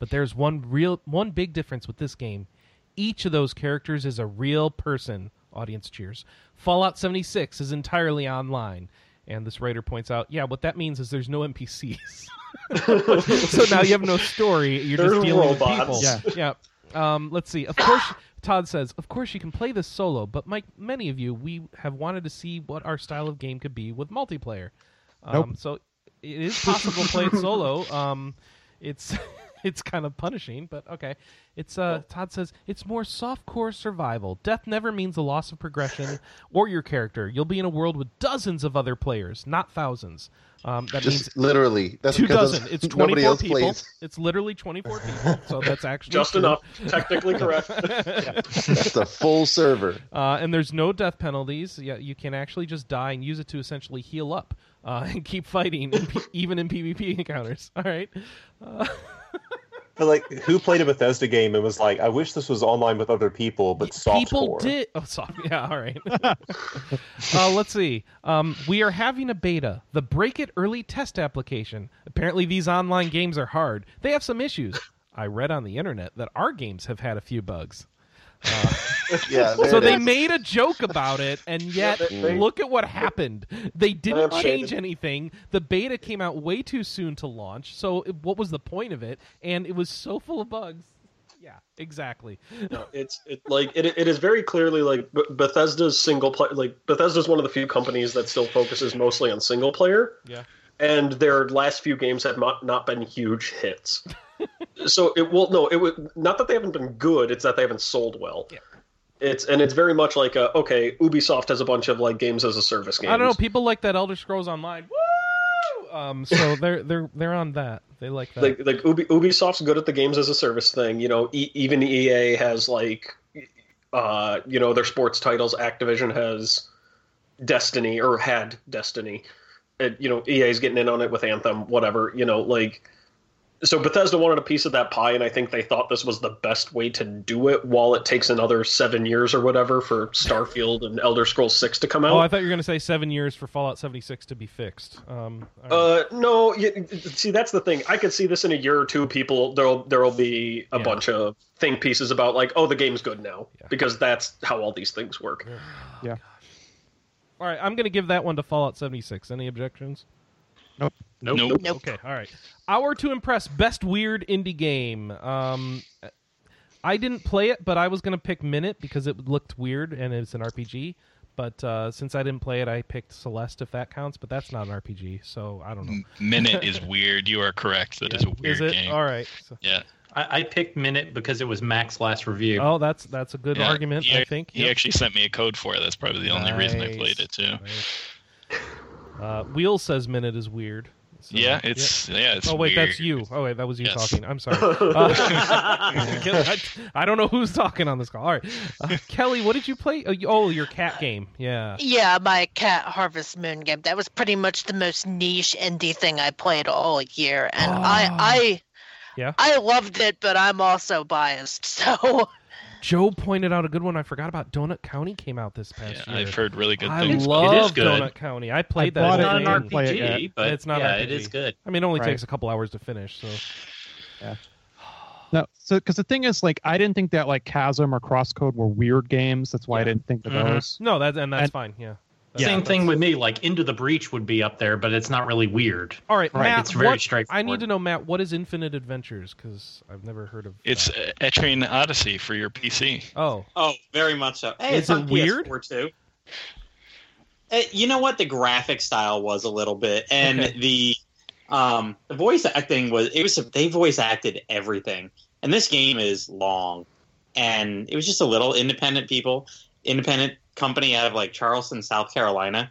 But there's one real one big difference with this game. Each of those characters is a real person. Audience cheers. Fallout 76 is entirely online. And this writer points out, yeah, what that means is there's no NPCs. so now you have no story. You're
They're
just dealing with
robots.
people.
Yeah.
Yeah. Um, let's see. Of course, Todd says, of course you can play this solo, but Mike, many of you, we have wanted to see what our style of game could be with multiplayer. Um,
Nope.
So it is possible to play it solo. Um, it's it's kind of punishing, but okay. It's uh, Todd says it's more softcore survival. Death never means the loss of progression or your character. You'll be in a world with dozens of other players, not thousands. Um, that means
Just literally. That's
two
because
dozen.
that's-
It's
nobody
24
else
people.
plays.
It's literally 24 people. So that's actually
Just
true.
enough, technically correct.
That's the full server.
Uh, and there's no death penalties. Yeah, you can actually just die and use it to essentially heal up uh, and keep fighting, in P- even in PvP encounters. All right. Uh,
But like, who played a Bethesda game and was like, "I wish this was online with other people, but soft
People
core."
did. Oh, sorry. Yeah, all right. uh, let's see. Um, we are having a beta, the Break It Early Test application. Apparently, these online games are hard. They have some issues. I read on the internet that our games have had a few bugs. Uh,
yeah. there
so
it
they
is.
made a joke about it, and yet
they- they-
look at what happened. They didn't
I'm
change
shaded.
anything. The beta came out way too soon to launch. So it- what was the point of it? And it was so full of bugs. Yeah, exactly.
No, it's it, like it, it is very clearly like B- Bethesda's single player. Like Bethesda's one of the few companies that still focuses mostly on single player.
Yeah.
And their last few games have not, not been huge hits. so it will no, it would not that they haven't been good. It's that they haven't sold well.
Yeah.
It's and it's very much like a, okay, Ubisoft has a bunch of like games as a service games.
I don't know. People like that Elder Scrolls Online. Woo! Um, so they're they're they're on that. They like that.
like like Ubi, Ubisoft's good at the games as a service thing. You know, e- even EA has like, uh, you know, their sports titles. Activision has Destiny or had Destiny. And, you know, EA's getting in on it with Anthem, whatever. You know, like. So Bethesda wanted a piece of that pie, and I think they thought this was the best way to do it. While it takes another seven years or whatever for Starfield and Elder Scrolls Six to come out.
oh, I thought you were gonna say seven years for Fallout seventy six to be fixed. Um, all right.
Uh, no. You, see, that's the thing. I could see this in a year or two. People, there'll there'll be a
Yeah.
bunch of think pieces about like, oh, the game's good now
Yeah.
because that's how all these things work.
Oh, all right. I'm gonna give that one to Fallout seventy six. Any objections?
Nope.
Nope.
Nope.
Okay, all right. Hour to impress best weird indie game. Um, I didn't play it, but I was gonna pick Minute because it looked weird and it's an RPG. But uh, since I didn't play it, I picked Celeste if that counts. But that's not an RPG, so I don't know.
Minute is weird. You are correct. That is a weird
Is it
game.
all right? So-
Yeah.
I, I picked Minute because it was Mac's last review.
oh, that's that's a good
Yeah,
argument.
he-
I think.
He
Yep.
actually sent me a code for it. That's probably the only reason I
Nice.
played it too.
Uh, Wheel says Minute is weird. so-
yeah,
Yep.
it's yeah, it's.
Oh wait, that's
weird.
you. Oh wait, that was you
Yes.
talking. I'm sorry. Uh, Kelly, I, I don't know who's talking on this call. All right, uh, Kelly, what did you play? Oh, you- Oh, your cat game. Yeah.
Yeah, my Cat Harvest Moon game. That was pretty much the most niche indie thing I played all year, and I,
Ah.
I,
Yeah.
I loved it, but I'm also biased. So
Joe pointed out a good one. I forgot about. Donut County came out this
Yeah,
past year.
I've heard really good
I
things. about
love
it.
It is good.
Donut County. I played that.
bought
as
it's
it
a
not an
game.
and didn't play it
RPG,
yet.
but
It's not
yeah,
RPG.
it is good.
I mean, it only
Right.
takes a couple hours to finish. So
No, so because the thing is, like, I didn't think that like Chasm or Crosscode were weird games. That's why I didn't think of
Mhm.
those.
no, that Mm-hmm. and that's
And-
fine. Yeah.
Same
That's-
thing with me. Like Into the Breach would be up there, but it's not really weird.
All right,
Right.
Matt.
It's very
what- I
straightforward.
need to know, Matt, what is Infinite Adventures? Because I've never heard of.
It's
that.
uh, Etrian Odyssey for your PC.
oh,
Oh, very much so. Hey,
Is
it's on
it weird?
PS4 too. Uh, you know what? The graphic style was a little bit, and
Okay.
the um, the voice acting was. It was they voice acted everything, and this game is long, and it was just a little independent people, independent company out of like Charleston, South Carolina,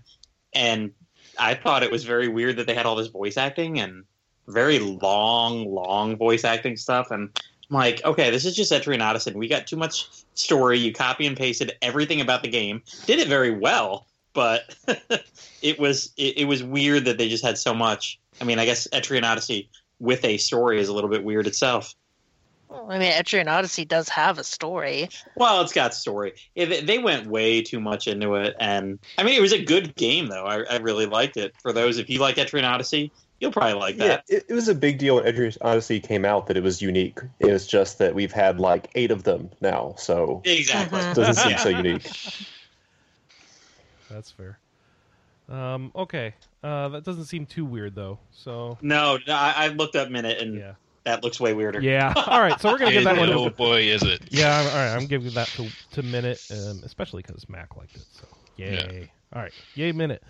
and I thought it was very weird that they had all this voice acting and very long, long voice acting stuff, and I'm like, okay, this is just Etrian Odyssey. We got too much story. You copy and pasted everything about the game. Did it very well, but it was it, it was weird that they just had so much. I mean, I guess Etrian Odyssey with a story is a little bit weird itself.
I mean, Etrian Odyssey does have a story.
Well, it's got story. Yeah, they- they went way too much into it, and I mean, it was a good game though. I, I really liked it. For those, if you like Etrian Odyssey, you'll probably like that.
Yeah, it, it was a big deal when Edge Odyssey came out that it was unique. It was just that we've had like eight of them now, so
Exactly.
Mhm.
it doesn't seem
Yeah.
so unique.
that's fair. Um, okay, uh, that doesn't seem too weird though. So
No, no, I, I looked up minute, and
yeah,
that looks way weirder.
yeah. All right, so we're gonna give that one.
oh
To,
boy, is it?
yeah, I'm- all right. I'm giving that to to minute, um, especially because Mac liked it. So yay! All right, yay minute.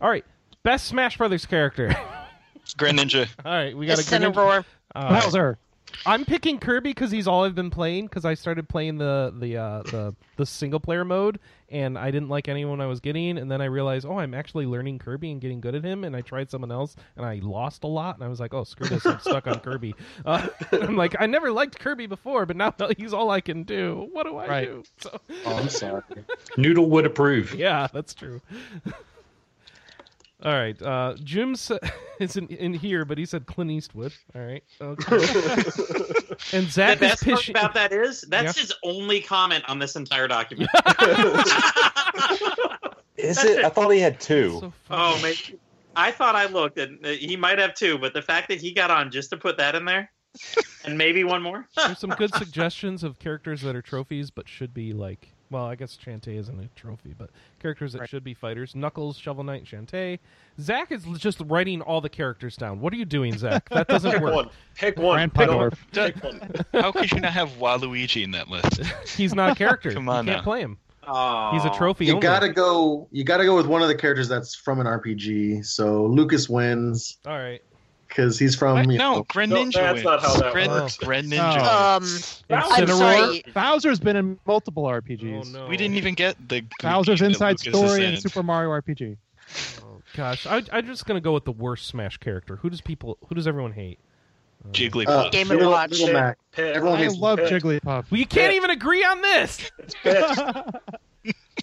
All right, best Smash Brothers character.
Grand Ninja.
all right, we
The
got a good-
Cineroar.
All right.
Bowser.
I'm picking Kirby because he's all I've been playing. Because I started playing the the uh, the the single player mode, and I didn't like anyone I was getting, and then I realized, oh, I'm actually learning Kirby and getting good at him. And I tried someone else, and I lost a lot, and I was like, oh, screw this, I'm stuck on Kirby. Uh, I'm like, I never liked Kirby before, but now he's all I can do. What do I
Right.
do? So,
Oh, I'm sorry.
Noodle would approve.
yeah, that's true. All right. Uh, Jim sa- isn't in here, but he said Clint Eastwood. All right. Okay. and
The
Zach is
best part
pitching.
about that is that's
Yeah.
his only comment on this entire document.
Is it? I thought he had two.
So funny.
oh, mate. I thought I looked, and uh, he might have two, but the fact that he got on just to put that in there, and maybe one more.
There's some good suggestions of characters that are trophies, but should be like. Well, I guess Shantae isn't a trophy, but characters that should be fighters: Knuckles, Shovel Knight, Shantae. Zach is just writing all the characters down. What are you doing, Zach? That doesn't
Pick
work.
one. Pick one.
Grandpa
Pick one.
Dwarf.
Pick one.
How could you not have Waluigi in that list?
He's not a character.
Come on
you
now.
can't play him.
Oh,
He's a trophy.
You
only.
gotta go. You gotta go with one of the characters that's from an RPG. So Lucas wins
All right.
because he's from.
What?
you
no,
know-
Greninja.
No, that's not how that
wins.
works.
Gren,
Oh.
Greninja.
Um, I'm
Incineroar.
sorry.
Bowser's been in multiple RPGs.
Oh, no.
We didn't even get the
Bowser's
that
Inside
Lucas is
Story
in.
and Super Mario RPG.
Oh, gosh, I, I'm just gonna go with the worst Smash character. Who does people? Who does everyone hate? Uh,
Jigglypuff.
uh,
Game
Little-
and Watch.
Little Mac.
Pick.
Everyone
I
hates
love
Pit.
Jigglypuff.
we can't even agree on this.
It's Pit.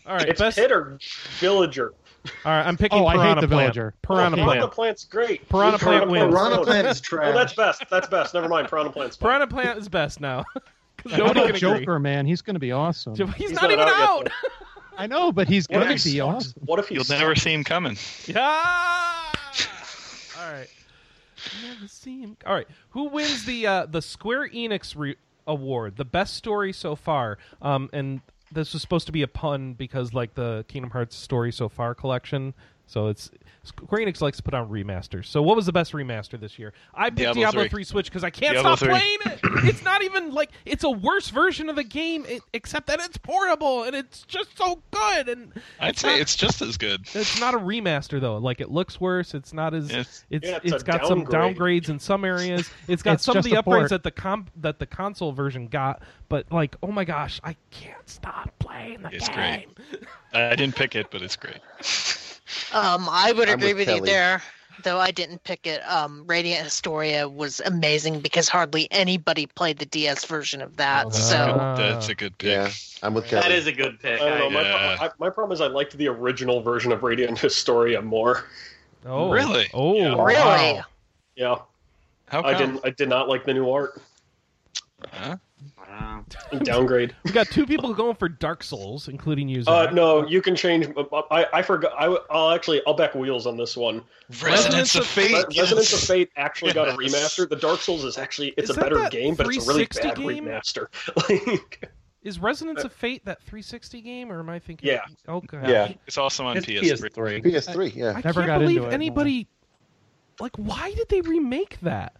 All right,
It's
best.
Pit or Villager.
All right, I'm picking.
Oh, I hate
Piranha
the
Plant.
villager.
Piranha
Oh, Piranha
Plant.
Plant's great.
Piranha Plant wins.
Piranha Plant is
Oh,
trash.
that's best. That's best. Never mind. Piranha Plant's fine.
Piranha Plant is best now. 'Cause
How
nobody
about
can
Joker, man? He's going to be awesome.
agree. He's,
He's
not, even out.
yet,
I know, but he's
though.
going
What if
to
he
be
sucks?
awesome.
What if he
You'll
sucks?
never see him coming.
yeah. All right. Never see him. All right. Who wins the uh, the Square Enix re- award? The best story so far. Um, and this was supposed to be a pun because like the Kingdom Hearts story so far collection. So it's Square Enix likes to put on remasters. So what was the best remaster this year? I picked
Diablo
Diablo,
III.
Three Switch because I can't
Diablo
stop
III.
playing it. It's not even like it's a worse version of the game, it, except that it's portable and it's just so good. And
I'd say it's just as good.
it's not a remaster though. Like it looks worse. It's not as
Yeah.
it's
Yeah,
it's
it's a
got some
downgrade.
downgrades in some areas. It's got
It's
some of
just
the
a port.
upgrades that the comp that the console version got. But like, oh my gosh, I can't stop playing the
It's
game.
great. I didn't pick it, but it's great.
Um, I would
I'm
agree with,
with
you
Kelly.
there, though I didn't pick it. Um, Radiant Historia was amazing because hardly anybody played the DS version of that.
Oh, that's
so
good. Uh,
That's a good pick.
Yeah, I'm with
that
Kelly.
is a good
Ah. I
pick.
don't know. My,
Yeah.
problem, I, my problem is I liked the original version of Radiant Historia more.
Oh
Really?
Oh
Yeah.
wow.
really,
Yeah,
How come?
I didn't. I did not like the new art.
Huh?
Wow.
Downgrade.
We got two people going for Dark Souls, including you.
Uh,
Zach.
no, you can change. uh, I, I forgot. I, will actually. I'll back wheels on this one.
Resonance of Fate.
Re- Resonance of Fate actually got a
Yes.
remaster. The Dark Souls is actually it's
Is
a
that
better
that
game, but it's a really
360
bad
game?
remaster. Like,
Is Resonance of Fate that 360 game, or am I thinking?
Uh, Yeah.
Okay.
Yeah.
It's also on
It's
PS3.
PS3.
PS3. Yeah,
I
Never
can't
got
believe
into it, no.
anybody. Like, why did they remake that?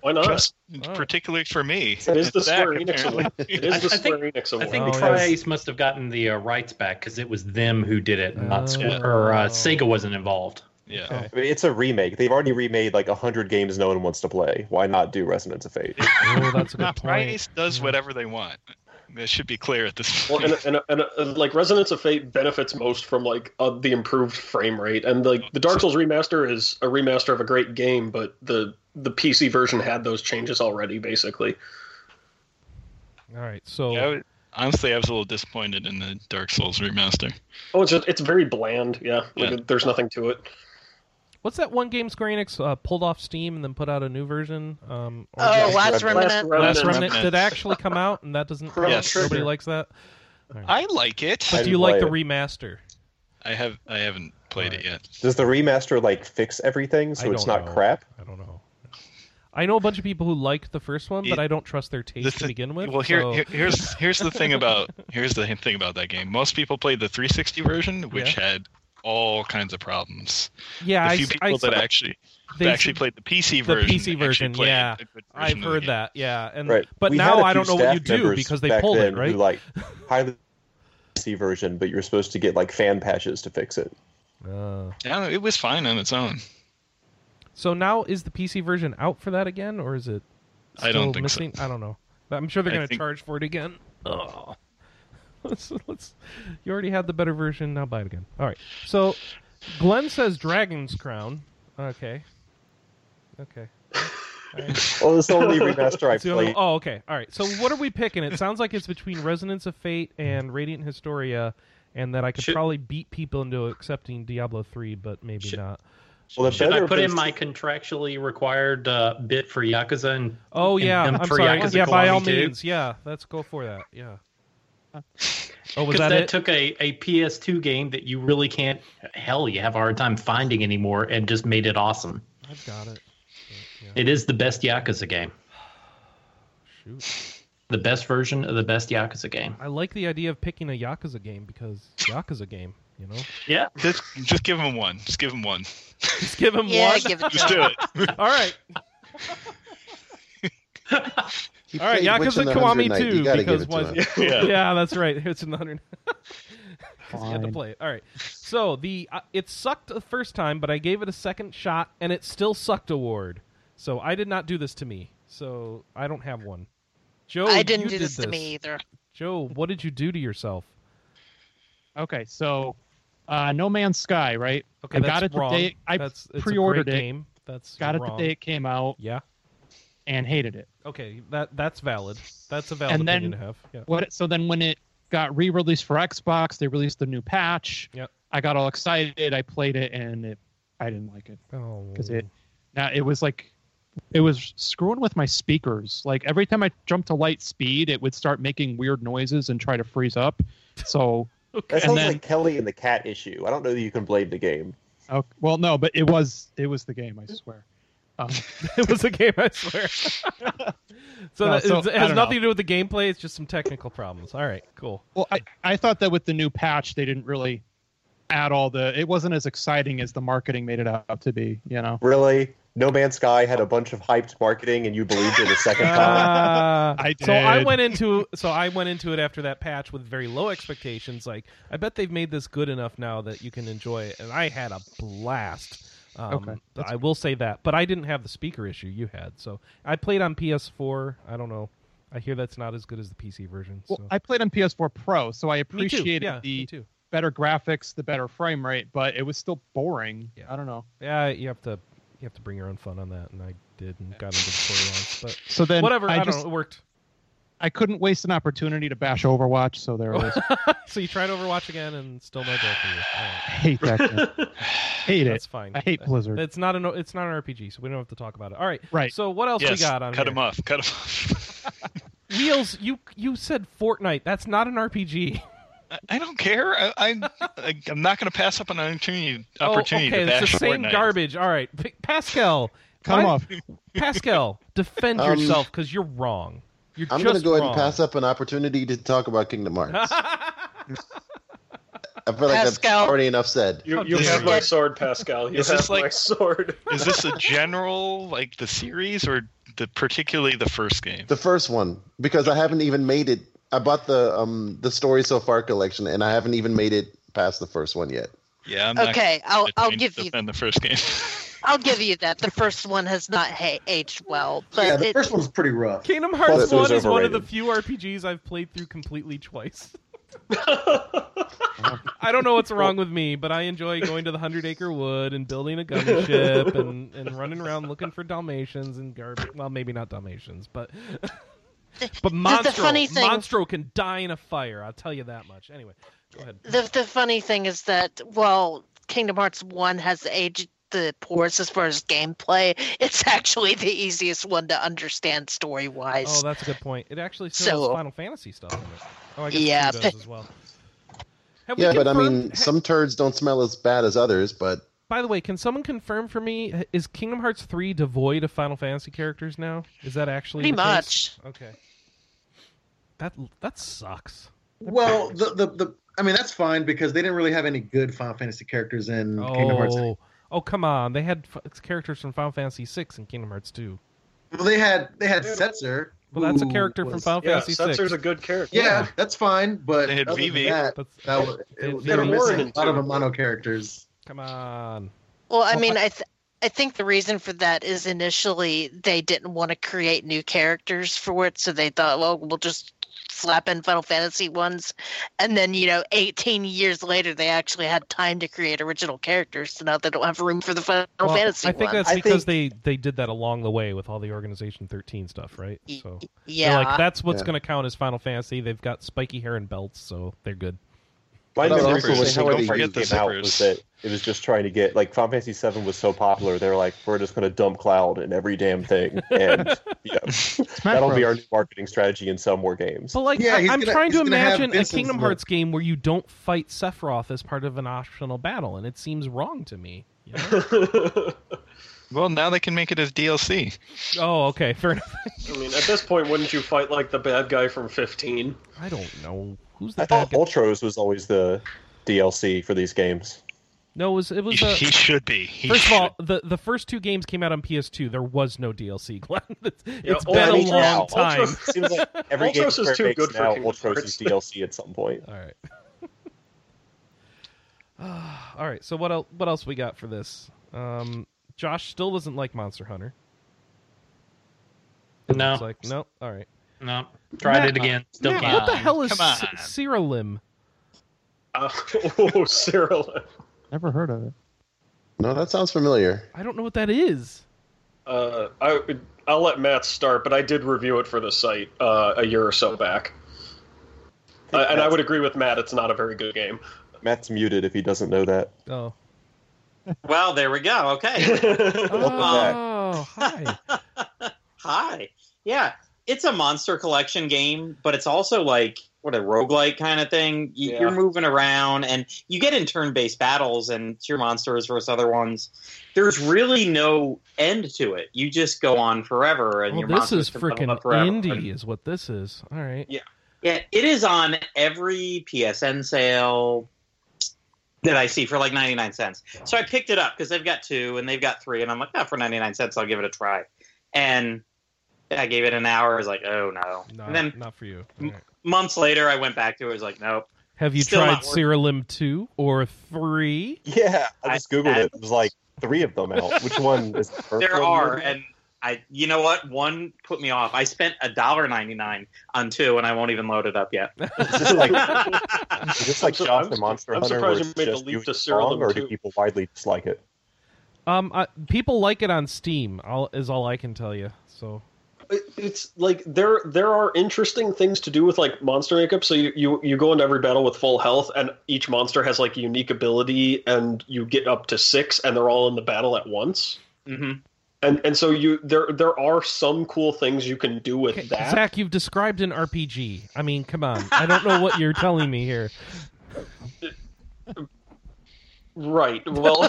why not?
Just
Oh.
particularly for me.
it is the
Zach,
Square Enix
apparently.
award. It is
I-
the
I think-
Square Enix
I
award.
think
Oh,
Tri
yes.
Ace must have gotten the uh, rights back because it was them who did it,
Oh.
not Square,
Yeah.
or uh, Sega wasn't involved.
Yeah.
Okay.
I mean, it's a remake. They've already remade like hundred games no one wants to play. Why not do Resonance of Fate?
Oh, that's a good point.
Price does whatever they want. That should be clear at this
Well,
point.
and, and, and, uh, like Resonance of Fate benefits most from like uh, the improved frame rate, and like the Dark Souls remaster is a remaster of a great game, but the the PC version had those changes already, basically.
All right, so
Yeah, I was- honestly, I was a little disappointed in the Dark Souls remaster.
Oh, it's just, it's very bland. Yeah, like,
Yeah.
there's nothing to it.
what's that one game Square Enix uh, pulled off Steam and then put out a new version? Um, or
oh,
did-
Last
Remnant.
Remnant.
Last Remnant
Remnant.
did it actually come out, and that doesn't.
Chrono
Yes.
Nobody
Trigger.
likes that.
I like it.
But
I
do you
didn't
like
play
the
it.
remaster?
I have I haven't played it yet.
Does the remaster like fix everything
I
so it's
don't
not
know.
crap?
I don't know. I know a bunch of people who liked the first one, but
Yeah.
I don't trust their taste
The
to
thi-
begin with.
well, here,
so-
here- here's here's the thing about here's the thing about that game. Most people played the 360 version, which had all kinds of problems.
yeah,
the
I,
few
I-
people that actually
they-
that actually played the PC
the
version,
PC
actually
version,
played
yeah.
a good version
I've
of the
heard
game.
that. Yeah, and
Right.
Mm. but
We had
now
a
I
few
don't know what
staff
you do
members
because they
back
pulled
then
it, right?
Who, like highly PC version, but you're supposed to get like fan patches to fix it.
Uh,
Yeah, it was fine on its own.
so now is the PC version out for that again, or is it?
I don't
still
think so.
missing? I don't know. I'm sure they're
I
going to
think-
charge for it again. Oh, let's, let's. You already had the better version. Now buy it again. All right. So, Glenn says Dragon's Crown. Okay. Okay.
Well, it's the only remaster I
It's the only-
played.
oh, okay. All right. So, what are we picking? It sounds like it's between Resonance of Fate and Radiant Historia, and that I could
Should-
probably beat people into accepting Diablo three, but maybe not.
Well, the
Should I
better
put in
place-
my contractually required uh, bit for Yakuza? And,
Oh
and-
yeah,
and
I'm
for
sorry.
Yakuza
Yeah, by
Kiwami
all
too?
means, yeah. Let's go for that. Yeah. Oh, was
Because
that,
that,
it?
took a, a PS2 game that you really can't, hell, you have a hard time finding anymore, and just made it awesome.
I've got it. Yeah.
It is the best Yakuza game,
Shoot.
the best version of the best Yakuza game.
I like the idea of picking a Yakuza game because Yakuza game, you know?
Yeah,
Just, just give him one. Just give him one.
Just give him
Yeah,
one.
give it to
Just do it.
all right.
He
All right,
played Witch
Yakuza
on the 100
Kiwami
night.
2
You gotta
because
give it
why-
to him.
Yeah.
yeah, that's right. It's in the hundred. 'Cause you had to
Fine.
play it. All right. So the uh, it sucked the first time, but I gave it a second shot, and it still sucked. Award. So I did not do this to me. So I don't have one. Joe,
I didn't
you
do
did
this, to me either.
Joe, what did you do to yourself?
Okay, so uh, No Man's Sky, right?
Okay,
I
that's
got it the
wrong.
day- I
that's, it's a
pre-ordered
great
it.
Game. That's
Got it
wrong.
the day it came out
Yeah.
and hated it.
Okay. That that's valid. That's a valid
And then-
opinion to have. Yeah.
What? So then when it got re-released for Xbox, they released a new patch.
Yep.
I got all excited. I played it and it, I didn't like it.
Oh.
because it now it was like it was screwing with my speakers like every time i jumped to light speed it would start making weird noises and try to freeze up so
Okay.
That sounds
then-
like Kelly and the cat issue. I don't know that you can blame the game.
oh, well no but it was it was the game i swear um,
it was a game, I swear. so
No,
that
so,
it
I
has
don't
nothing to do with the gameplay. It's just some technical problems. All right, cool.
well I, I thought that with the new patch they didn't really add all the it wasn't as exciting as the marketing made it out to be you know
Really? No Man's Sky had a bunch of hyped marketing, and you believed it a second time.
Uh,
I
So I
did.
went into so I went into it after that patch with very low expectations. Like I bet they've made this good enough now that you can enjoy it, and I had a blast. Um,
Okay, that's
I will say that, but I didn't have the speaker issue you had. So I played on PS4. I don't know. I hear that's not as good as the PC version. So.
well, i played on ps4 pro so i
me too.
appreciated
Yeah,
the
me too.
better graphics the better frame rate but it was still boring
Yeah.
i don't know
Yeah, you have to you have to bring your own fun on that, and I did and got into the storylines, but.
so then
Whatever,
i,
I, don't
just
know. It worked.
I couldn't waste an opportunity to bash Overwatch, so there it is.
So you tried Overwatch again, and still no goal for you. All right,
I hate that game. hate it.
that's fine.
I hate Blizzard.
It's not an it's not an RPG, so we don't have to talk about it. All right.
Right.
So what else
yes.
we got on
cut
here?
him off. Cut him off.
Wheels, you you said Fortnite. That's not an RPG.
I- I don't care. I, I, I I'm not going to pass up on an opportunity.
Oh,
Opportunity
okay,
to
that's
bash
the same
Fortnite.
garbage. All right, P- Pascal,
Cut him
why-
off.
Pascal, defend
Um,
yourself because you're wrong. You're
I'm
going
gonna go ahead and pass up an opportunity to talk about Kingdom Hearts. I feel like that's
Pascal.
already enough said.
You, you
dare
have
you.
my sword, Pascal. You
Is
have
this
my
like-
sword.
Is this a general like the series or the particularly the first game?
The first one because I haven't even made it. I bought the um the story so far collection, and I haven't even made it past the first one yet.
Yeah. I'm Not
Okay, I'll
gonna
I'll
change
give
the-
you
than the first game.
I'll give you that. The first one has not ha- aged well, but
yeah, the
it,
first one's pretty rough.
Kingdom
Plus,
Hearts
it was
1 is one of the
overrated.
few RPGs I've played through completely twice. I don't know what's wrong with me, but I enjoy going to the Hundred Acre Wood and building a gummy ship and, and running around looking for Dalmatians and garbage. Well, maybe not Dalmatians, but but Monstro,
funny thing-
Monstro can die in a fire. I'll tell you that much. Anyway, go ahead.
the the funny thing is that while Kingdom Hearts One has aged the poorest as far as gameplay, it's actually the easiest one to understand story
Oh,
wise.
that's a good point. It actually still
So-
has Final Fantasy stuff in it. Oh, I guess
Yeah,
two
but-
does as well. Have we
Yeah, but I
confirmed-
mean, some turds don't smell as bad as others, but
By the way, can someone confirm for me h- is Kingdom Hearts 3 devoid of Final Fantasy characters now? Is that actually
Pretty
the case?
much.
Okay. That that sucks.
Well, the, the the I mean that's fine because they didn't really have any good Final Fantasy characters in Kingdom Hearts.
Oh. Oh, come on. They had f- characters from Final Fantasy 6 and Kingdom Hearts 2.
Well, they had they had Setzer.
Well, that's a
who
character from
was-
Final
yeah,
Fantasy 6.
Setzer's a good character.
Yeah, that's fine, but
They had
other than
Vivi.
that,
That's-
that was,
They-
it,
they
they were
had
missing
Warren,
a lot of
too.
Amano characters.
come on.
Well, I mean, I th- I think the reason for that is initially they didn't want to create new characters for it, so they thought, well, we'll just slap in Final Fantasy ones, and then you know, 18 years later, they actually had time to create original characters, so now they don't have room for the Final
Well,
Fantasy
I think
ones.
that's
I
because they they did that along the way with all the Organization 13 stuff, right? So They're
yeah,
like that's what's
Yeah.
going to count as Final Fantasy. They've got spiky hair and belts, so they're good.
My
But I would
memory
also
from when
say, how are
Sega
they
first
used?
came out was that it was just trying to get like Final Fantasy VII was so popular, they were like, we're just going to dump Cloud in every damn thing, and you know, that'll be our new marketing strategy in some more games.
But like,
Yeah,
I,
he's
am
gonna-
trying to
he's gonna have
imagine a
Vincent's
Kingdom
look.
Hearts game where you don't fight Sephiroth as part of an optional battle, and it seems wrong to me. you know?
Well, now they can make it as DLC.
oh, okay, fair enough.
I mean, at this point, wouldn't you fight like the bad guy from 15?
I don't know who's the
I
bad
thought
guy.
Ultros was always the DLC for these games.
No, it was it was
He,
uh,
he should be. He
First of
should.
all, the, the first two games came out on PS2. There was no DLC, Glenn. It's, it's
Ultra-
been a
Ultra-
long
Ultra-
time.
Seems like every
Ultros
game
is
Square
too
makes
good for
now,
Kingdom
Ultros is DLC at some point.
All right. All right. So what else? What else we got for this? Um, Josh still doesn't like Monster Hunter.
No,
It's like no. All right.
no. Tried it
Matt-
again. Still
Matt,
can't.
what the hell is
Come on.
Cyrilim?
Uh, oh, Cyril.
Never heard of it.
No, that sounds familiar.
I don't know what that is.
Uh, I, I'll let Matt start, but I did review it for the site uh, a year or so back. Uh, and I would agree with Matt, it's not a very good game.
Matt's muted if he doesn't know that.
Oh.
Well, there we go. Okay.
Welcome back.
Oh, hi.
Um, Hi. Yeah, it's a monster collection game, but it's also like what a roguelike kind of thing. You,
Yeah.
You're moving around and you get in turn based battles and it's your monsters versus other ones. There's really no end to it. You just go on forever and
Well,
your
this
monsters
is
can level
freaking
up forever.
indie, is what this is. All right.
Yeah, it is on every PSN sale that I see for like 99 cents. So I picked it up because they've got two and they've got three, and I'm like, oh, for 99 cents, I'll give it a try. And I gave it an hour. I was like, oh no.
No,
and then
not for you. All right.
months later, I went back to it. I was like, nope.
Have you
Still
tried
not working.
Cyrilim 2 or 3?
Yeah, I
I-
just googled
I-
it. It was like three of them out. Which one is the first
There
one?
are, and I, you know what? One put me off. I spent a dollar ninety nine on two, and I won't even load it up yet.
It's just like it's just like
I'm su-
Josh
I'm
the
su-
Monster
I'm
Hunter.
surprised
where
you
it's
made the
just
leap
you
to
and
Cyril
Kong, or do
too.
people widely dislike it?
Um, I, people like it on Steam. All is all I can tell you. So
It- It's like there there are interesting things to do with like monster makeup. So you, you you go into every battle with full health, and each monster has like a unique ability, and you get up to six, and they're all in the battle at once.
hmm
And and so you there there are some cool things you can do with
Okay,
that.
Zach, you've described an RPG. I mean, come on. I don't know what you're telling me here.
Right. Well,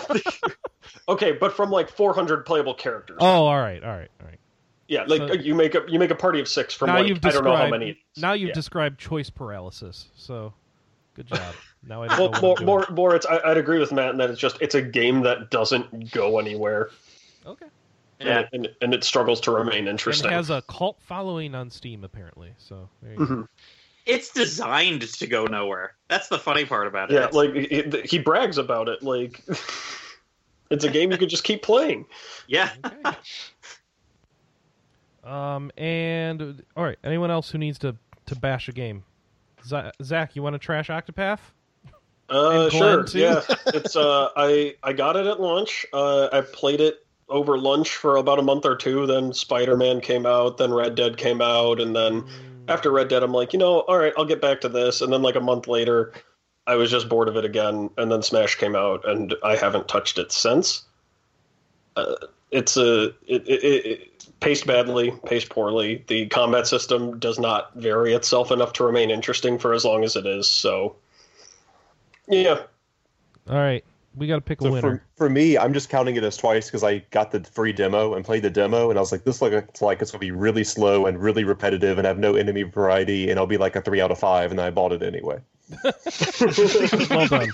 okay, but from like 400 playable characters.
Oh, all right, all right, all right.
yeah, like
so-
you make a you make a party of six from
now
like
you've
I
described
don't know how many.
now you've
Yeah.
described choice paralysis. So good job. Now I don't
Well,
know what
more,
I'm doing.
more, more. It's I, I'd agree with Matt in that it's just it's a game that doesn't go anywhere.
Okay.
Yeah.
and, and, and it struggles to remain
And
interesting.
has a cult following on Steam apparently. So there you go.
Mm-hmm.
Mhm.
It's designed to go nowhere. That's the funny part about it.
Yeah, like he, he brags about it. Like it's a game you could just keep playing.
yeah.
Okay. um and all right. Anyone else who needs to to bash a game? Z- Zach, you want to trash Octopath?
Uh,
And Glenn,
sure.
too.
Yeah, it's uh, I I got it at launch. Uh, I played it over lunch for about a month or two. Then Spider Man came out. Then Red Dead came out, and
Mm.
then after Red Dead, I'm like, you know, all right, I'll get back to this. And then like a month later, I was just bored of it again. And then Smash came out, and I haven't touched it since. Uh, it's a it, it, it, it paced badly, paced poorly. The combat system does not vary itself enough to remain interesting for as long as it is. So. Yeah,
All right. We got to pick a
So
winner.
for, for me, I'm just counting it as twice because I got the free demo and played the demo, and I was like, this looks like it's going to be really slow and really repetitive and have no enemy variety, and I'll be like a three out of five, and I bought it anyway.
well done.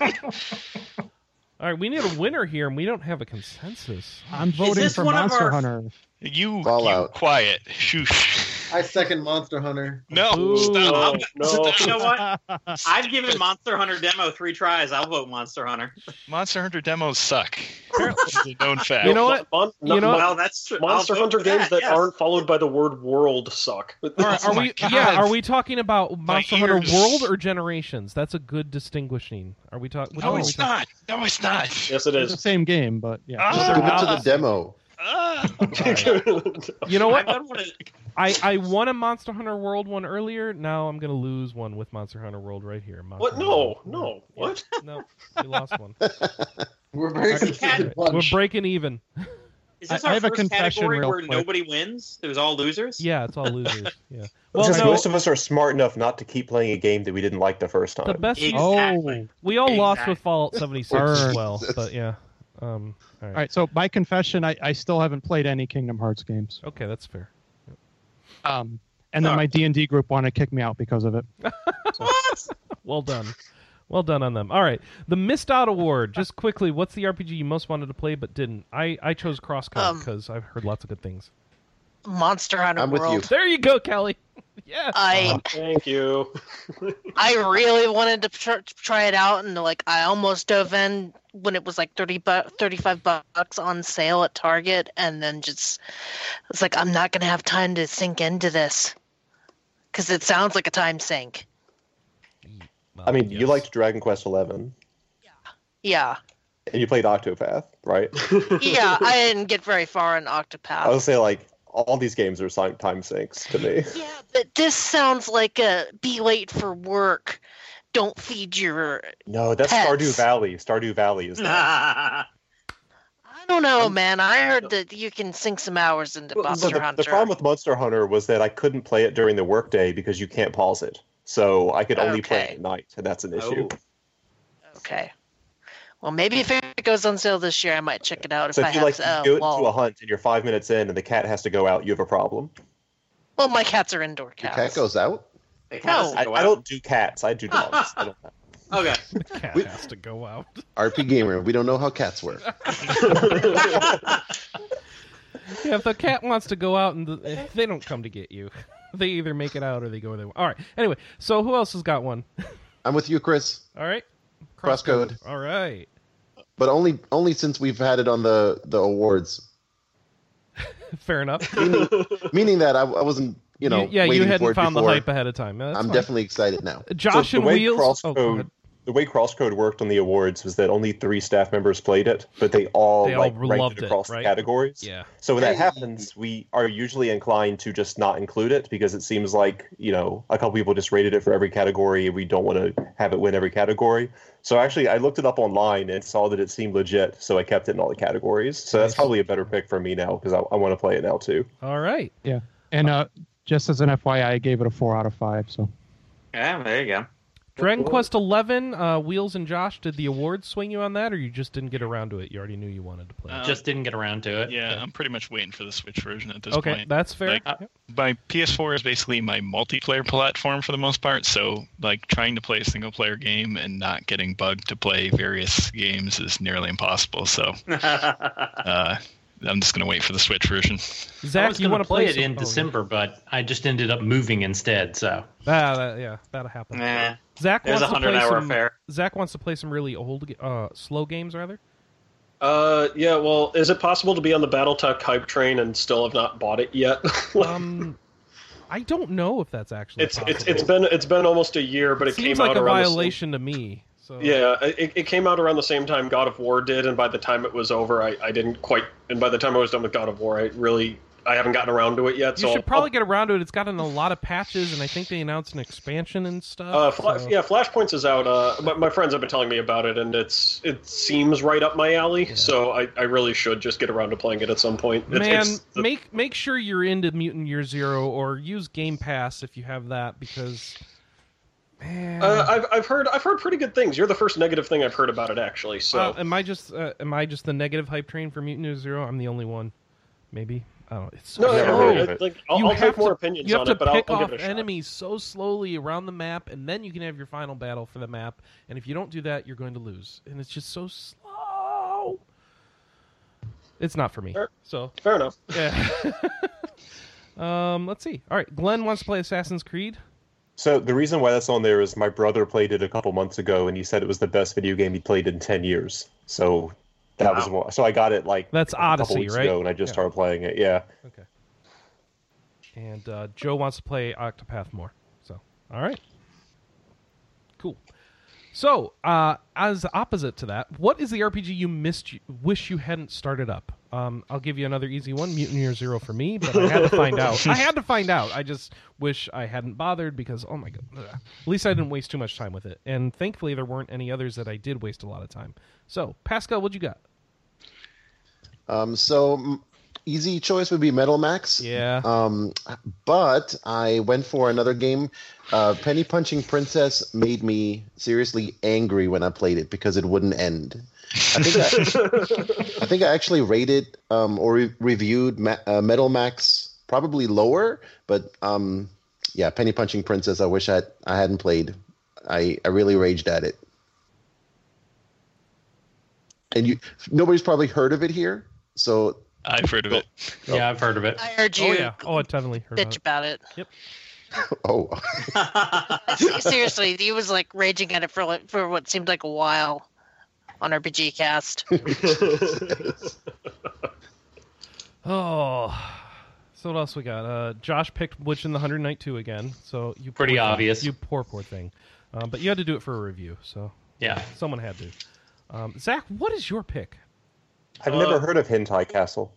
All right, we need a winner here, and we don't have a consensus.
I'm voting
this
for
one of
Monster
our-
Hunter.
You, you
Fallout.
quiet. Shoosh.
I second Monster Hunter.
No.
Ooh.
Stop.
no.
You know what? I've given Monster Hunter demo three tries. I'll vote Monster Hunter.
Monster Hunter demos suck. It's a known fact.
You know what?
Mon-
You
no-
know-
Mon-
well, that's true.
Monster
I'll vote
Hunter
for
games that
yes.
aren't followed by the word "world" suck. oh
All right, are
my
we?
God.
Yeah, are we talking about Monster Hunter
ears.
World or Generations? That's a good distinguishing. Are we talking?
No, it's not. No, it's not.
yes, it
It's the
is.
same game, but yeah.
Ah.
Just go to the demo.
You know what?
Ah! I, wanna-
I, I won a Monster Hunter World one earlier. Now I'm gonna lose one with Monster Hunter World right here. Monster
What?
Hunter
No,
World.
no. What?
No, we lost one.
We're very
Actually,
consistent
We're
bunch.
breaking even.
is this
I- I
our
have a
first
confession
category
real
where
quick.
nobody wins? It was all losers.
Yeah, it's all losers. Yeah. Well,
Because
no,
most of us are smart enough not to keep playing a game that we didn't like the first time.
the best.
Exactly.
Oh.
we all lost
exactly.
with Fallout 76
Burn.
as well, but yeah. Um.
All right, so my confession, I, I still haven't played any Kingdom Hearts games.
Okay, that's fair.
Um, and then my D and D group wanted to kick me out because of it.
Well done. Well done on them. All right, the missed out award. Just quickly, what's the RPG you most wanted to play but didn't? I I chose Crosscut
Um,
because I've heard lots of good things.
Monster Hunter
I'm with
World.
you.
There you go, Uh-huh. Kelly. yeah.
I
Thank you.
I really wanted to tr- try it out, and like I almost dove in when it was like thirty bu- thirty-five bucks on sale at Target, and then just it's like I'm not gonna have time to sink into this because it sounds like a time sink. Oh,
I mean, you
Yes.
liked Dragon Quest Eleven,
Yeah,
and you played Octopath, right?
yeah, I didn't get very far in
I would
Octopath.
say like all these games are si- time sinks to me.
Yeah, but this sounds like a be late for work. Don't feed your.
No, that's
Pets.
Stardew Valley. Stardew Valley is that.
I don't know, man. I heard that you can sink some hours into
Well,
Monster
so the,
Hunter.
the problem with Monster Hunter was that I couldn't play it during the workday because you can't pause it. So I could only play it
Okay.
at night, and that's an issue.
Oh.
Okay. Well, maybe if it goes on sale this year, I might check it out if
so
I
if you
have
like
uh,
go
wall.
to a hunt and you're five minutes in and the cat has to go out, you have a problem.
Well, my cats are indoor
Your
cats.
cat goes out.
They kinda
No.
I,
go
I
out.
don't do cats. I do dogs. I don't-
Okay.
Cat
We-
has to go out.
RP gamer. We don't know how cats work.
Yeah, if the cat wants to go out and the, they don't come to get you, they either make it out or they go their way. All right. Anyway, so who else has got one?
I'm with you, Chris.
All right.
Crosscode.
All right.
But only only since we've had it on the the awards.
Fair enough.
Meaning, meaning that I, I wasn't you know
yeah, you
waiting
hadn't
for it
found
before.
the hype ahead of time. No, that's
I'm
fine.
definitely excited now.
Uh, Josh
So the
and
way
Wheels. oh, go
Crosscode,
ahead.
the way Crosscode worked on the awards was that only three staff members played it, but they all
They all
like
loved
ranked
it,
it across
right?
the categories.
yeah.
So when that happens, we are usually inclined to just not include it because it seems like you know a couple people just rated it for every category, and we don't want to have it win every category. So actually, I looked it up online and saw that it seemed legit, so I kept it in all the categories. So that's
Nice.
probably a better pick for me now because I, I want to play it now too.
All right.
And uh, just as an FYI, I gave it a four out of five. So
Yeah, there you go.
Dragon Quest Eleven. Uh, Wheels and Josh, did the awards swing you on that, or you just didn't get around to it? You already knew you wanted to play. it.
Uh,
Just didn't get around to it.
Yeah, I'm pretty much waiting for the Switch version at this
okay,
point.
that's fair.
like,
Yep.
my PS4 is basically my multiplayer platform for the most part. So, like, trying to play a single player game and not getting bugged to play various games is nearly impossible. So, uh, I'm just going to wait for the Switch version.
I
Zach,
was
you
going
want to
to play it
some-
in
oh,
December, but I just ended up moving instead. So
Ah, that, yeah, that'll happen.
Nah,
Zach
there's
wants
a
to play
hundred hour
some.
affair.
Zach wants to play some really old, ga- uh, slow games rather.
Uh, yeah. Well, is it possible to be on the BattleTech hype train and still have not bought it yet? Like,
Um, I don't know if that's actually.
it's it's
possible.
it's been it's been almost a year, but it
seems
came
like
out
a
around the same-
violation to me. So
Yeah, it, it came out around the same time God of War did, and by the time it was over, I, I didn't quite. And by the time I was done with God of War, I really I haven't gotten around to it yet.
you
so
should probably get around to it. It's gotten a lot of patches, and I think they announced an expansion and stuff.
Uh, Fla-
so-
Yeah, Flashpoints is out. Uh, my, my friends have been telling me about it, and it's it seems right up my alley.
Yeah.
So I, I really should just get around to playing it at some point. It's-
Man,
it's-
make make sure you're into Mutant Year Zero or use Game Pass if you have that because man,
uh, I've, I've heard I've heard pretty good things. You're the first negative thing I've heard about it actually. So
Uh, am I just uh, am I just the negative hype train for Mutant Year Zero? I'm the only one, maybe. I don't. know. It's so
no,
I've
no,
never
slow.
heard of
no,
it.
like, I'll,
You
I'll
have
take
to-
more opinions
you have
on
to
it, but I'll,
pick
I'll
off
give it a shot.
enemies so slowly around the map, and then you can have your final battle for the map. And if you don't do that, you're going to lose. And it's just so slow. It's not for me.
Sure.
So
Fair enough.
yeah. um, let's see. All right, Glenn wants to play Assassin's Creed.
So the reason why that's on there is my brother played it a couple months ago, and he said it was the best video game he played in ten years. So that was one. So I got it like
That's
a couple
Odyssey,
weeks
right?
ago, and I just
Yeah.
started playing it. Yeah.
Okay. And uh, Joe wants to play Octopath more. So all right, cool. So, uh, as opposite to that, what is the RPG you missed? You, wish you hadn't started up. Um, I'll give you another easy one: Mutineer Zero for me, but I had to find out. I had to find out. I just wish I hadn't bothered because, oh my god, ugh. at least I didn't waste too much time with it. And thankfully, there weren't any others that I did waste a lot of time. So, Pascal, what you got?
Um, so mm, easy choice would be Metal Max.
Yeah.
Um, but I went for another game. Uh, Penny Punching Princess made me seriously angry when I played it because it wouldn't end. I think I, I think I actually rated um, or re- reviewed Ma- uh, Metal Max probably lower, but um, yeah, Penny Punching Princess. I wish I I hadn't played. I I really raged at it. And you, nobody's probably heard of it here, so
I've heard of it.
Yeah, I've heard of it.
I heard you
Oh yeah. Oh, I totally heard about
bitch
it.
about it.
oh,
Se- Seriously, he was like raging at it for like, for what seemed like a while on RPG Cast.
Oh. So what else we got? Uh, Josh picked Witch in the Hundred Night Two again. So you
Pretty
poor thing.
obvious.
You poor poor thing. Uh, but you had to do it for a review, so
Yeah.
someone had to. Um, Zach, what is your pick?
I've
Uh,
never heard of Hentai Castle.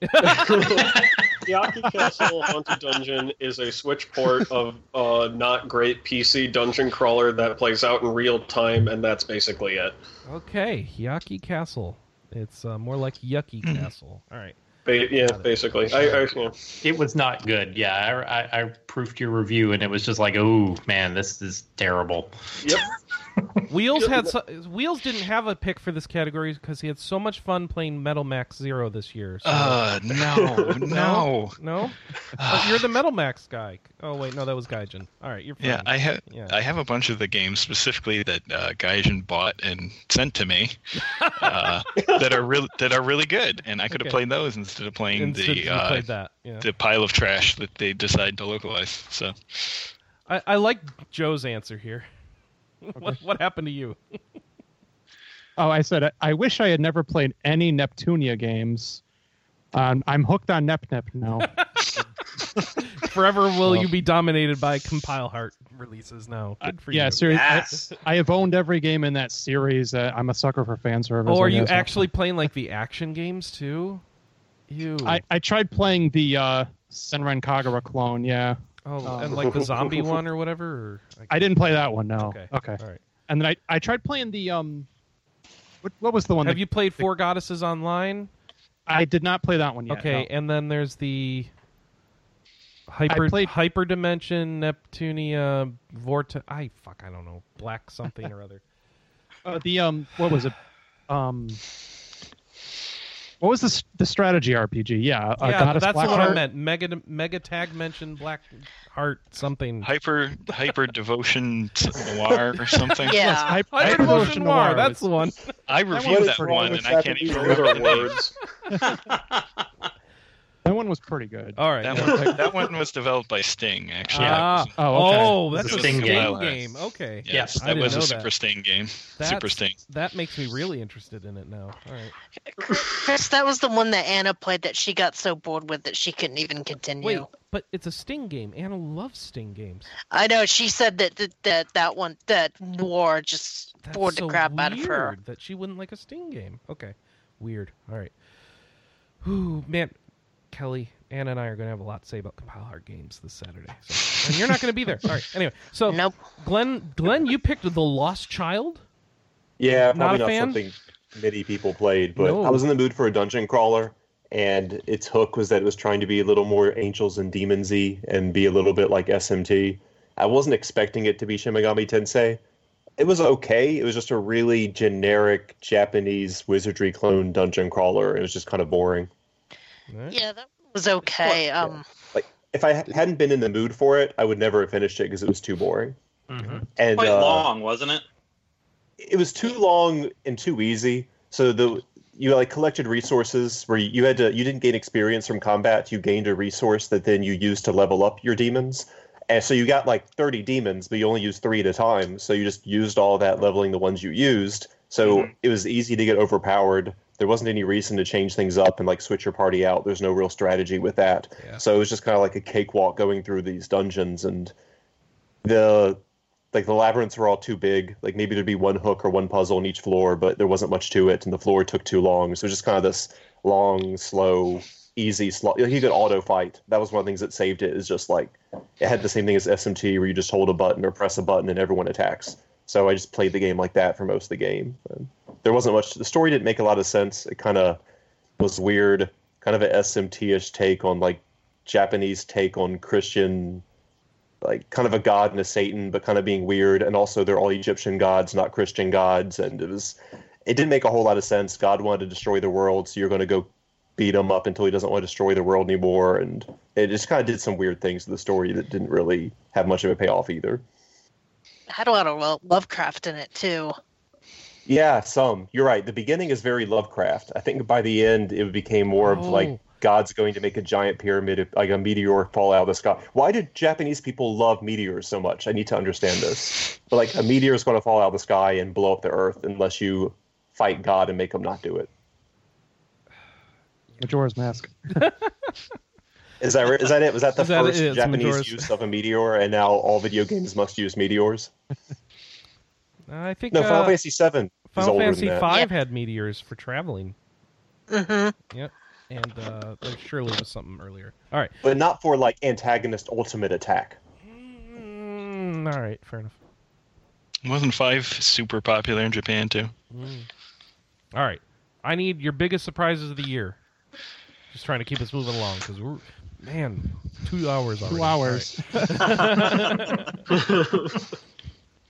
Yaki Castle Haunted Dungeon is a Switch port of uh, not great PC dungeon crawler that plays out in real time, and that's basically it.
Okay, Yaki Castle. It's uh, more like Yucky Castle. All right.
Ba- yeah, basically. I, I, yeah.
It was not good. Yeah, I, I, I proofed your review, and it was just like, oh man, this is terrible.
Yep.
Wheels had so, Wheels didn't have a pick for this category because he had so much fun playing Metal Max Zero this year. So.
Uh, no, no.
no, but you're the Metal Max guy. Oh wait, no, that was Gaijin. All right, you're fine.
Yeah, I have.
Um, Yeah.
I have a bunch of the games specifically that uh, Gaijin bought and sent to me uh, that are really that are really good, and I could have
Okay.
played those instead of playing
And since
the
you
uh,
played that. Yeah.
the pile of trash that they decide to localize. So
I, I like Joe's answer here. what, what happened to you?
Oh, I said I- I wish I had never played any Neptunia games. Um, I'm hooked on Nep Nep now.
Forever will
Well-
you be dominated by compile heart releases now. Good for
Uh, yeah,
you.
seriously, I, I have owned every game in that series. Uh, I'm a sucker for fan service.
Oh,
I
are you
guess.
actually playing like the action games too? You.
I, I tried playing the uh, Senran Kagura clone. Yeah,
oh,
um,
and like the zombie one or whatever. Or,
I didn't play that one. No.
Okay.
Okay.
All right.
And then I, I tried playing the um, what, what was the one?
Have
that,
you played Four Goddesses Online?
I did not play that one yet.
okay,
no.
and then there's the hyper
played-
hyperdimension Neptunia vortex. I fuck, I don't know, black something or other.
Uh, the um, what was it? Um, what was the s- the strategy RPG? Yeah, uh,
yeah,
Goddess
that's what I
Blackheart?
meant. Mega Mega Tag mentioned Black Heart something.
hyper hyper devotion noir or something.
Yes,
Yeah.
Hyper-
Hyper
Hyper
Devotion
Devotion
Noir,
Noir
that's
was-
the one.
I
one's
reviewed that,
pretty
one
good.
and I can't even
Those
remember
are
the name.
words.
That one was pretty good.
All right.
That
yeah.
one, that one was developed by Sting, actually.
Ah,
Oh, okay.
oh,
This
that's
is
a
a
Sting
Sting
game.
game.
Okay,
yes,
I
that
didn't
was a
know
Super
that.
Sting game. Super
That's-
Sting.
That makes me really interested in it now. All right.
Chris, that was the one that Anna played that she got so bored with that she couldn't even continue.
Wait, but it's a Sting game. Anna loves Sting games.
I know she said that that that, that one that noir just
That's
bored
so
the crap
weird
out of her.
that she wouldn't like a Sting game. Okay, weird. All right. Ooh, man, Kelly, Anna, and I are going to have a lot to say about compile hard games this Saturday. So, and you're not going to be there. All right. Anyway, so
Nope.
Glenn, Glenn, you picked the Lost Child.
Yeah,
Not
probably
a
not,
fan?
something many people played, but
No.
I was in the mood for a dungeon crawler, and its hook was that it was trying to be a little more angels and demonsy and be a little bit like SMT. I wasn't expecting it to be Shin Megami Tensei. It was okay. It was just a really generic Japanese wizardry clone dungeon crawler. It was just kind of boring.
All right.
Yeah, that was okay.
yeah.
Um,
If I ha- hadn't been in the mood for it, I would never have finished it because it was too boring.
Mhm.
And
Quite
uh,
long, wasn't it?
it was too long and too easy. So the you like collected resources where you had to you didn't gain experience from combat. You gained a resource that then you used to level up your demons. And so you got like 30 demons, but you only used three at a time. So you just used all that leveling the ones you used. So it was easy to get overpowered. There wasn't any reason to change things up and like switch your party out. There's no real strategy with that.
Yeah.
So it was just kind of like a cakewalk going through these dungeons and the like the labyrinths were all too big. Like maybe there'd be one hook or one puzzle in each floor, but there wasn't much to it, and the floor took too long. So it was just kind of this long, slow, easy slot. Like, you could auto fight. That was one of the things that saved it. Is just like it had the same thing as SMT, where you just hold a button or press a button and everyone attacks. So I just played the game like that for most of the game. And there wasn't much. The story didn't make a lot of sense. It kind of was weird, kind of an SMT-ish take on like Japanese take on Christian like kind of a god and a Satan, but kind of being weird. And also, they're all Egyptian gods, not Christian gods. And it was, it didn't make a whole lot of sense. God wanted to destroy the world, so you're going to go beat him up until he doesn't want to destroy the world anymore. And it just kind of did some weird things to the story that didn't really have much of a payoff either.
Had a lot of Lo- Lovecraft in it too.
Yeah, some. You're right. The beginning is very Lovecraft. I think by the end, it became more of like
Oh.
God's going to make a giant pyramid, like a meteor fall out of the sky. Why do Japanese people love meteors so much? I need to understand this. But like a meteor is going to fall out of the sky and blow up the earth unless you fight God and make him not do it.
Majora's Mask.
Is that is that it? Was that the
Is that
first
it? It's
Japanese
Majora's-
use of a meteor, and now all video games must use meteors?
I think
No, Final
uh,
Fantasy VII is
Final
older
Fantasy
than that.
Five had meteors for traveling,
hmm
and uh, there surely was something earlier. All right.
but not for like antagonist ultimate attack.
Mm, all right. Fair enough.
Wasn't five super popular in Japan too?
Mm. All right. I need your biggest surprises of the year. Just trying to keep us moving along because we're, man, two hours already.
Two hours.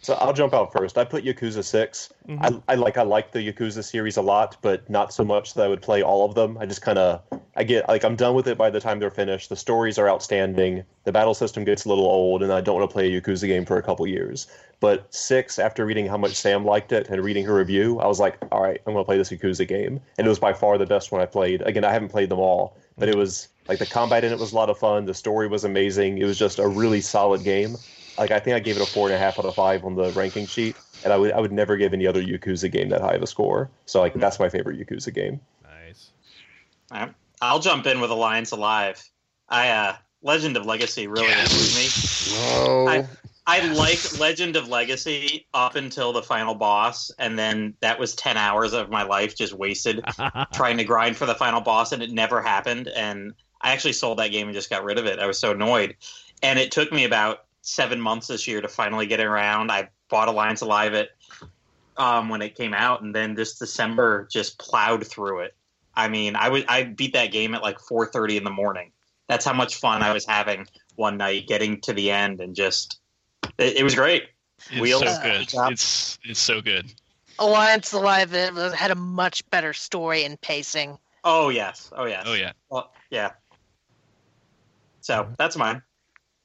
So I'll jump out first. I put Yakuza 6 I, I like I like the Yakuza series a lot, but not so much that I would play all of them. I just kind of I get like I'm done with it by the time they're finished. The stories are outstanding. The battle system gets a little old, and I don't want to play a Yakuza game for a couple years. But six, after reading how much Sam liked it and reading her review, I was like, all right, I'm going to play this Yakuza game, and it was by far the best one I played. Again, I haven't played them all, but it was like the combat in it was a lot of fun. The story was amazing. It was just a really solid game like I think I gave it a four and a half out of five on the ranking sheet, and I would I would never give any other Yakuza game that high of a score. So
Hmm.
like that's my favorite Yakuza game.
Nice.
Alright. I'll jump in with Alliance Alive. I uh, Legend of Legacy really
Yes.
me.
Whoa.
I- I liked Legend of Legacy up until the final boss, and then that was ten hours of my life just wasted trying to grind for the final boss, and it never happened. And I actually sold that game and just got rid of it. I was so annoyed, and it took me about seven months this year to finally get around. I bought Alliance Alive it um, when it came out, and then this December just plowed through it. I mean, I was I beat that game at like four thirty in the morning. That's how much fun I was having one night getting to the end and just it, it was great.
It's
Wheels.
so good.
Yeah.
It's it's so good.
Alliance Alive it was- had a much better story and pacing.
Oh yes, oh yes,
Oh yeah,
Well, yeah. So that's mine.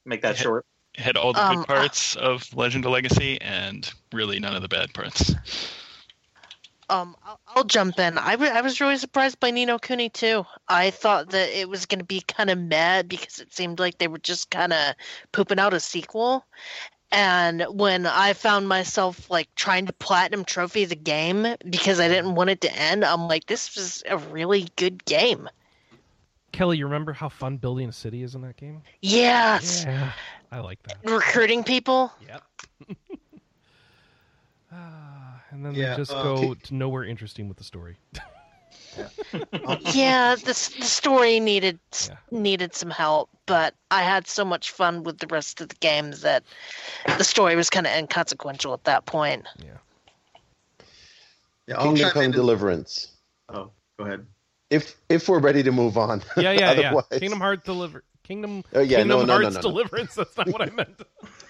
Make that
Yeah.
short.
it had all the
Um, uh,
good parts of Legend of Legacy, and really none of the bad parts.
Um, I'll, I'll jump in. I wa- I was really surprised by Nino Cooney too. I thought that it was going to be kind of mad because it seemed like they were just kind of pooping out a sequel. And when I found myself like trying to platinum trophy the game because I didn't want it to end, I'm like, this was a really good game.
Kelly, you remember how fun building a city is in that game?
Yes,
Yeah. I like that.
recruiting people.
Yep. Ah, and then
Yeah,
they just
uh,
go
okay.
to nowhere interesting with the story.
yeah, the, s- the story needed
Yeah.
needed some help, but I had so much fun with the rest of the game that the story was kind of inconsequential at that point.
Yeah, I'll
Kingdom
chime in
Come
and-
Deliverance.
oh, go ahead.
If if we're ready to move on.
Yeah, yeah, yeah.
Otherwise-
Kingdom Hearts deliver. Kingdom.
Oh, yeah, no,
Kingdom
no, no,
Hearts
no, no.
Deliverance. That's not what I meant.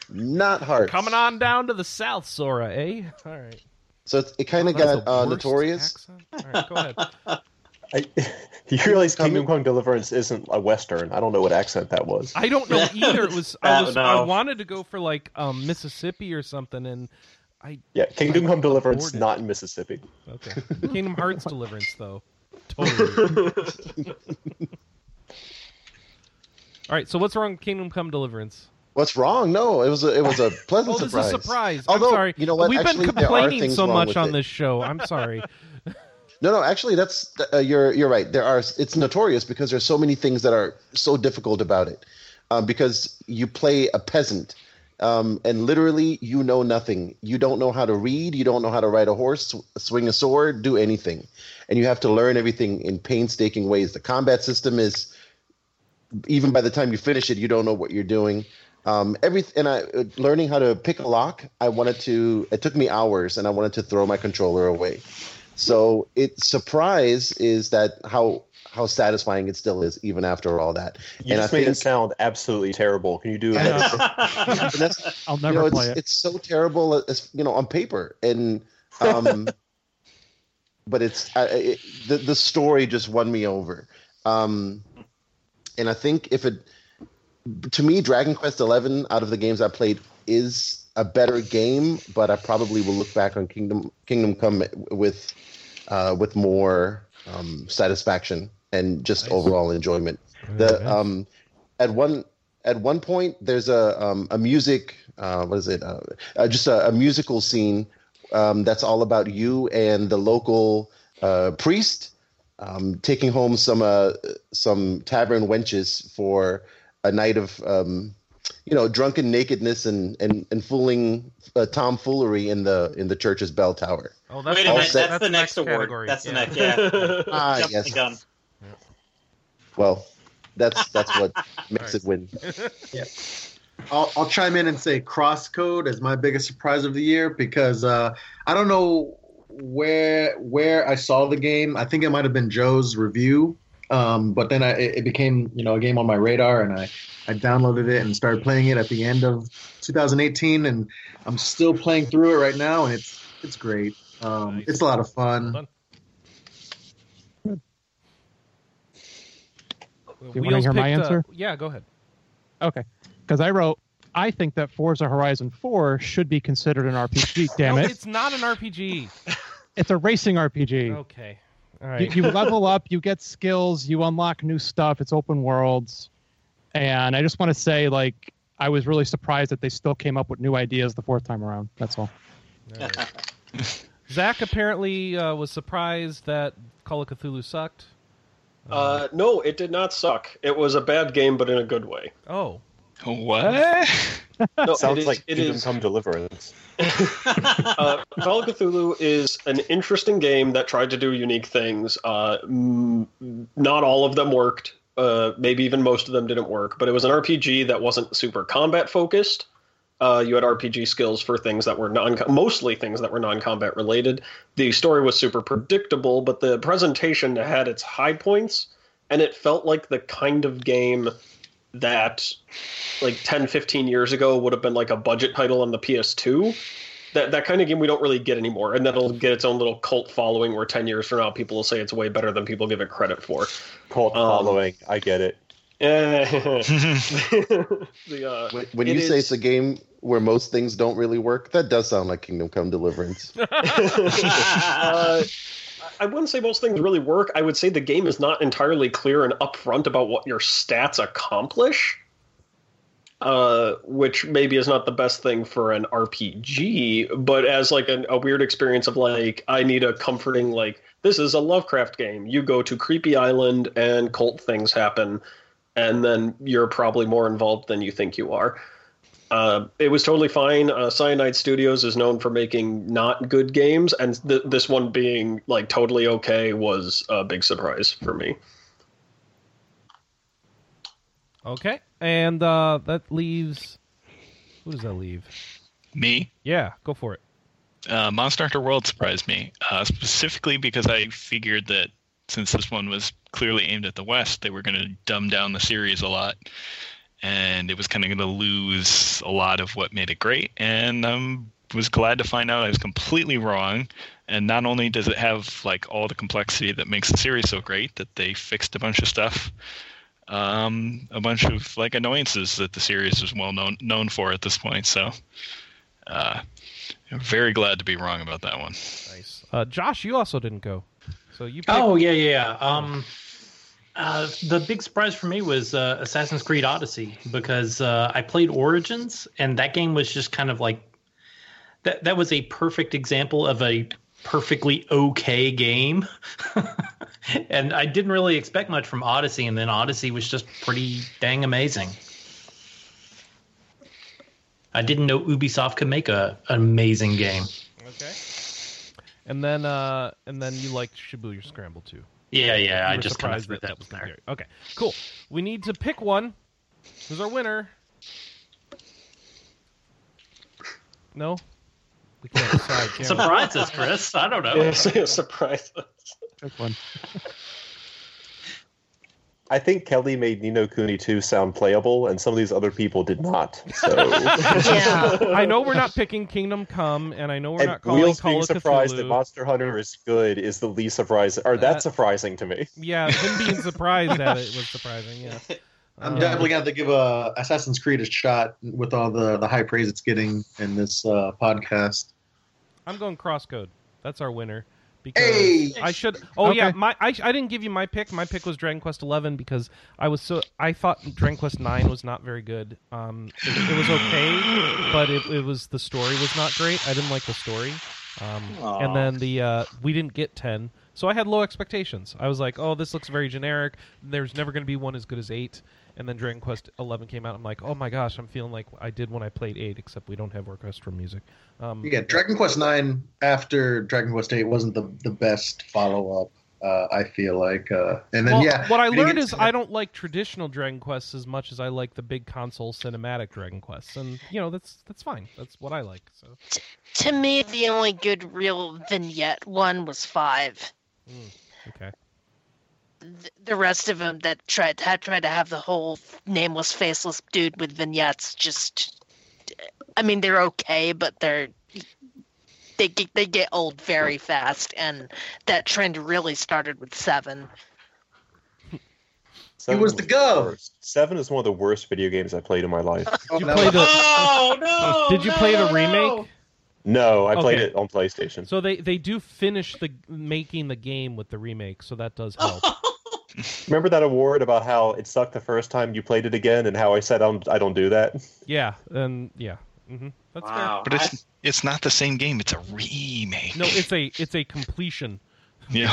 Not hard.
Coming on down to the south, Sora. Eh. All right.
So it's, it kind of
That's
got
the
uh,
worst
notorious.
accent. All right, go ahead.
I, you realize
Come-
Kingdom Come Deliverance isn't a western. I don't know what accent that was.
I don't know either. It was I
That-
was
no.
I wanted to go for like um, Mississippi or something, and
Yeah, Kingdom Come Deliverance,
Aborted.
not in Mississippi.
okay, Kingdom Hearts Deliverance though. Totally. All right, so what's wrong with Kingdom Come Deliverance?
What's wrong? No, it was a, it was a pleasant
Oh, this
surprise.
is a surprise.
Although,
I'm sorry.
you know what?
We've
Actually,
been
there are
complaining
things
so
wrong
much
with
on
it.
this show. I'm sorry.
No, no, actually, that's uh, you're you're right. There are it's notorious because there's so many things that are so difficult about it, um, because you play a peasant um, and literally you know nothing. You don't know how to read. You don't know how to ride a horse, sw- swing a sword, do anything, and you have to learn everything in painstaking ways. The combat system is even by the time you finish it, you don't know what you're doing. Um, every and I uh, learning how to pick a lock. I wanted to. It took me hours, and I wanted to throw my controller away. So it surprise is that how how satisfying it still is even after all that.
You
and
just
I
made
think
it sound absolutely terrible. Can you do
I
it?
know. and that's
I'll
you
never
know,
play
it's,
it.
it's so terrible uh, as you know on paper and um but it's I, it, the the story just won me over um and i think if it to me dragon quest 11 out of the games i played is a better game but i probably will look back on kingdom kingdom come with uh with more um satisfaction and just overall enjoyment the um at one at one point there's a um, a music uh, what is it uh, uh, just a, a musical scene um, that's all about you and the local uh, priest um, taking home some uh, some tavern wenches for a night of um, you know drunken nakedness and and, and fooling uh, tomfoolery in the in the church's bell tower.
Oh,
Wait a
all
minute, that's,
set.
the next award.
category,
That's the
yeah.
next. Yeah,
Ah,
Jumped
yes.
the gun.
Well, that's that's what makes it win.
I'll, I'll chime in and say Crosscode is my biggest surprise of the year because uh, I don't know where where I saw the game. I think it might have been Joe's review, um, but then I, it it became you know a game on my radar, and I I downloaded it and started playing it at the end of 2018, and I'm still playing through it right now, and it's it's great. Um,
Nice.
It's a lot of fun.
Well done.
You wanna
Wheels
hear my
picked, uh,
answer?
yeah, go ahead.
Okay. Because I wrote, I think that Forza Horizon 4 should be considered an RPG. Damn
no,
it. It's,
it's not an RPG.
a racing RPG.
Okay. All right.
you, you level up, you get skills, you unlock new stuff. It's open worlds. And I just want to say, like, I was really surprised that they still came up with new ideas the fourth time around. That's all.
All right. Zach apparently uh, was surprised that Call of Cthulhu sucked.
Uh, no, it did not suck. It was a bad game, but in a good way.
Oh,
What?
No,
Sounds
it is,
like
it
Kingdom
is.
Come Deliverance.
uh, Call of Cthulhu is an interesting game that tried to do unique things. Uh, mm, not all of them worked. Uh, maybe even most of them didn't work. But it was an RPG that wasn't super combat focused. Uh, you had RPG skills for things that were non, mostly things that were non-combat related. The story was super predictable, but the presentation had its high points, and it felt like the kind of game that, like 10, 15 years ago, would have been like a budget title on the PS2 that that kind of game we don't really get anymore, and that'll get its own little cult following. Where ten years from now, people will say it's way better than people give it credit for.
Cult
Um,
following. I get it.
Eh. the, uh,
When, when
It
you say
is-
it's a game where most things don't really work, that does sound like Kingdom Come Deliverance.
uh, I wouldn't say most things really work. I would say the game is not entirely clear and upfront about what your stats accomplish, uh, which maybe is not the best thing for an RPG. But as like an, a weird experience of like, I need a comforting like this is a Lovecraft game. You go to creepy island and cult things happen, and then you're probably more involved than you think you are. Uh, it was totally fine. Uh, Cyanide Studios is known for making not good games, and th- this one being like totally okay was a big surprise for me.
okay. And uh, that leaves. Who does that leave?
Me?
Yeah, go for it.
uh, Monster Hunter World surprised me, uh, specifically because I figured that since this one was clearly aimed at the West, they were going to dumb down the series a lot, and it was kind of going to lose a lot of what made it great. And I um, was glad to find out I was completely wrong. And not only does it have like all the complexity that makes the series so great, that they fixed a bunch of stuff, um, a bunch of like annoyances that the series is well known known for at this point. So. Uh, I'm very glad to be wrong about that one.
Nice. Uh, Josh, you also didn't go. So you picked
Oh yeah, yeah. Um, uh, the big surprise for me was uh, Assassin's Creed Odyssey because uh, I played Origins, and that game was just kind of like that. That was a perfect example of a perfectly okay game, and I didn't really expect much from Odyssey, and then Odyssey was just pretty dang amazing. I didn't know Ubisoft could make a an amazing game.
Okay. And then uh and then you liked Shibuya Scramble too.
Yeah, yeah,
You
I
were
just kind of
surprised
threw
that
that was there.
Okay, cool. We need to pick one. Who's our winner? No? We can't decide, can we?
Surprise us, Chris. I don't know.
surprise.
Pick one.
I think Kelly made Nino Cooney 2 sound playable, and some of these other people did not. So
Yeah.
I know we're not picking Kingdom Come, and I know we're
and
not calling
Wheels
Call
being
of
surprised that
Cthulhu.
Monster Hunter is good is the least surprising, or
That-
that's surprising to me.
Yeah, him being surprised at it was surprising. Yeah,
I'm
Um,
definitely gonna have to give uh, Assassin's Creed a shot with all the, the high praise it's getting in this uh, podcast.
I'm going Crosscode. That's our winner. Because
Hey,
I should. Oh yeah,
Okay.
my I, I didn't give you my pick. My pick was Dragon Quest Eleven because I was so I thought Dragon Quest Nine was not very good. Um, it, it was okay, but it, it was the story was not great. I didn't like the story. Um, and then the uh, we didn't get ten, so I had low expectations. I was like, oh, this looks very generic. There's never going to be one as good as eight. And then Dragon Quest Eleven came out. I'm like, oh my gosh, I'm feeling like I did when I played eight, except we don't have orchestral music. Um,
Yeah, Dragon Quest Nine after Dragon Quest Eight wasn't the the best follow up. Uh, I feel like, uh, and then
Well,
yeah,
what I
getting
learned
into
is I don't like traditional Dragon Quests as much as I like the big console cinematic Dragon Quests, and you know that's that's fine. That's what I like. So
to me, the only good real vignette one was five.
mm, okay,
Th- The rest of them that tried had tried to have the whole nameless, faceless dude with vignettes just. I mean, they're okay, but they're they get, they get old very fast, and that trend really started with seven.
Seven
was the gov.
worst. Seven is one of the worst video games I played in my life.
Oh,
Did you
that
play
was-
the
Oh no!
Did you play the remake?
No, I played
Okay.
it on PlayStation.
So they they do finish the making the game with the remake, so that does help.
Remember that award about how it sucked the first time you played it again, and how I said I'm, I don't do that.
yeah, and yeah, hmm that's
Wow.
But it's it's not the same game. It's a remake.
fair. No, it's a it's a completion.
yeah.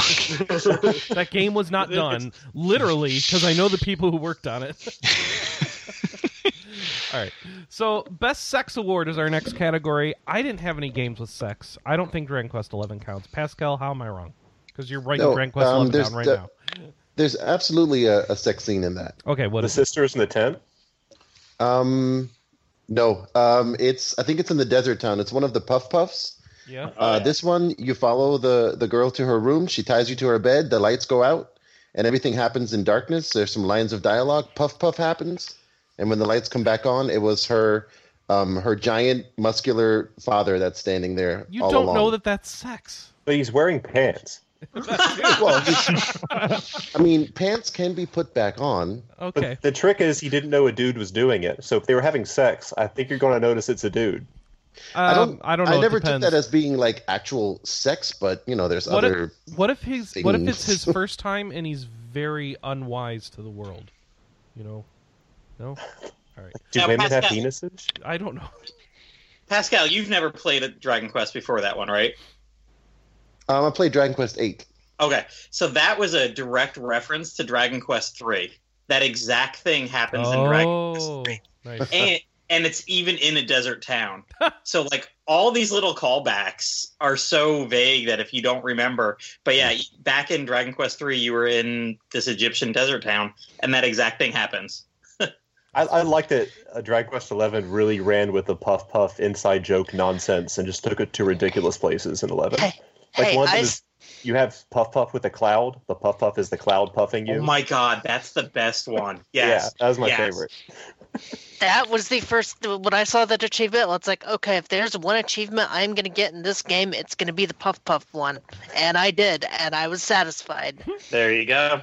That game was not done literally because I know the people who worked on it. All right. So, best sex award is our next category. I didn't have any games with sex. I don't think Dragon Quest Eleven counts. Pascal, how am I wrong? Because you're writing
No,
Dragon Quest
um,
Eleven
there's
down right
the-
now.
There's absolutely a, a sex scene in that.
Okay, what
The
is it?
sisters in the tent.
Um, no, um, it's I think it's in the desert town. It's one of the puff puffs.
Yeah.
Oh,
Uh, This one, you follow the the girl to her room. She ties you to her bed. The lights go out, and everything happens in darkness. There's some lines of dialogue. Puff puff happens, and when the lights come back on, it was her, um, her giant muscular father that's standing there.
You
all
don't
along.
know that that's sex.
But he's wearing pants.
Well, I mean, pants can be put back on.
But
Okay.
the trick is he didn't know a dude was doing it. So if they were having sex, I think you're going to notice it's a dude.
Um, I don't. I don't know.
I
it
never took
depends.
that as being like actual sex, but you know, there's
what
other.
if what if his what if it's his
things.
first time and he's very unwise to the world? You know. No. All right.
Do
Now,
women have
Pascal-
penises?
I don't know.
Pascal, you've never played a Dragon Quest before that one, right?
Um, I played Dragon Quest Eight.
Okay, so that was a direct reference to Dragon Quest Three. That exact thing happens in Dragon Quest
Oh. Nice.
and and it's even in a desert town. so like all these little callbacks are so vague that if you don't remember, but yeah,
Mm.
back in Dragon Quest Three, you were in this Egyptian desert town, and that exact thing happens.
I, I like that uh, Dragon Quest Eleven really ran with the puff puff inside joke nonsense and just took it to ridiculous places in Eleven.
Hey,
Like
hey,
one
I
that
s-
is, you have puff puff with a cloud. The puff puff is the cloud puffing you.
Oh my god, that's the best one. Yes.
Yeah, that was my
Yes.
favorite.
That was the first when I saw that achievement. It's like, okay, if there's one achievement I'm gonna get in this game, it's gonna be the Puff Puff one, and I did, and I was satisfied.
There you go.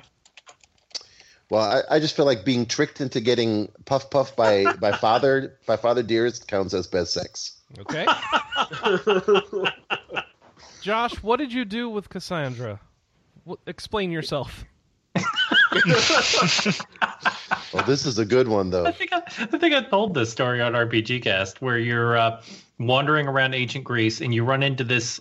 Well, I, I just feel like being tricked into getting puff puff by by father by father dearest counts as best sex.
Okay. Josh, what did you do with Cassandra? Wh- explain yourself.
Well, this is a good one
I
though.
think I, I think I told this story on RPG Cast where you're uh, wandering around ancient Greece and you run into this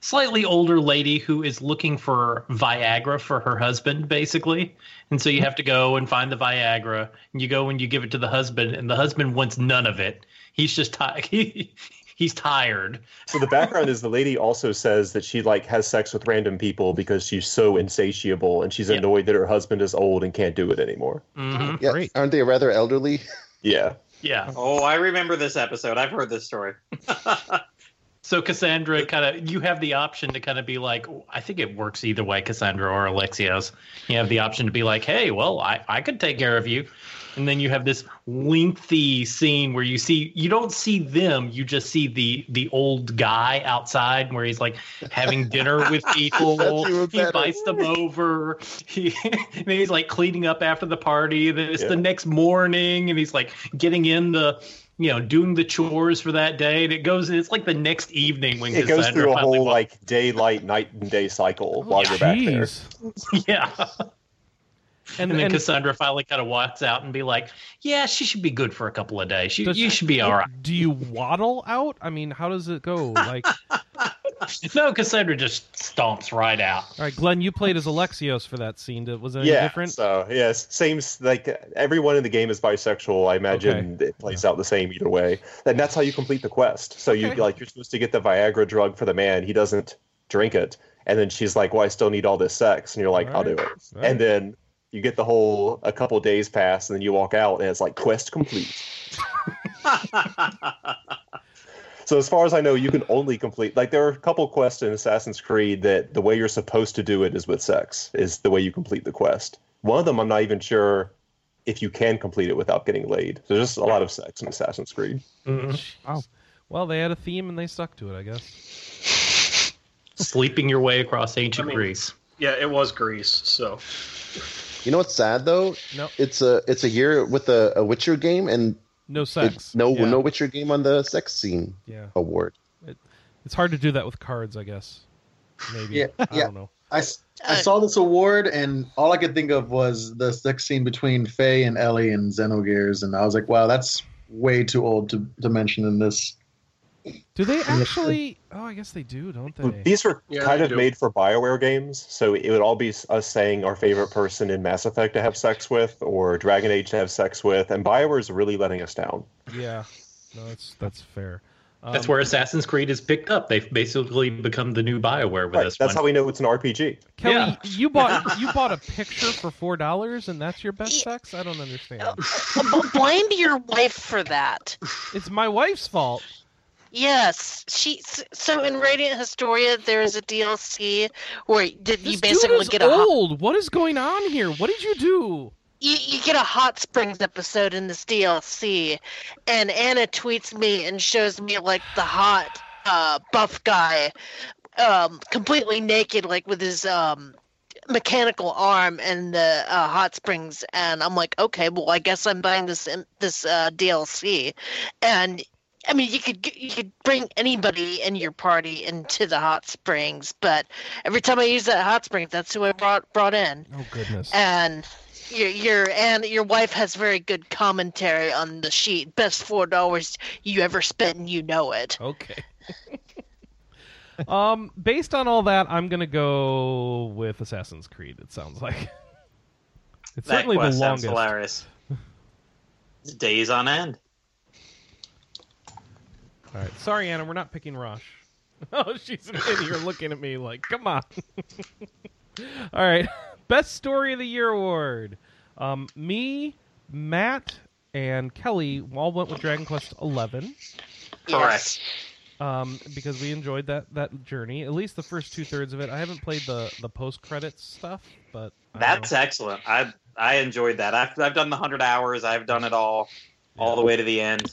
slightly older lady who is looking for Viagra for her husband, basically. And so you have to go and find the Viagra. And you go and you give it to the husband, and the husband wants none of it. He's just tired. He, he's tired.
So the background is the lady also says that she like has sex with random people because she's so insatiable and she's
Yeah.
annoyed that her husband is old and can't do it anymore.
Mm-hmm.
Mhm.
Yeah,
Great.
aren't they rather elderly?
Yeah.
Yeah.
Oh, I remember this episode. I've heard this story.
So Cassandra kind of you have the option to kind of be like "Oh, I think it works either way, Cassandra or Alexios. You have the option to be like, hey, well, I, I could take care of you. And then you have this lengthy scene where you see you don't see them, you just see the the old guy outside where he's like having dinner with people.
That's even
he
better.
invites them over. He and he's like cleaning up after the party. Then it's
Yeah.
the next morning and he's like getting in the you know, doing the chores for that day, and it goes. It's like the next evening when
It goes
Cassandra
through a
finally
whole
walks-
like daylight, night and day cycle while you're back there.
Jeez.
yeah,
And,
and then
and
Cassandra finally kind of walks out and be like, "Yeah, she should be good for a couple of days. She,
Does-
you should be all right."
do you waddle out? I mean, how does it go? Like, all
No, Cassandra just stomps right out.
right, Glenn, you played as Alexios for that scene. Did- Was it any
Yeah.
different?
So yes, same. s- Like everyone in the game is bisexual. I imagine it plays out the same either way, and that's how you complete the quest. So you
Okay.
like you're supposed to get the Viagra drug for the man. He doesn't drink it, and then she's like, "Well, I still need all this sex," and you're like, "I'll
Alright.
do it."
All
And then you get the whole. A couple days pass, and then you walk out, and it's like quest complete. So as far as I know, you can only complete like there are a couple quests in Assassin's Creed that the way you're supposed to do it is with sex is the way you complete the quest. One of them I'm not even sure if you can complete it without getting laid. So there's just a lot of sex in Assassin's Creed.
Wow. Oh. Well, they had a theme and they stuck to it, I guess.
Sleeping your way across ancient
I mean-
Greece.
Yeah, it was Greece. So
You know what's sad though?
No.
It's a it's a year with a, a Witcher game and
No sex.
it, no
yeah.
no Witcher game on the sex scene
Yeah.
award.
It's hard to do that with cards, I guess. Maybe.
Yeah,
I
yeah.
don't know.
I, s-
Uh,
I saw this award, and all I could think of was the sex scene between Faye and Ellie in Xenogears, and I was like, wow, that's way too old to, to mention in this.
Do they actually? Oh, I guess they do, don't they?
These were
Yeah,
kind
they
of
do.
made for BioWare games, so it would all be s- us saying our favorite person in Mass Effect to have sex with or Dragon Age to have sex with, and BioWare's really letting us down.
Yeah. No, that's that's fair. Um,
That's where Assassin's Creed is picked up. They've basically become the new Bioware with
Right,
this
That's how
one.
we know it's an RPG.
Kelly,
Yeah.
you bought you bought a picture for four dollars, and that's your best sex. I don't understand.
Oh. B- Blame your wife for that.
It's my wife's fault.
Yes, she. s- So in Radiant Historia, there is a DLC where did you
This dude
basically
is
get a hot,
old. What is going on here? What did you do?
you, you get a hot springs episode in this DLC, and Anna tweets me and shows me like the hot uh, buff guy, um, completely naked, like with his um mechanical arm and the uh, hot springs and i'm like okay well i guess i'm buying this this uh, dlc and I mean, you could g- you could bring anybody in your party into the hot springs, but every time I use that hot springs, that's who I brought brought in.
Oh goodness.
And your your and your wife has very good commentary on the sheet. Best four dollars you ever spent, and you know it.
Okay. um, based on all that, I'm gonna go with Assassin's Creed. It sounds like it's
that
certainly the
quest sounds
longest.
hilarious. Days on end.
All right, sorry, Anna, we're not picking Rosh. Oh, she's in here looking at me like, come on. all right, best story of the year award. Um, me, Matt, and Kelly all went with Dragon Quest Eleven.
Correct.
um, because we enjoyed that that journey. At least the first two thirds of it. I haven't played the the post credits stuff, but I
That's
don't
excellent. I I enjoyed that. I've I've done the hundred hours. I've done it all, all the way to the end.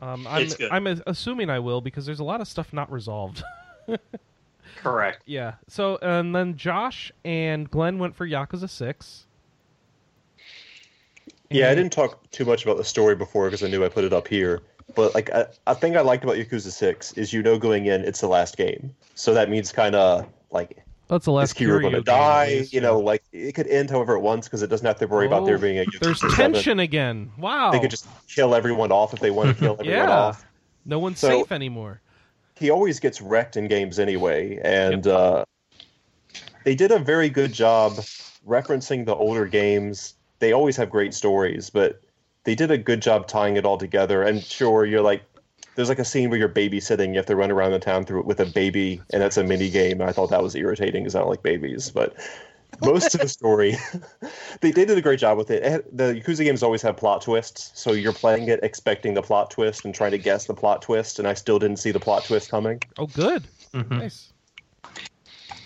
know. um, I'm
it's good.
I'm a- assuming I will because there's a lot of stuff not resolved.
Correct.
yeah. So and then Josh and Glenn went for Yakuza Six.
Yeah, I
And-
didn't talk too much about the story before because I knew I put it up here. But like a, a thing I liked about Yakuza Six is you know going in it's the last game, so that means kind of like
That's the
is
last.
Kiru
Kiryu
going to
game, at
die?
least,
You
yeah.
know, like it could end however it wants because it doesn't have to worry about there
Oh,
being a Yakuza
there's
7.
tension again. Wow.
They could just kill everyone off if they want to kill everyone
Yeah.
off.
no one's
So-
safe anymore.
he always gets wrecked in games anyway, and uh, they did a very good job referencing the older games. They always have great stories, but they did a good job tying it all together. And sure, you're like, there's like a scene where you're babysitting, you have to run around the town through it with a baby, and that's a mini game. And I thought that was irritating because I don't like babies, but most of the story, they, they did a great job with it. It had- The Yakuza games always have plot twists, so you're playing it expecting the plot twist and trying to guess the plot twist, and I still didn't see the plot twist coming.
Oh, good.
Mhm.
Nice.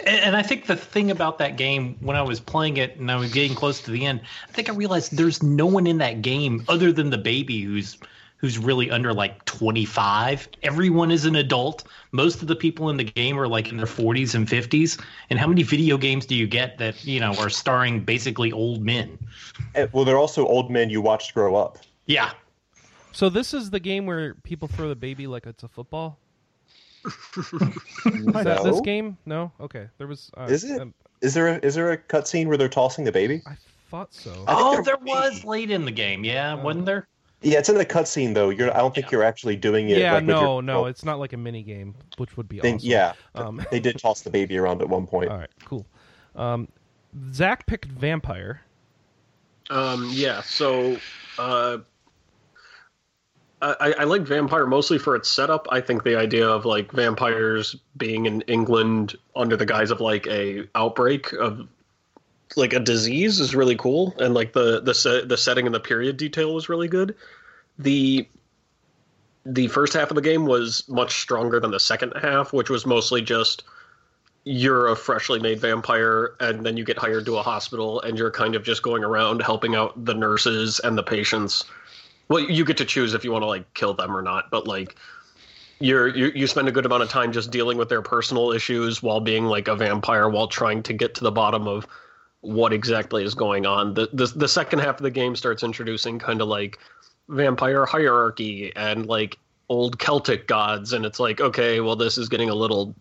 And, and I think the thing about that game, when I was playing it and I was getting close to the end, I think I realized there's no one in that game other than the baby who's who's really under like 25. Everyone is an adult. Most of the people in the game are like in their 40s and 50s. And how many video games do you get that you know are starring basically old men?
And, Eh, well, they're also old men you watched grow up.
Yeah,
So this is the game where people throw the baby like it's a football. Is that this
No.
game? No. Okay. There was. Uh,
Is it?
um,
Is there a, is there a cutscene where they're tossing the baby?
I thought so.
I think
Oh,
there
there
may
was late in the game.
Uh,
Yeah, wasn't there?
Yeah, it's in the cutscene though. You're I don't think you're actually doing
Yeah.
it. like, with
no.
your- oh.
no. It's not like a mini game, which would be
Then-
awesome.
yeah,
Um,
they did toss the baby around at one point.
All right, cool. Um, Zach picked vampire.
Um, yeah, so uh, I, I- I like Vampire mostly for its setup. I think the idea of like vampires being in England under the guise of like a outbreak of like a disease is really cool, and like the the se- the setting and the period detail was really good. The the first half of the game was much stronger than the second half, which was mostly just you're a freshly made vampire and then you get hired to a hospital and you're kind of just going around helping out the nurses and the patients well you get to choose if you want to like kill them or not but like you're you, you spend a good amount of time just dealing with their personal issues while being like a vampire while trying to get to the bottom of what exactly is going on the the, the second half of the game starts introducing kind of like vampire hierarchy and like old celtic gods and it's like okay well this is getting a little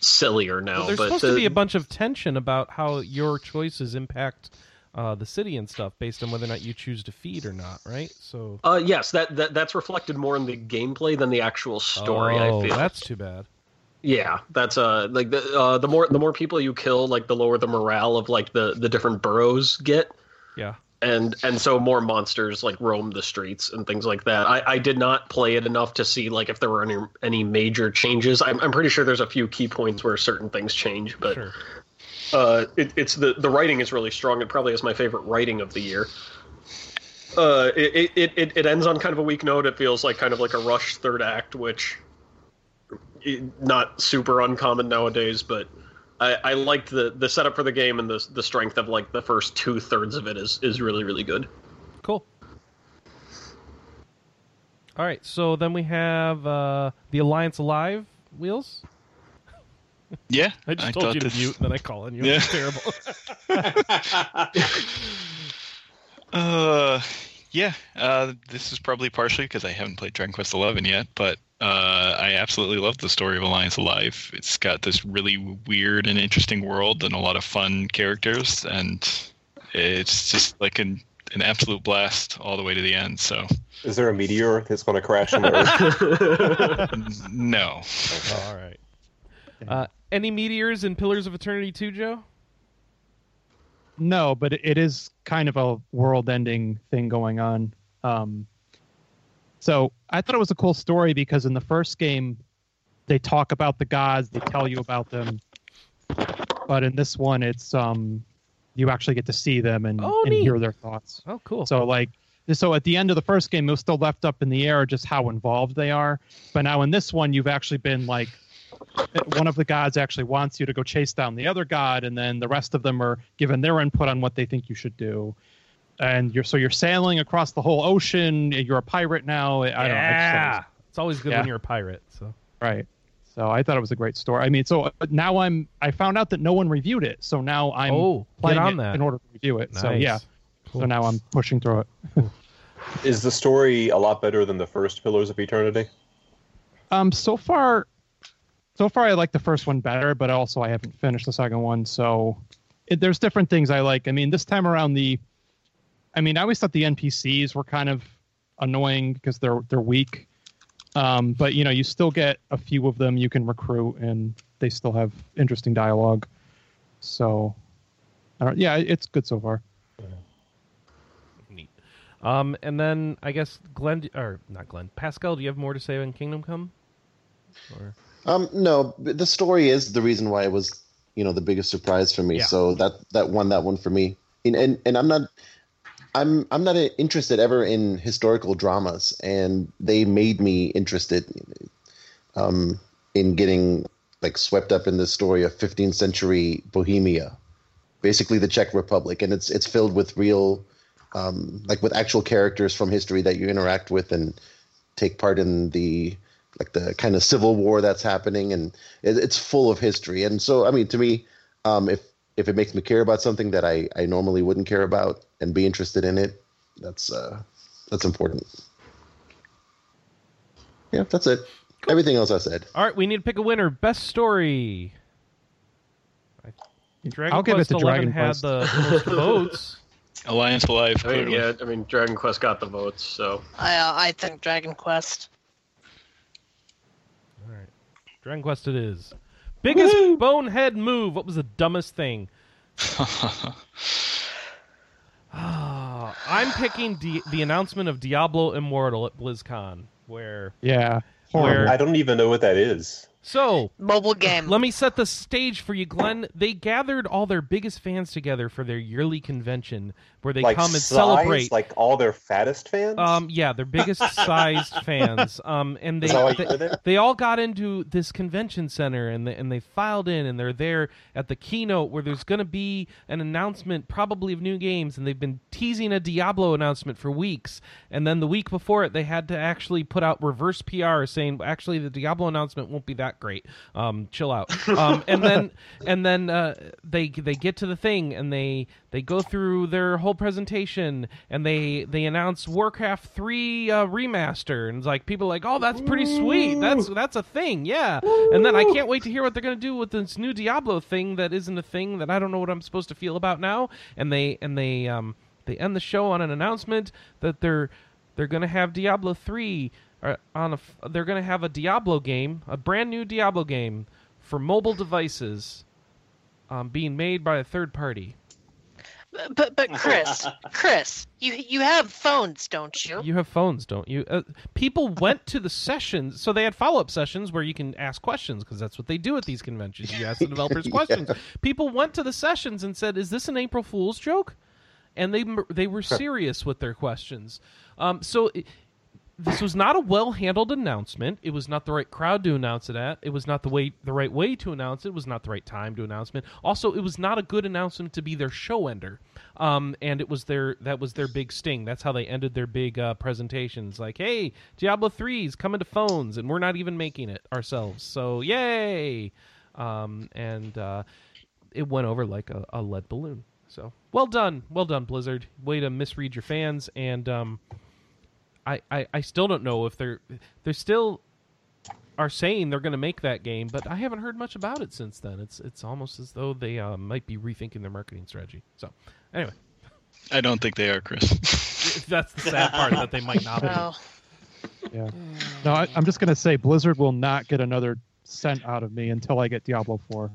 sillier now
Well, there's
but
supposed
the-
to be a bunch of tension about how your choices impact uh, the city and stuff based on whether or not you choose to feed or not, right? So
Uh, yes, that, that that's reflected more in the gameplay than the actual story.
Oh,
I feel.
that's too bad.
Yeah, that's uh like the uh, the more the more people you kill, like the lower the morale of like the the different boroughs get,
Yeah.
and and so more monsters like roam the streets and things like that. I, I did not play it enough to see like if there were any any major changes. I'm I'm pretty sure there's a few key points where certain things change, but
Sure.
uh, it, it's the the writing is really strong. It probably is my favorite writing of the year. Uh, it, it, it, it ends on kind of a weak note. It feels like kind of like a rushed third act, which i- not super uncommon nowadays. But I, I liked the, the setup for the game and the the strength of like the first two thirds of it is is really really good.
Cool. All right. So then we have uh, the Alliance Alive wheels.
Yeah,
I just
thought
told you to
this-
mute, and then I call on you.
Yeah.
It's terrible.
Uh, yeah. Uh, this is probably partially because I haven't played Dragon Quest Eleven yet, but uh, I absolutely love the story of Alliance Alive. It's got this really weird and interesting world and a lot of fun characters, and it's just like an an absolute blast all the way to the end. So,
Is there a meteor that's going to crash on the Earth?
n- no.
all right. Uh, any meteors in Pillars of Eternity too, Joe?
No, but it- it is kind of a world-ending thing going on. Um, so I thought it was a cool story because in the first game, they talk about the gods, they tell you about them, but in this one, it's um, you actually get to see them and,
Oh,
and
neat.
hear their thoughts.
Oh, cool.
So like, so at the end of the first game, it was still left up in the air just how involved they are. But now in this one, you've actually been like, one of the gods actually wants you to go chase down the other god, and then the rest of them are given their input on what they think you should do. And you're so you're sailing across the whole ocean. You're a pirate now. I don't know. I just thought it was
yeah. It's always good
Yeah.
when you're a pirate. So.
Right. So I thought it was a great story. I mean, so uh, now I'm I found out that no one reviewed it. So now I'm
oh,
playing
get on
it
that.
in order to review it. So
Nice.
yeah. So
Cool.
now I'm pushing through it.
Is the story a lot better than the first Pillars of Eternity?
Um, so far, so far I like the first one better, but also I haven't finished the second one. So it, there's different things I like. I mean, this time around the, I mean, I always thought the NPCs were kind of annoying because they're they're weak. Um, but you know, you still get a few of them you can recruit, and they still have interesting dialogue. So, I don't, yeah, it's good so far.
Neat. Um, and then I guess Glenn or not Glenn Pascal, do you have more to say on Kingdom Come? Or
Um, no, but the story is the reason why it was, you know, the biggest surprise for me.
Yeah.
So that that won that one for me. And and, and I'm not, I'm I'm not interested ever in historical dramas, and they made me interested, um, in getting like swept up in the story of 15th century Bohemia, basically the Czech Republic, and it's it's filled with real, um, like with actual characters from history that you interact with and take part in the like the kind of civil war that's happening, and it, it's full of history. And so, I mean, to me, um, if if it makes me care about something that I, I normally wouldn't care about and be interested in it, that's uh, that's important. Yeah, that's it. Everything else I said.
all right, we need to pick a winner. Best story. I- Dragon
I'll give it
Quest
to
XI
Dragon
had
Quest.
the most votes.
Alliance Live.
I mean,
clearly.
yeah, I mean, Dragon Quest got the votes, so
I I think Dragon Quest.
All right, Dragon Quest it is. Biggest bonehead move. What was the dumbest thing? Ah, I'm picking Di- the announcement of Diablo Immortal at BlizzCon, where
Yeah.
Where-
I don't even know what that is.
so
Mobile game.
Let me set the stage for you, Glenn. They gathered all their biggest fans together for their yearly convention where they
like
come and
size,
celebrate.
like all their fattest fans.
um, yeah, their biggest sized fans. Um, and they
Is that why you
they,
did it?
they all got into this convention center and they, and they filed in and they're there at the keynote where there's going to be an announcement probably of new games and they've been teasing a Diablo announcement for weeks and then the week before it they had to actually put out reverse PR saying actually the Diablo announcement won't be that great um chill out um and then and then uh, they they get to the thing and they they go through their whole presentation and they they announce Warcraft 3 uh, remaster and it's like people are like oh that's pretty sweet that's that's a thing yeah and then I can't wait to hear what they're going to do with this new Diablo thing that isn't a thing that I don't know what I'm supposed to feel about now and they and they um they end the show on an announcement that they're they're going to have Diablo 3 uh, on a f- they're going to have a Diablo game, a brand new Diablo game for mobile devices um, being made by a third party.
But but Chris, Chris, you you have phones, don't you?
You have phones, don't you? Uh, people went to the sessions, so they had follow-up sessions where you can ask questions because that's what they do at these conventions. You ask the developers
Yeah.
questions. People went to the sessions and said, "Is this an April Fool's joke?" And they they were serious with their questions. Um, so it, this was not a well-handled announcement. It was not the right crowd to announce it at. It was not the way the right way to announce it. It was not the right time to announce it. Also, it was not a good announcement to be their show ender. Um, and it was their that was their big sting. That's how they ended their big uh, presentations. Like, hey, Diablo 3 is coming to phones, and we're not even making it ourselves. So yay! Um, and uh, it went over like a, a lead balloon. So well done, well done, Blizzard. Way to misread your fans and. Um, I, I, I still don't know if they're they're still are saying they're going to make that game, but I haven't heard much about it since then. It's it's almost as though they uh, might be rethinking their marketing strategy. So anyway,
I don't think they are, Chris.
that's the sad part that they might not. be.
No.
No, I, I'm just gonna say Blizzard will not get another cent out of me until I get Diablo Four.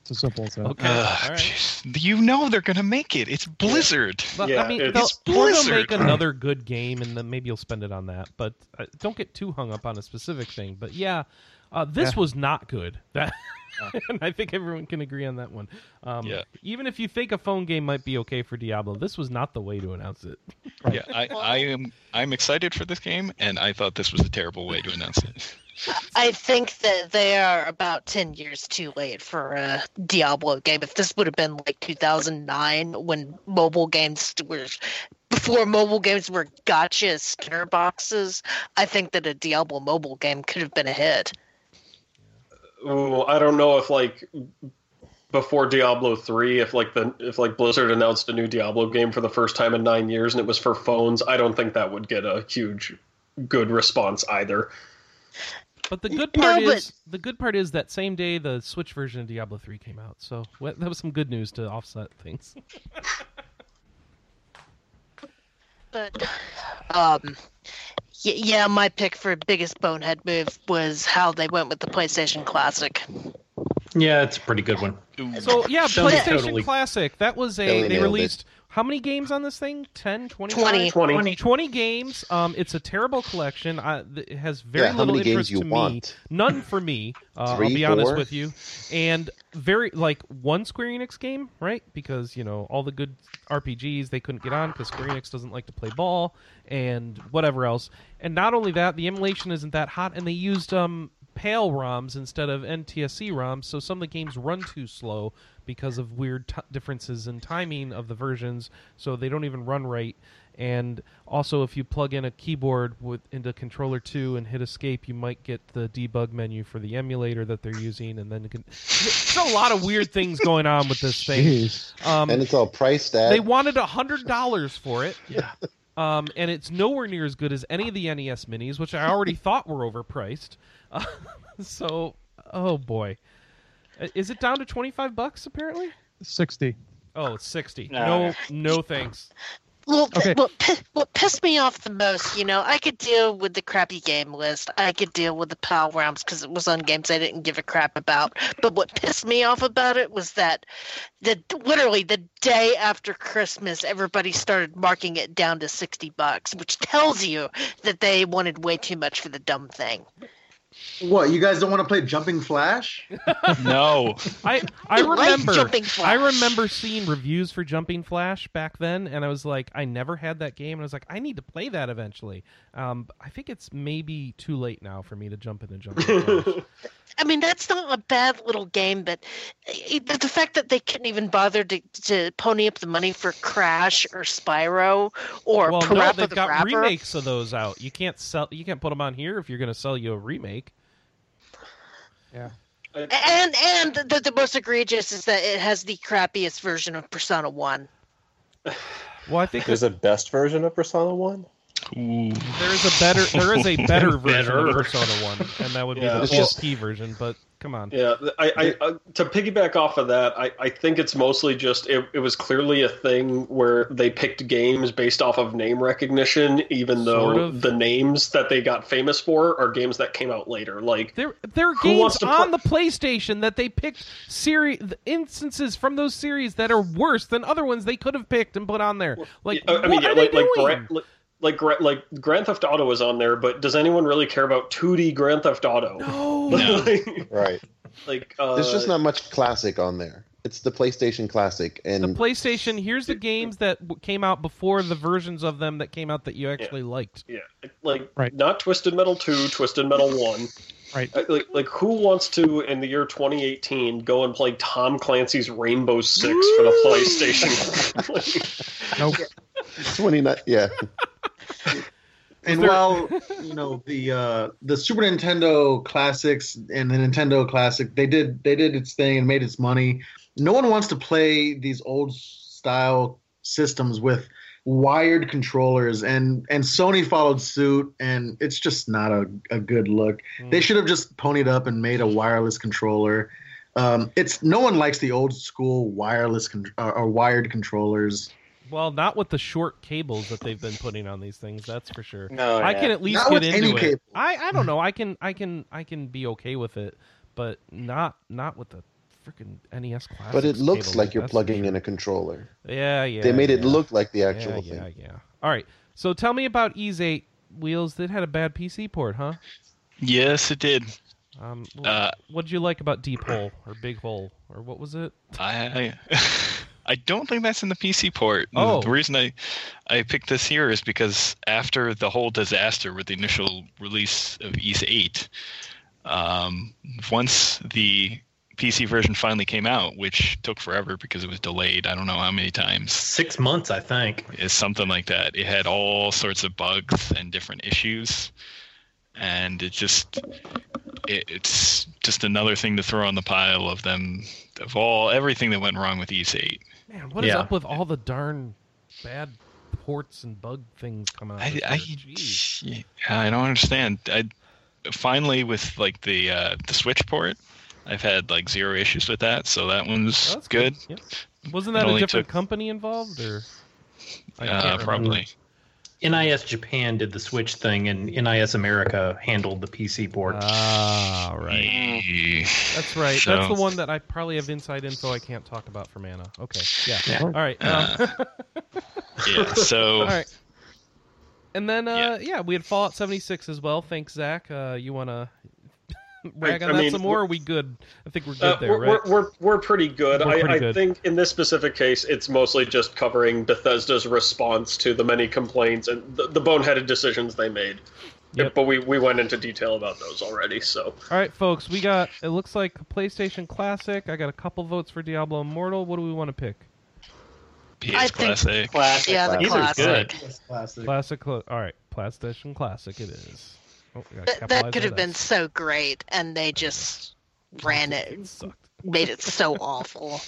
It's as simple as that.
Okay,
Ugh,
all right.
jeez. You know they're gonna make it. It's Blizzard.
But, I
Yeah,
mean,
it's
they'll, or they'll
Blizzard.
make another good game, and then maybe you'll spend it on that. But uh, don't get too hung up on a specific thing. But yeah, uh, this was not good. That, and I think everyone can agree on that one. Um,
Yeah.
Even if you think a phone game might be okay for Diablo, this was not the way to announce it.
Yeah, I, I am. I'm excited for this game, and I thought this was a terrible way to announce it.
I think that they are about ten years too late for a Diablo game. If this would have been like 2009, when mobile games were, before mobile games were gotcha skinner boxes, I think that a Diablo mobile game could have been a hit.
Ooh, I don't know if like before Diablo three, if like the if like Blizzard announced a new Diablo game for the first time in nine years and it was for phones, I don't think that would get a huge good response either.
But the good
No,
part
but-
is the good part is that same day the Switch version of Diablo 3 came out. So wha- that was some good news to offset things.
But, um, y- yeah, my pick for biggest bonehead move was how they went with the PlayStation Classic.
Yeah, it's a pretty good one.
Ooh,
So yeah,
Sounds
PlayStation
totally-
Classic. That was a
Totally
they
nailed it.
released How many games on this thing? 10, 20?
20.
20.
20 games. Um, it's a terrible collection. I, th- it has very
Yeah, how
little
many games
interest
you
to me.
want?
None for me. Uh,
Three,
I'll be honest
four?
with you. And very like one Square Enix game, right? Because you know all the good RPGs they couldn't get on because Square Enix doesn't like to play ball and whatever else. And not only that, the emulation isn't that hot, and they used um PAL ROMs instead of NTSC ROMs, so some of the games run too slow because of weird t- differences in timing of the versions, so they don't even run right. And also, if you plug in a keyboard with into controller two and hit escape, you might get the debug menu for the emulator that they're using, and then it can... there's a lot of weird things going on with this thing.
Jeez.
Um,
and it's all priced at.
they wanted a hundred dollars for it.
Yeah.
Um, and it's nowhere near as good as any of the NES minis, which I already thought were overpriced. Uh, so, oh boy, I- is it down to twenty five bucks apparently?
60.
Oh, it's sixty.
No.
No, no thanks.
Well, th-
Okay.
what, pi- what pissed me off the most, you know, I could deal with the crappy game list. I could deal with the PAL rounds because it was on games I didn't give a crap about. But what pissed me off about it was that the literally the day after Christmas, everybody started marking it down to sixty bucks, which tells you that they wanted way too much for the dumb thing.
What you guys don't want to play Jumping Flash?
No.
I I
like
remember
Jumping
I
Flash.
remember seeing reviews for Jumping Flash back then, and I was like, I never had that game, and I was like, I need to play that eventually. Um, but I think it's maybe too late now for me to jump into Jumping Flash.
I mean, that's not a bad little game, but it- the the fact that they couldn't even bother to, to pony up the money for Crash or Spyro or
well, no,
Parappa
they've
the
got
Rapper.
remakes of those out. You can't sell, you can't put them on here if you're going to sell you a remake.
And and the, the most egregious is that it has the crappiest version of Persona One.
Well, I think
There's a best version of Persona One.
Ooh.
there is a better there is a better version of
Better.
Persona One, and that would be
Yeah,
the
it's
full
just-
key version. But come on,
Yeah, I, I, I to piggyback off of that, I, I think it's mostly just it, it was clearly a thing where they picked games based off of name recognition, even though
Sort of.
the names that they got famous for are games that came out later. Like,
There, there are
Who
games
wants to
on
pla-
the PlayStation that they picked series instances from those series that are worse than other ones they could have picked and put on there. Like,
uh, I, I mean,
what
yeah,
are
like
they
like,
doing?
Gra- like like Gra- like Grand Theft Auto is on there, but does anyone really care about 2D Grand Theft Auto?
no.
like,
right.
like, uh,
There's just not much classic on there. It's the PlayStation Classic,
The
and
PlayStation. Here's the games that w- came out before the versions of them that came out that you actually liked.
Yeah, like
Right.
not Twisted Metal two, Twisted Metal one.
Right.
Uh, Like, like who wants to in the year 2018 go and play Tom Clancy's Rainbow Six for the PlayStation?
Nope.
29. Yeah,
And
there-
while you know the uh, the Super Nintendo classics and the Nintendo classic, they did they did its thing and made its money. No one wants to play these old style systems with wired controllers, and and Sony followed suit, and it's just not a, a good look. They should have just ponied up and made a wireless controller. Um, it's no one likes the old school wireless con- or, or wired controllers.
Well, not with the short cables that they've been putting on these things. That's for sure.
No,
I can at least
Not
get
with
into
any
it.
cable.
I, I don't know. I can I can I can be okay with it, but not not with the freaking E NES classic.
but it looks like you're plugging in a controller.
Yeah, yeah.
they made it
yeah.
look like the actual
yeah,
thing.
Yeah, yeah. All right. So tell me about Ease 8 wheels that had a bad PC port, huh?
Yes, it did.
Um, wh-
Uh,
what'd you like about Deep Hole or Big Hole or what was it?
I I don't think that's in the PC port.
Oh.
The reason I I picked this here is because after the whole disaster with the initial release of Ease 8, um, once the PC version finally came out, which took forever because it was delayed, I don't know how many times,
Six months, I think.
is something like that. It had all sorts of bugs and different issues. And it just it, it's just another thing to throw on the pile of them of all everything that went wrong with Ease 8.
Man, what is
Yeah.
up with all the darn bad ports and bug things coming out?
I,
this
I,
year? Jeez.
yeah, I don't understand. I finally with like the uh, the Switch port, I've had like zero issues with that, so that one's
Oh, that's
good.
Yeah. Wasn't
It
that a
only
different
took-
company involved or I
Uh,
can't remember.
probably.
NIS Japan did the Switch thing, and NIS America handled the PC port.
Ah, right.
Mm.
That's right.
So-
That's the one that I probably have inside info I can't talk about for mana. Okay. Yeah.
Yeah.
All right. Um,
Uh, Yeah. So
all right. And then, uh, yeah. we had Fallout 76 as well. Thanks, Zach. Uh, you want to rag
I
on that
mean,
some more? Are we good? I think we're good
Uh,
there,
we're,
right?
we're, we're, we're pretty good.
We're
I,
pretty
I
good.
think in this specific case, it's mostly just covering Bethesda's response to the many complaints and the, the boneheaded decisions they made.
Yep.
But we, we went into detail about those already, so.
All right, folks. We got. It looks like PlayStation Classic. I got a couple votes for Diablo Immortal. What do we want to pick?
PS Classic.
Classic.
Yeah, the
Either's
classic.
good.
That's classic.
Classic. Cl- all right, PlayStation Classic. It is. Oh, we gotta
That,
capitalize
that could have
on
been
S.
so great, and they just ran
It
it,
sucked.
made it so awful.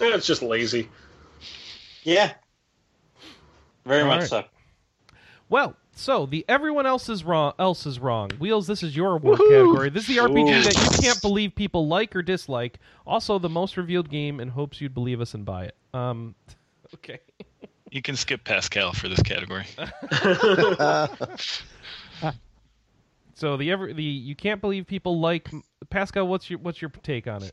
eh, it's just lazy.
Yeah. Very
All
much
right.
so.
Well, so the everyone else is wrong. Else is wrong. Wheels. This is your award category. This is the RPG
Ooh.
that you can't believe people like or dislike. Also, the most revealed game in hopes you'd believe us and buy it. Um. Okay.
You can skip Pascal for this category.
So the ever the you can't believe people like Pascal. What's your what's your take on it?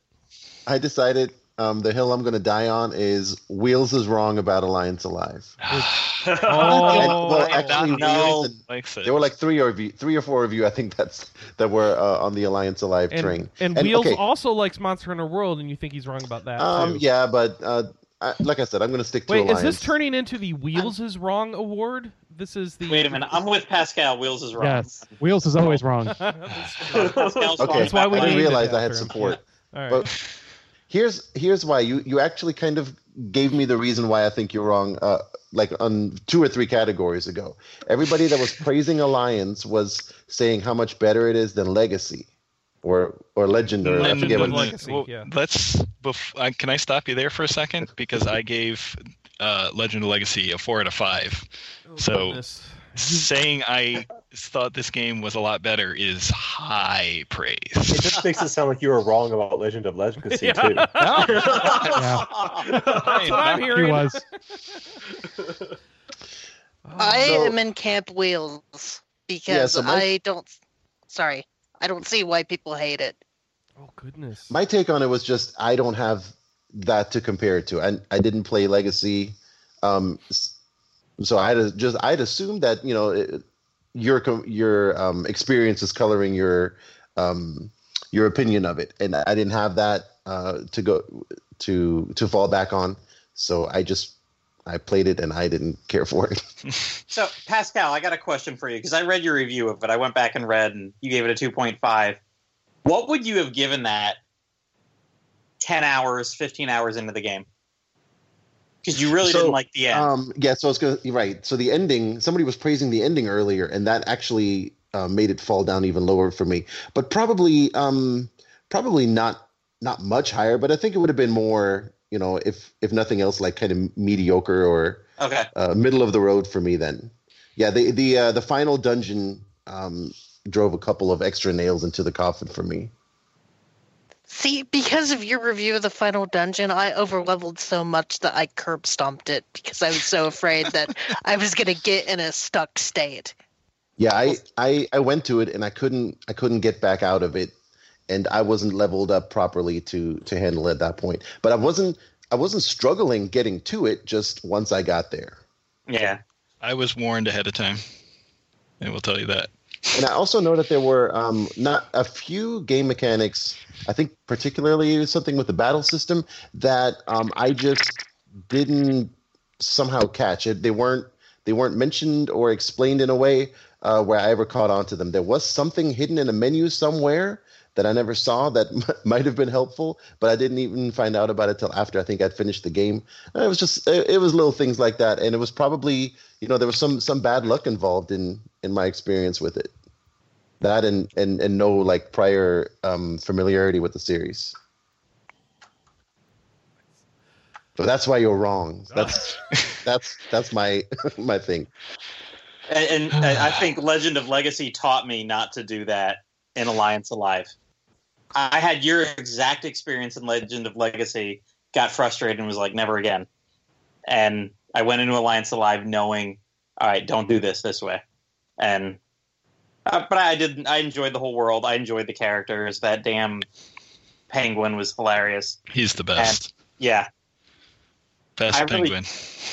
I decided um, the hill I'm going to die on is Wheels is wrong about Alliance Alive. And- well,
Oh, I
actually,
don't know.
Wheels and-
Likes it.
there were like three or v- three or four of you, I think that's that were uh, on the Alliance Alive
And,
train.
and,
And,
Wheels
okay.
also likes Monster Hunter World, and you think he's wrong about that
Um,
too.
yeah, but uh, I, like I said, I'm going to stick to
Wait,
Alliance.
is this turning into the Wheels is wrong award? This is the
Wait a minute. I'm with Pascal. Wheels is wrong.
Yes, Wheels is always wrong.
Pascal's
okay,
wrong
That's why
about
we
I didn't
that.
named it
realize I
after
had
him.
support.
All right.
But here's here's why you you actually kind of gave me the reason why I think you're wrong. Uh, like on two or three categories ago, everybody that was praising Alliance was saying how much better it is than Legacy, or or Legend, or I
Legend
forget
of
what.
Leg- Legacy, yeah.
Let's. Bef- I, can I stop you there for a second? Because I gave uh, Legend of Legacy a four out of five. so-
Oh, goodness.
Saying I thought this game was a lot better is high
It
praise.
just makes it sound like you were wrong about Legend of Legacy
Yeah.
too.
that's what I'm
He
hearing.
was.
I
So-
am in Camp Wheels because
Yeah, so my-
I don't. Sorry, I don't see why people hate it.
Oh goodness.
My take on it was just I don't have that to compare it to. I I didn't play Legacy, um, s- so I had just I'd assumed that you know it, your com- your um, experience is coloring your um, your opinion of it, and I didn't have that uh, to go to to fall back on. So I just I played it and I didn't care for it.
So, Pascal, I got a question for you because I read your review of it. I went back and read, and you gave it a 2.5. What would you have given that 10 hours, 15 hours into the game? Because you really
So,
didn't like the end.
Um, yeah, so it's gonna you're right. So the ending, somebody was praising the ending earlier, and that actually uh, made it fall down even lower for me. But probably, um, probably not not much higher. But I think it would have been more, you know, if if nothing else, like kind of mediocre or
okay.
uh, middle of the road for me. Then, yeah, the the uh, the final dungeon um, drove a couple of extra nails into the coffin for me.
See, because of your review of the final dungeon, I overleveled so much that I curb stomped it because I was so afraid that I was going to get in a stuck state.
Yeah, I, I I went to it and I couldn't I couldn't get back out of it, and I wasn't leveled up properly to to handle it at that point. But I wasn't I wasn't struggling getting to it. Just once I got there,
Yeah.
I was warned ahead of time, and we'll tell you that.
and I also know that there were um, not a few game mechanics. I think particularly something with the battle system that um, I just didn't somehow catch it. They weren't they weren't mentioned or explained in a way uh, where I ever caught on to them. There was something hidden in a menu somewhere that I never saw that m- might have been helpful, but I didn't even find out about it till after I think I'd finished the game. And it was just it, it was little things like that, and it was probably you know there was some some bad luck involved in in my experience with it. That and and and no like prior um, familiarity with the series. So that's why you're wrong. That's that's that's my my thing.
And, and I I think Legend of Legacy taught me not to do that in Alliance Alive. I had your exact experience in Legend of Legacy, got frustrated and was like, never again. And I went into Alliance Alive knowing, all right, don't do this this way, and uh, but I did. I enjoyed the whole world. I enjoyed the characters. That damn penguin was hilarious.
He's the best.
Yeah,
best
I really-
penguin.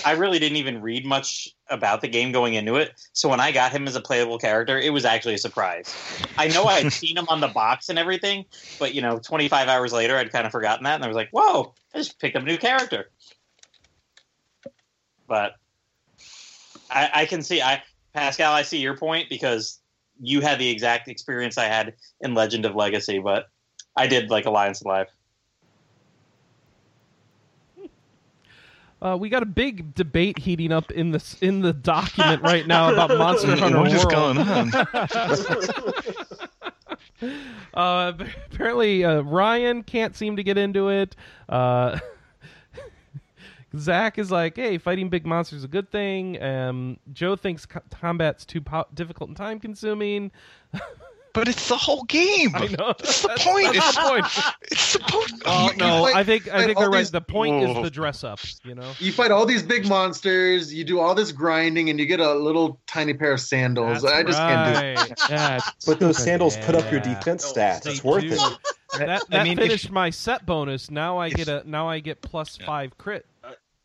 I really didn't even read much about the game going into it. So when I got him as a playable character, it was actually a surprise. I know I had seen him on the box and everything, but you know, 25 hours later, I'd kind of forgotten that, and I was like, "Whoa, I just picked up a new character." But I, I can see, I Pascal, I see your point because you had the exact experience I had in Legend of Legacy, but I did like Alliance Alive.
Uh, we got a big debate heating up in this in the document right now about Monster Hunter
What is
World.
going on?
Uh, apparently, uh, Ryan can't seem to get into it. Uh, Zach is like, "Hey, fighting big monsters is a good thing." Um, Joe thinks co- combat's too po- difficult and time-consuming.
But it's the whole game.
I know.
That's the
That's
point.
the
It's-
point.
It's supposed.
Oh,
you
no,
like-
I think I
like
think they're
all
right.
these-
The point
Whoa.
is the dress up. You know,
You fight all these big monsters, you do all this grinding, and you get a little tiny pair of sandals. I just can't do it.
can't do
Yeah,
But those sandals put up your
Yeah.
defense stats. It's worth it.
That,
I
that
mean, if-
finished my set bonus. Now I get a now I get plus
Yeah.
five crit.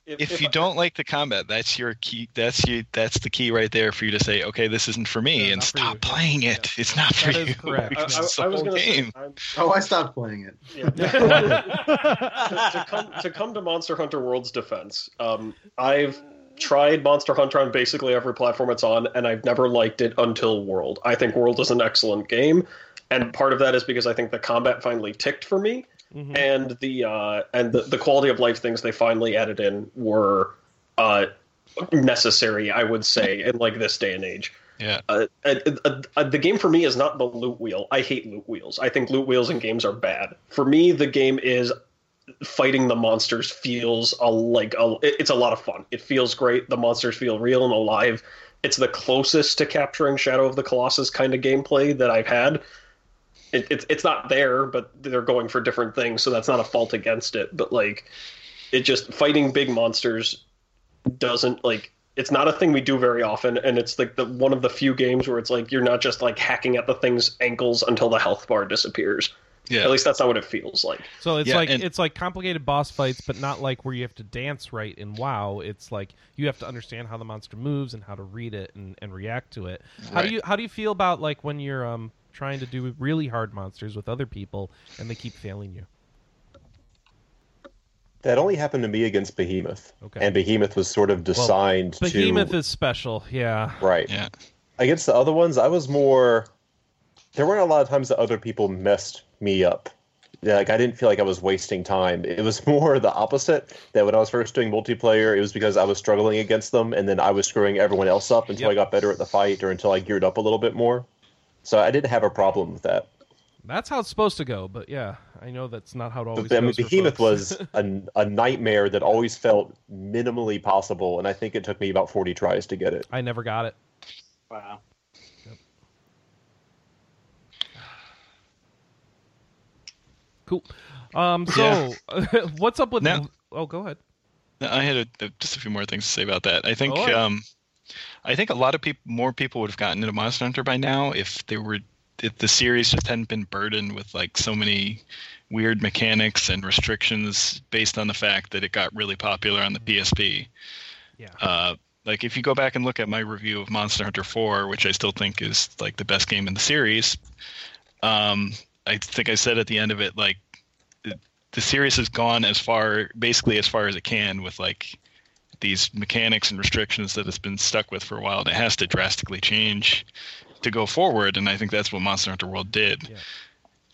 If,
if you
I-
don't like the combat, that's your key. That's you. That's the key right there for you to say, okay, this isn't for me,
Yeah,
and
not for
stop
you.
playing it. It's not for
That
you.
is correct.
I, I,
It's the
I was
whole
going to say,
game.
I'm-
Oh, I stopped playing it.
yeah. to, come, to come to Monster Hunter World's defense, um, I've tried Monster Hunter on basically every platform it's on, and I've never liked it until World. I think World is an excellent game, and part of that is because I think the combat finally ticked for me,
Mhm.
and the uh, and the, the quality of life things they finally added in were uh, necessary, I would say, in like this day and age
Yeah.
uh, uh, uh, uh, the game for me is not the loot wheel. I hate loot wheels. I think loot wheels in games are bad. For me, the game is fighting the monsters feels a, like a, it- it's a lot of fun. It feels great. The monsters feel real and alive. It's the closest to capturing Shadow of the Colossus kind of gameplay that I've had. It, it's it's not there, but they're going for different things, so that's not a fault against it. But like, it just fighting big monsters doesn't like it's not a thing we do very often and it's like the one of the few games where it's like you're not just like hacking at the thing's ankles until the health bar disappears
Yeah.
at least that's not what it feels like
So it's
Yeah,
like
and-
it's like complicated boss fights, but not like where you have to dance right in WoW. It's like you have to understand how the monster moves and how to read it and, and react to it. How
Right.
do you how do you feel about like when you're um trying to do really hard monsters with other people and they keep failing you?
That only happened to me against Behemoth,
Okay.
and Behemoth was sort of designed to
Behemoth is special, yeah.
right.
Yeah.
Against the other ones, I was more. There weren't a lot of times that other people messed me up. Yeah, Like I didn't feel like I was wasting time. It was more the opposite. That when I was first doing multiplayer, it was because I was struggling against them, and then I was screwing everyone else up until I
Yep.
got better at the fight or until I geared up a little bit more. So I didn't have a problem with that.
That's how it's supposed to go, but yeah, I know that's not how it always
But, I mean,
goes. for
Behemoth
folks.
was a, a nightmare that always felt minimally possible, and I think it took me about 40 tries to get it.
I never got it.
Wow.
Cool. Um so what's up with
Now-
Oh, go ahead.
No, I had a, a- just a few more things to say about that. I think
All right.
um, I think a lot of people, more people, would have gotten into Monster Hunter by now if they were if the series just hadn't been burdened with like so many weird mechanics and restrictions based on the fact that it got really popular on the PSP.
Yeah.
Uh, like if you go back and look at my review of Monster Hunter 4, which I still think is like the best game in the series, um, I think I said at the end of it like the, the series has gone as far basically as far as it can with like these mechanics and restrictions that it's been stuck with for a while and it has to drastically change to go forward and I think that's what Monster Hunter World did.
Yeah.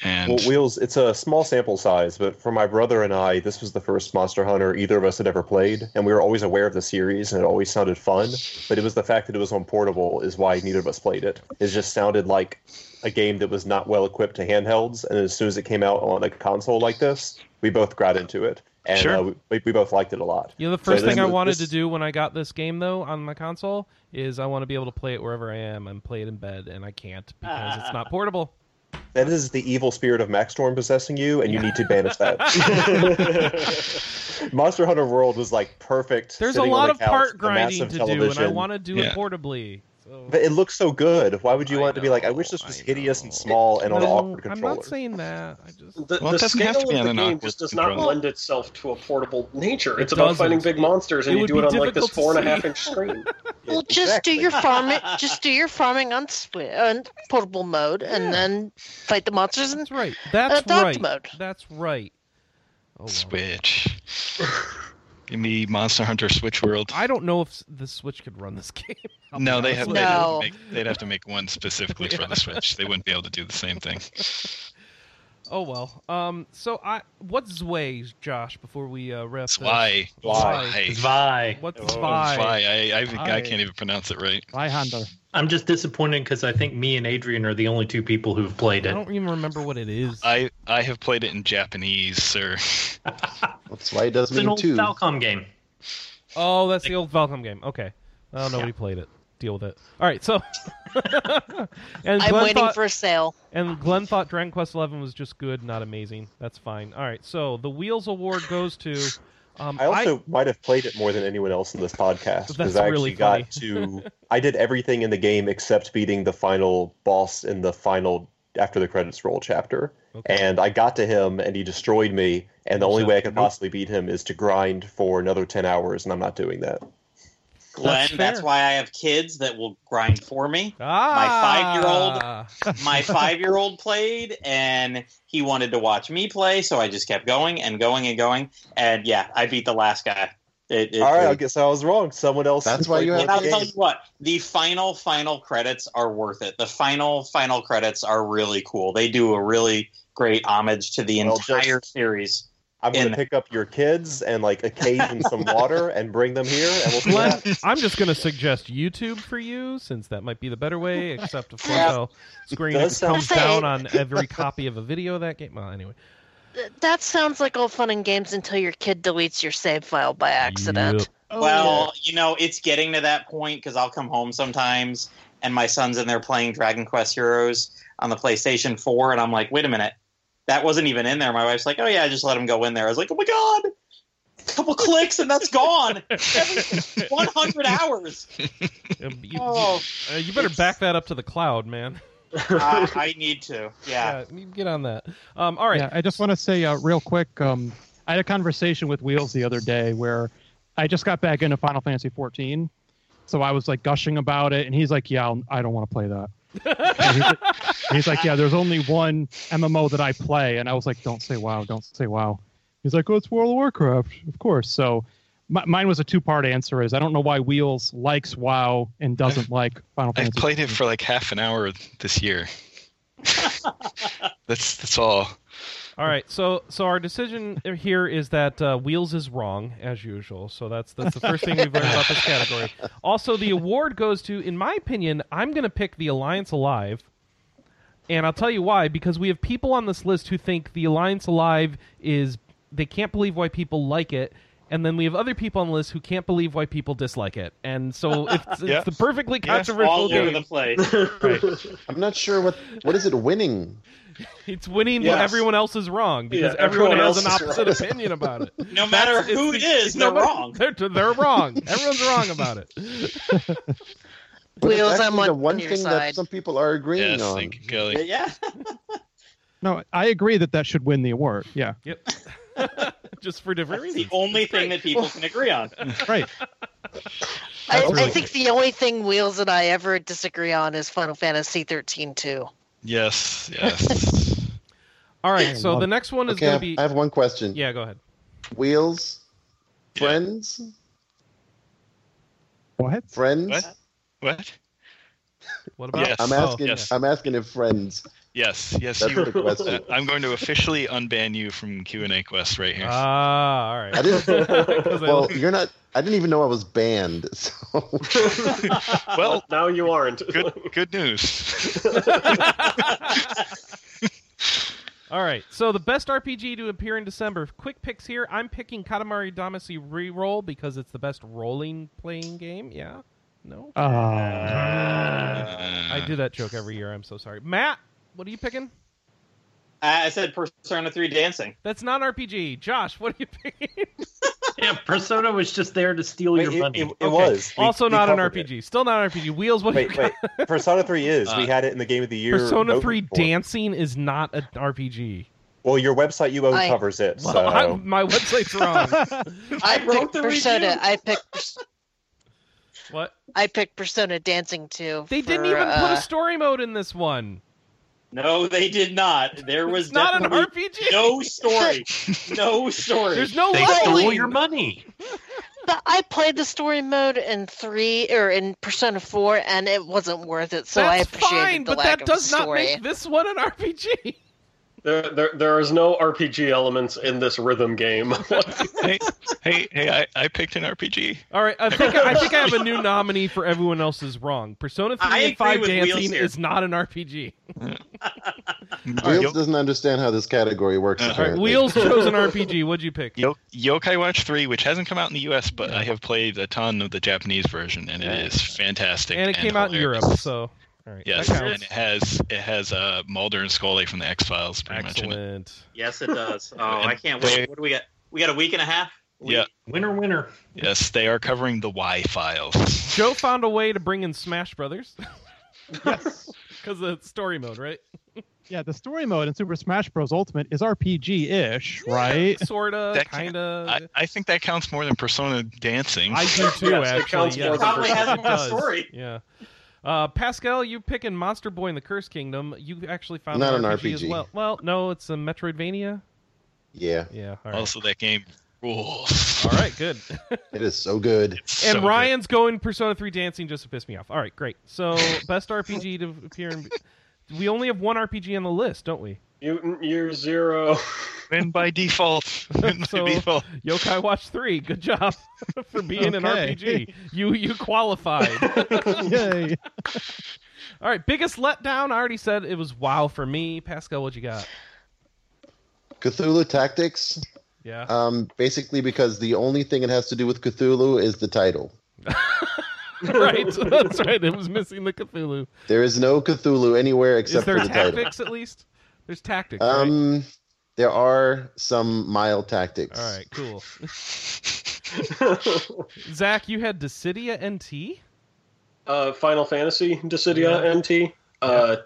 And
Well, Wheels, it's a small sample size, but for my brother and I, this was the first Monster Hunter either of us had ever played, and we were always aware of the series, and it always sounded fun. But it was the fact that it was on portable is why neither of us played it. It just sounded like a game that was not well equipped to handhelds, and as soon as it came out on a console like this, we both got into it, and
Sure.
uh, we, we both liked it a lot.
You know, the first
So
thing
this-
I wanted to
this-
do when I got this game, though, on my console,
Ah.
is I want to be able to play it wherever I am and play it in bed, and I can't because it's not portable.
That is the evil spirit of Maxstorm possessing you, and you need to banish that. Monster Hunter World was like perfect.
There's a
sitting on
lot
the
of
couch,
part
a
grinding
massive
to do, and I
television.
want to do it
Yeah.
portably. So.
But it looks so good. Why would you
I
want it to be like? I
know,
wish this was
I
hideous and
know.
small and on an
No,
awkward
I'm
controller.
not saying that. I just
The,
Well, it
the
doesn't
scale
have to
of
be on
the
an
game
awkward
just does not
controller.
lend itself to a portable nature.
It
It's about
doesn't.
fighting big monsters, and
It
you
would
do it
be
on like this
difficult to
four and a half
see.
inch screen.
Yeah,
Well, just do
exactly.
your farming. just do your farming on swi on portable mode, and
Yeah.
then fight the monsters. And
That's right. That's
Adopt
right.
mode.
That's right. Oh, well.
Switch. Give me Monster Hunter Switch World.
I don't know if s- the Switch could run this game. I'll be
No, they
honest
have.
with
They'd,
you.
have
No.
to make, they'd have to make one specifically for the Switch. They wouldn't be able to do the same thing.
Oh well. Um. So I. What's Zwei, Josh? Before we uh, wrap.
That's
this?
why.
Why?
Why?
Vi.
What's
Oh,
Zwei?
Why? I, I, I
Why?
can't even pronounce it right.
Bye, Honda.
I'm just disappointed because I think me and Adrian are the only two people who've played
I
it.
don't even remember what it is.
I I have played it in Japanese, sir.
That's why it does
It's an
mean
old
two.
Falcom game.
Oh, that's the old Valcom game. Okay. Oh, nobody played it. Deal with it. All right. So. and
I'm
Glenn
waiting
thought,
for a sale.
And Glenn thought Dragon Quest XI was just good, not amazing. That's fine. All right. So the Wheels Award goes to. Um,
I also might have played it more than anyone else in this podcast
That's
because I
really
actually got to. I did everything in the game except beating the final boss in the final after the credits roll chapter,
Okay.
and I got to him and he destroyed me. And the only
So-
way I could possibly beat him is to grind for another ten hours, and I'm not doing that.
Glenn,
fair.
that's why I have kids that will grind for me.
Ah,
My five year old played and he wanted to watch me play, so I just kept going and going and going. And yeah, I beat the last guy. It, it,
All right, I
it-
guess I was wrong. Someone else.
That's why you
played
have
and I'll
the
tell
game.
you what, the final, final credits are worth it. The final, final credits are really cool. They do a really great homage to the
Well, just-
entire series.
I'm going
in-
to pick up your kids and like occasion some water and bring them here, and we'll. see what
Glenn,
happens.
I'm just going to suggest YouTube for you, since that might be the better way. Except of course,
Yeah.
how screen
Does sound-
comes down on every copy of a video of that game. Well, anyway,
Th- That sounds like all fun and games until your kid deletes your save file by accident.
Oh,
well, you know, it's getting to that point because I'll come home sometimes and my son's in there playing Dragon Quest Heroes on the PlayStation 4, and I'm like, wait a minute, that wasn't even in there. My wife's like, oh yeah, I just let him go in there. I was like, oh my god, a couple clicks and that's gone. Every 100 hours.
Um, you,
Oh,
uh, you better back that up to the cloud, man.
I, Uh, I need to. Yeah.
Yeah, you get on that. Um, all right.
Yeah, I just want to say uh, real quick. Um, I had a conversation with Wheels the other day where I just got back into Final Fantasy 14, so I was like gushing about it, and he's like, "Yeah, I'll, I don't want to play that." And he's, like, he's like, "Yeah, there's only one MMO that I play," and I was like, "Don't say WoW, don't say WoW." He's like, "Oh, it's World of Warcraft, of course." So my, mine was a two-part answer: is I don't know why Wheels likes WoW and doesn't like Final
I
Fantasy.
played it for like half an hour this year. that's that's all.
All right, so so our decision here is that uh, Wheels is wrong as usual. So that's that's the first thing we've learned about this category. Also, the award goes to, in my opinion, I'm going to pick the Alliance Alive, and I'll tell you why. Because we have people on this list who think the Alliance Alive is they can't believe why people like it, and then we have other people on the list who can't believe why people dislike it. And so it's,
Yeah.
it's the perfectly
Yeah.
controversial
All over
game.
the place.
I'm not sure what what is it winning.
It's winning when
Yes.
everyone else is wrong because
Yeah,
everyone,
everyone
has
else
an
is
opposite
wrong.
opinion about it.
No matter
That's-
who it
it's
is, they're
no matter-
wrong.
They're, they're wrong. Everyone's wrong about it.
But it's
Wheels, I'm
actually
on-
the one
on your
thing
side.
that some people are agreeing
Yes,
on.
thank you, Kelly.
Yeah.
no, I agree that that should win the award. Yeah,
Yep. Just for different
That's the
reasons.
only thing that people can agree on.
right.
I,
That's
I
right.
think the only thing Wheels and I ever disagree on is Final Fantasy 13 too.
Yes, yes.
All right, so the next one is
Okay, I
going to
have,
be.
I have one question.
Yeah, go ahead.
Wheels,
Yeah.
friends,
What?
friends.
What? What?
What about?
Yes.
I'm
Oh,
asking.
yes.
I'm asking if friends.
Yes, yes.
That's
you, Uh,
the question.
I'm going to officially unban you from Q and A Quest right here.
Ah, all right.
I didn't.
'Cause I
well,
looked-
you're not. I didn't even know I was banned. So
well,
now you aren't.
good good news.
all right. So the best RPG to appear in December. Quick picks here. I'm picking Katamari Damacy Reroll because it's the best rolling playing game. Yeah. No.
Uh,
Uh,
I do that joke every year. I'm so sorry. Matt, what are you picking?
I I said Persona 3 dancing.
That's not RPG. Josh, what do you picking?
Yeah, Persona was just there to steal
Wait,
your
it-
money.
it- it was. We-
also
we
not an
covered it.
RPG. Still not an RPG. Wheels, what do you
Wait, wait. Persona 3 is. we
Uh,
had it in the game of the year.
Persona
vote
3
report.
Dancing is not an RPG.
Well, your website you own
I-
covers it. So
Well, I- my website's wrong.
I
wrote
picked
the
Persona.
review.
I picked. Pers-
what?
I picked Persona Dancing 2.
They didn't
for,
even put
uh,
a story mode in this one.
No, they did not. There was
It's not an
definitely
RPG.
no story. No story.
There's no
They
Why?
stole
leveling.
your money.
the- I played the story mode in three or in Persona 4, and it wasn't worth it. So I
That's
appreciated
fine,
the
but
lack
that
of
does
a
not
story.
make this one an RPG.
There, there, there is no RPG elements in this rhythm game.
hey, hey, hey! I, I picked an RPG.
All right, I think I think I have a new nominee for everyone else's wrong. Persona
I
3 and
agree
5
with Wheels
Dancing
here.
is not an RPG.
Wheels
Yo-
doesn't understand how this category works.
Uh,
All right,
apparently.
Wheels chose an RPG. What'd you pick?
Yo- Yokai Watch 3, which hasn't come out in the US, but I have played a ton of the Japanese version, and it is fantastic.
And it came out in Europe,
hilarious.
so all right,
Yes,
that
and
counts.
it has it has uh, Mulder and Scully from the X Files pretty much in it.
Excellent.
Yes, it does. Oh, I can't wait. What do we got? We got a week and a half? Week?
Yeah.
Winner, winner.
Yes, they are covering the Y files.
Joe found a way to bring in Smash Brothers. Because the story mode, right?
Yeah, the story mode in Super Smash Bros. Ultimate is RPG ish, right?
Sorta,
That can't-
kinda.
I, I think that counts more than Persona dancing.
I do too,
Yes, it
actually.
counts
yes.
more
It probably
It
has a
does.
story.
Yeah. Uh, Pascal, you picking Monster Boy in the Curse Kingdom. You actually found
Not
an
an
RPG, as
RPG.
well. Well, no, it's a Metroidvania.
Yeah,
Yeah. All right.
also, that game rules.
All right. Good.
it is so good.
So
And
good.
Ryan's going Persona 3 Dancing just to piss me off. All right. Great. So best RPG to appear in. We only have one RPG on the list, don't we?
Mutant Year Zero.
win by default. Win by
So-
default.
Yokai Watch 3. Good job for being an
Okay.
RPG. You you qualified.
Yay.
All right, biggest letdown. I already said it was WoW for me. Pascal, what you got?
Cthulhu Tactics,
Yeah.
um, basically because the only thing it has to do with Cthulhu is the title.
right. That's right. It was missing the Cthulhu.
There is no Cthulhu anywhere
Is
except
there
for the title.
tactics at least? There's tactics. right?
Um, there are some mild tactics.
All right, cool. Zach, you had Dissidia NT.
uh, Final Fantasy Dissidia NT. Uh,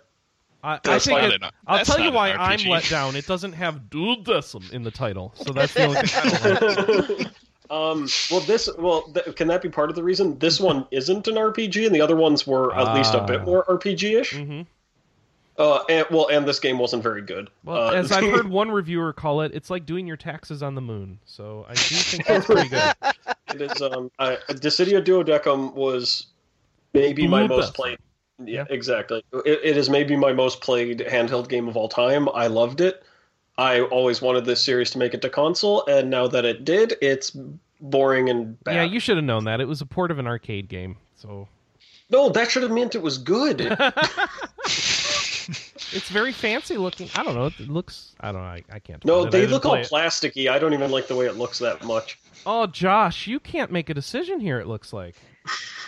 I, I
That's
think
not
it,
an-
I'll
that's
tell you
not
why
an
I'm
RPG.
let down. It doesn't have dual decim in the title, so that's the only thing. I don't like.
um, well, this well th- can that be part of the reason? This one isn't an RPG, and the other ones were at least a
Ah.
bit more RPG ish.
hmm
Uh, and, well, and this game wasn't very good.
Well,
Uh,
as I've heard one reviewer call it, it's like doing your taxes on the moon. So I do think that's pretty good.
it is um, uh, Dissidia Duodecum was maybe my
Blue
most
Bell.
played. Yeah,
Yeah.
exactly. It, it is maybe my most played handheld game of all time. I loved it. I always wanted this series to make it to console, and now that it did, it's boring and bad.
Yeah, you should have known that. It was a port of an arcade game. So
No, that should have meant it was good.
it's very fancy looking. I don't know. It looks. I don't know. I, I can't.
No,
defend it. I
they
didn't
look all
play it.
plasticky. I don't even like the way it looks that much.
Oh, Josh, you can't make a decision here. It looks like.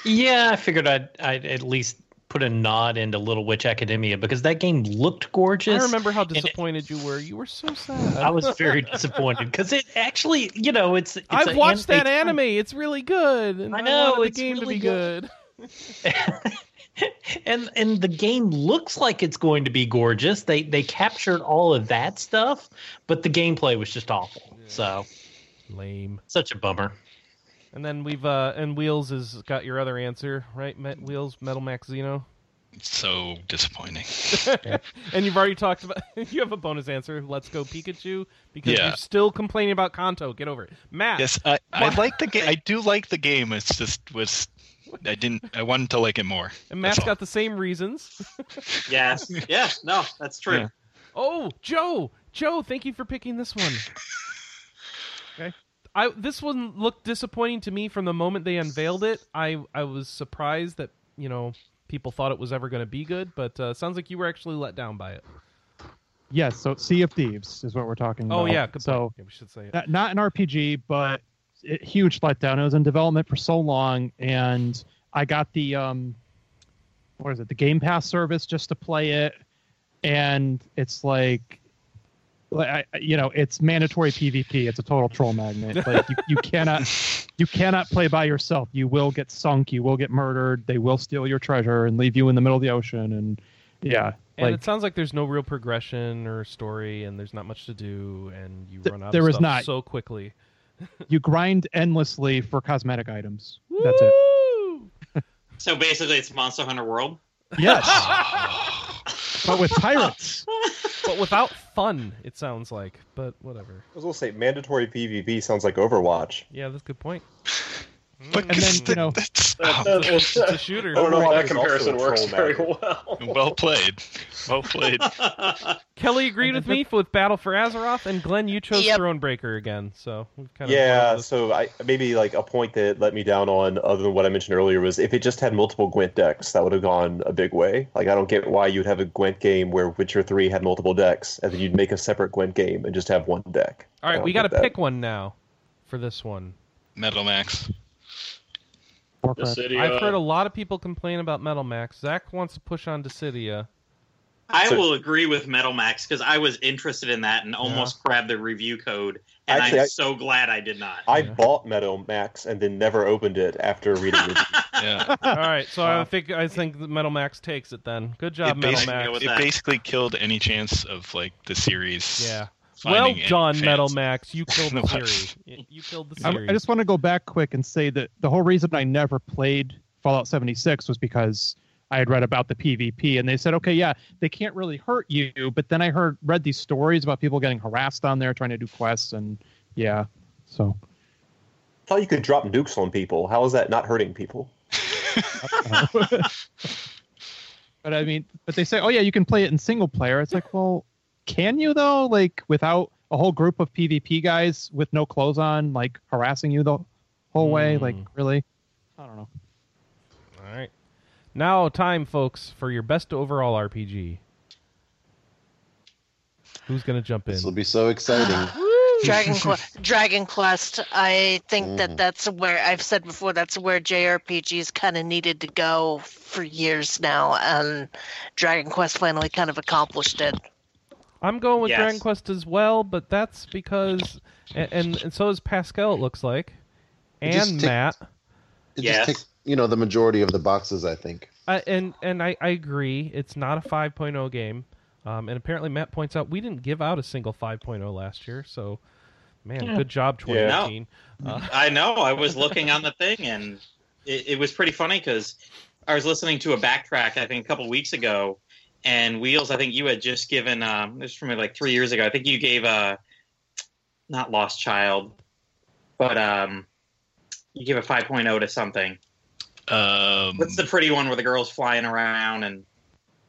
Yeah, I figured I'd, I'd at least put a nod into Little Witch Academia because that game looked gorgeous.
I remember how disappointed you were. You were so sad.
I was very disappointed because it actually, you know, it's. it's
I've
a
watched that
anime.
anime. It's really good. And
I
I
know,
wanted the
it's
game to
really
be
good.
good.
and and the game looks like it's going to be gorgeous. They they captured all of that stuff, but the gameplay was just awful. So
Lame.
such a bummer.
And then we've uh and Wheels has got your other answer, right? Met Wheels Metal Max Xeno.
So disappointing.
And you've already talked about. you have a bonus answer. Let's go Pikachu because
Yeah.
you're still complaining about Kanto. Get over it, Matt.
Yes, I, I
Why-
like the game. I do like the game. It's just was I didn't. I wanted to like it more.
And Matt's
That's all.
got the same reasons.
Yes. Yeah. No, that's true.
Yeah.
Oh, Joe, Joe, thank you for picking this one.
Okay.
I this one looked disappointing to me from the moment they unveiled it. I I was surprised that you know people thought it was ever going to be good, but uh, sounds like you were actually let down by it.
Yes, so Sea of Thieves is what we're talking about.
Oh yeah, good
So
point. Yeah, we should say it.
not- not an RPG, but it, huge letdown. It was in development for so long, and I got the um, what is it? The Game Pass service just to play it, and it's like like, I, I- you know, it's mandatory PvP. It's a total troll magnet. Like you, you cannot, you cannot play by yourself. You will get sunk. You will get murdered. They will steal your treasure and leave you in the middle of the ocean. And yeah,
And
like
it sounds like there's no real progression or story, and there's not much to do, and you
Th-
run out
there
of
is
stuff
not.
so quickly.
you grind endlessly for cosmetic items. That's it.
Woo!
So basically, it's Monster Hunter World.
Yes, but with pirates.
but without fun, it sounds like. But whatever.
I was going to say, mandatory PvP sounds like Overwatch.
Yeah, that's a good point. Mm.
But
And then you know,
that's
It's a shooter.
I don't know if
that
that is also a
comparison works
troll
very
magnet.
well.
well played, well played.
Kelly agreed with me with Battle for Azeroth, and Glenn, you chose
Yep.
Thronebreaker again. So we've kind of
Yeah, so I maybe like a point that let me down on other than what I mentioned earlier was if it just had multiple Gwent decks, that would have gone a big way. Like I don't get why you'd have a Gwent game where Witcher three had multiple decks, and then you'd make a separate Gwent game and just have one deck.
All
I
right,
don't
we
get
got to
that.
pick one now for this one.
Metal Max.
The
Warcraft.
city,
I've
uh,
heard a lot of people complain about Metal Max. Zach wants to push on Dissidia.
I
So-
will agree with Metal Max because I was interested in that and almost grabbed the review code, and
Actually, I-
I'm so glad I did not.
I
Yeah.
bought Meadow Max and then never opened it after reading it.
Yeah,
All right, so I think I think that Metal Max takes it then. Good job,
it
Metal
basically,
Max.
with
it
that.
basically killed any chance of like the series.
Yeah. Well
finding any
done,
fans.
Metal Max. You killed the
What?
series. You you killed the
I,
series.
I just want to go back quick and say that the whole reason I never played Fallout 76 was because I had read about the PvP and they said, okay, yeah, they can't really hurt you. But then I heard read these stories about people getting harassed on there trying to do quests and yeah, so
I thought you could drop nukes on people. How is that not hurting people?
I don't know. but I mean, but they say, oh yeah, you can play it in single player. It's like, well, can you though? Like without a whole group of PvP guys with no clothes on, like harassing you the whole way? Like
Hmm.
really? I don't know.
All right. Now, time, folks, for your best overall RPG. Who's going to jump in?
This will be so exciting.
Dragon Quest. Dragon Quest. I think
Mm.
that that's where I've said before. That's where JRPGs kind of needed to go for years now, and Dragon Quest finally kind of accomplished it.
I'm going with
Yes.
Dragon Quest as well, but that's because. And, and, and so is Pascal, it looks like.
It just
And
tick-
Matt.
It just
Yes.
takes, you know, the majority of the boxes, I think.
Uh, and and I, I agree. It's not a 5.0 game. Um, and apparently, Matt points out we didn't give out a single 5.0 last year. So, man, good job, Uh,
Yeah. No.
2018.
Uh,
I know. I was looking on the thing, and it, it was pretty funny because I was listening to a backtrack. I think a couple weeks ago, and Wheels. I think you had just given. Um, this was from like three years ago. I think you gave a not Lost Child, but um, you gave a 5.0 to something.
Um,
What's the pretty one where the girls flying around and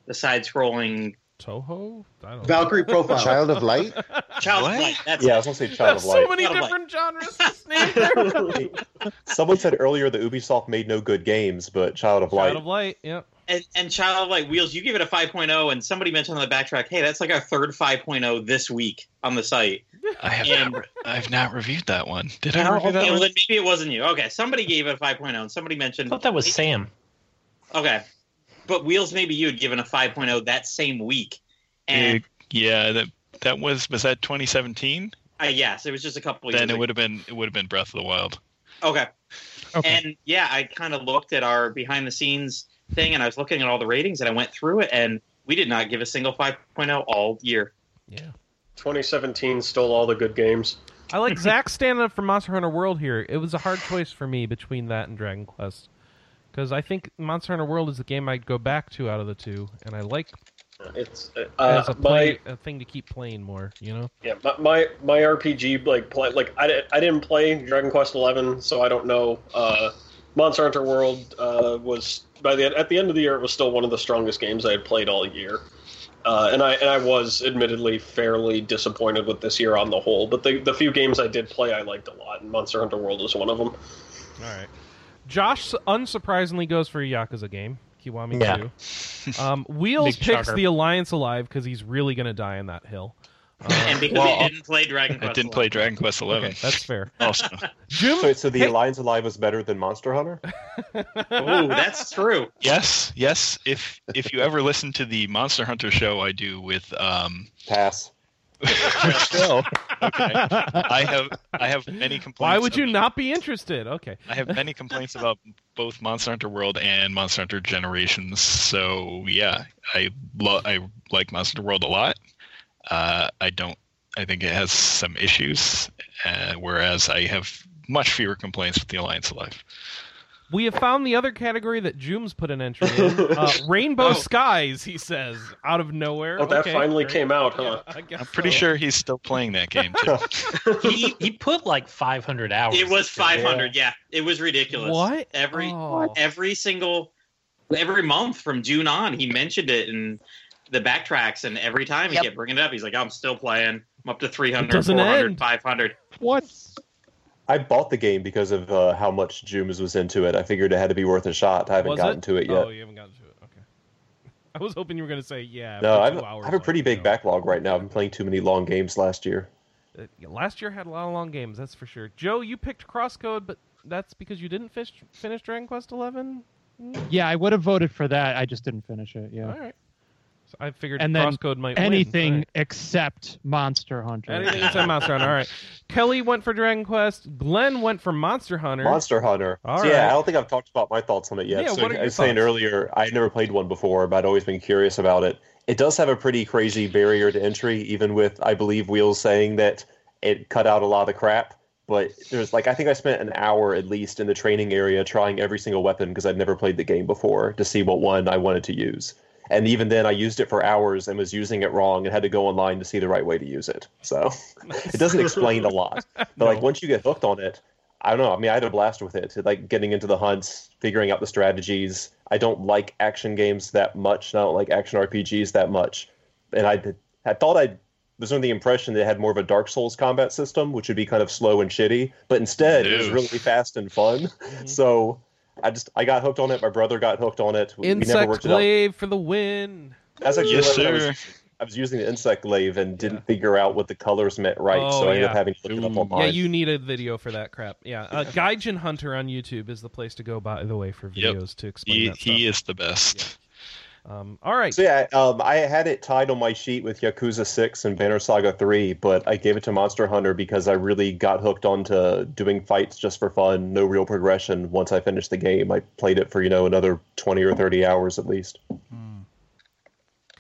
the side scrolling
Toho? I don't know.
Valkyrie profile.
Child of Light.
child
What?
flight? That's
Yeah, I
yeah.
was gonna say Child of Light.
so many
Child of Light.
different genres to name there.
Someone said earlier that Ubisoft made no good games, but Child of Light.
Child of Light, yep.
And, and Child of Light Wheels, you give it a 5.0, and somebody mentioned on the backtrack, hey, that's like our third 5.0 this week on the site.
I have
And-
not, re- I've not reviewed that one. Did I
Oh,
review that
okay, well,
one?
then maybe it wasn't you. Okay, somebody gave it a 5.0, and somebody
I
mentioned.
thought that was Sam.
Okay. But Wheels, maybe you had given a 5.0 that same week. And
Yeah, that that was was that 2017.
uh, yes, it was just a couple years
Then it
ago.
would have been it would have been Breath of the Wild.
Okay.
Okay.
And yeah, I kind of looked at our behind the scenes thing, and I was looking at all the ratings, and I went through it, and we did not give a single 5.0 all year.
Yeah.
2017 stole all the good games.
I like Zach standing up for Monster Hunter World here. It was a hard choice for me between that and Dragon Quest. Because I think Monster Hunter World is the game I'd go back to out of the two, and I like
It's
as
uh,
a,
my
play, a thing to keep playing more. You know,
Yeah, my my, my RPG like play, like I, di- I didn't play Dragon Quest Eleven, so I don't know. Uh, Monster Hunter World uh, was by the at the end of the year, it was still one of the strongest games I had played all year, uh, and I and I was admittedly fairly disappointed with this year on the whole. But the the few games I did play, I liked a lot, and Monster Hunter World was one of them.
all right. Josh unsurprisingly goes for a Yakuza game, Kiwami
Yeah.
Two. Um, Wheels
Big
picks
shocker.
the Alliance alive because he's really gonna die in that hill.
And
Uh,
because
Well,
I didn't play Dragon Quest,
I didn't
a lot.
play Dragon Quest Eleven.
okay, that's fair.
also,
Jim,
So, so the
Hey.
Alliance Alive was better than Monster Hunter?
Oh, that's true.
yes, yes. If if you ever listen to the Monster Hunter show I do with um,
Pass.
Still, okay. I have I have many complaints.
Why would you
about-
not be interested? Okay.
I have many complaints about both Monster Hunter World and Monster Hunter Generations. So yeah, I lo- I like Monster Hunter World a lot. Uh, I don't. I think it has some issues, uh, whereas I have much fewer complaints with the Alliance Alive.
We have found the other category that Jooms put an entry in. Uh, Rainbow
Oh.
Skies, he says, out of nowhere.
Oh, that
Okay,
finally
great.
came out, huh?
I guess
I'm pretty
so.
sure he's still playing that game too.
he he put like 500 hours.
It was
into
500. Yeah, it was ridiculous.
What?
Every
Oh.
every single every month from June on, he mentioned it in the backtracks, and every time
Yep.
he kept bringing it up. He's like, "I'm still playing. I'm up to 300,
It doesn't
400,
end.
500."
What?
I bought the game because of uh, how much Jooms was into it. I figured it had to be worth a shot. I haven't
Was
gotten
it?
to it yet.
Oh, you haven't gotten to it. Okay. I was hoping you were going to say, yeah.
no,
put
I have,
two
I
hours
have a
on
pretty
it,
big
no.
backlog right now. I've been playing too many long games last year.
Uh, yeah, Last year had a lot of long games, that's for sure. Joe, you picked Crosscode, but that's because you didn't fish, finish Dragon Quest Eleven. Mm,
Yeah, I would have voted for that. I just didn't finish it. Yeah.
All right. So I figured
And then
Crosscode might win.
Anything
All right.
except Monster Hunter.
Anything except Monster Hunter. All right. Kelly went for Dragon Quest. Glenn went for Monster Hunter.
Monster Hunter.
All
So,
right.
yeah, I don't think I've talked about my thoughts on it yet.
Yeah,
so
what are
I
your
was saying
thoughts?
earlier, I had never played one before, but I'd always been curious about it. It does have a pretty crazy barrier to entry, even with I believe Wheels saying that it cut out a lot of crap. But there's like I think I spent an hour at least in the training area trying every single weapon because I'd never played the game before to see what one I wanted to use. And even then, I used it for hours and was using it wrong and had to go online to see the right way to use it. So it doesn't explain a lot. But like once you get hooked on it, I don't know. I mean, I had a blast with it. Like getting into the hunts, figuring out the strategies. I don't like action games that much. and I don't like action RPGs that much. And I, did- I thought I was under the impression that it had more of a Dark Souls combat system, which would be kind of slow and shitty. But instead, it was
No.
really fast and fun. So I just I got hooked on it. My brother got hooked on it. We, we never
Insect
worked it out.
Glaive for the win.
That's actually
Yes,
what I was-
sir.
I was using the insect glaive and didn't figure out what the colors meant right,
Oh,
so I ended
yeah.
up having to look it up
Ooh.
online.
Yeah, you need a video for that crap. Yeah, uh, Gaijin Hunter on YouTube is the place to go. By the way, for
Yep.
videos to explain
He
that
he
stuff.
is the best.
Um, all right,
So yeah, um, I had it tied on my sheet with Yakuza Six and Banner Saga Three, but I gave it to Monster Hunter because I really got hooked onto doing fights just for fun, no real progression. Once I finished the game, I played it for you know another twenty or thirty hours at least.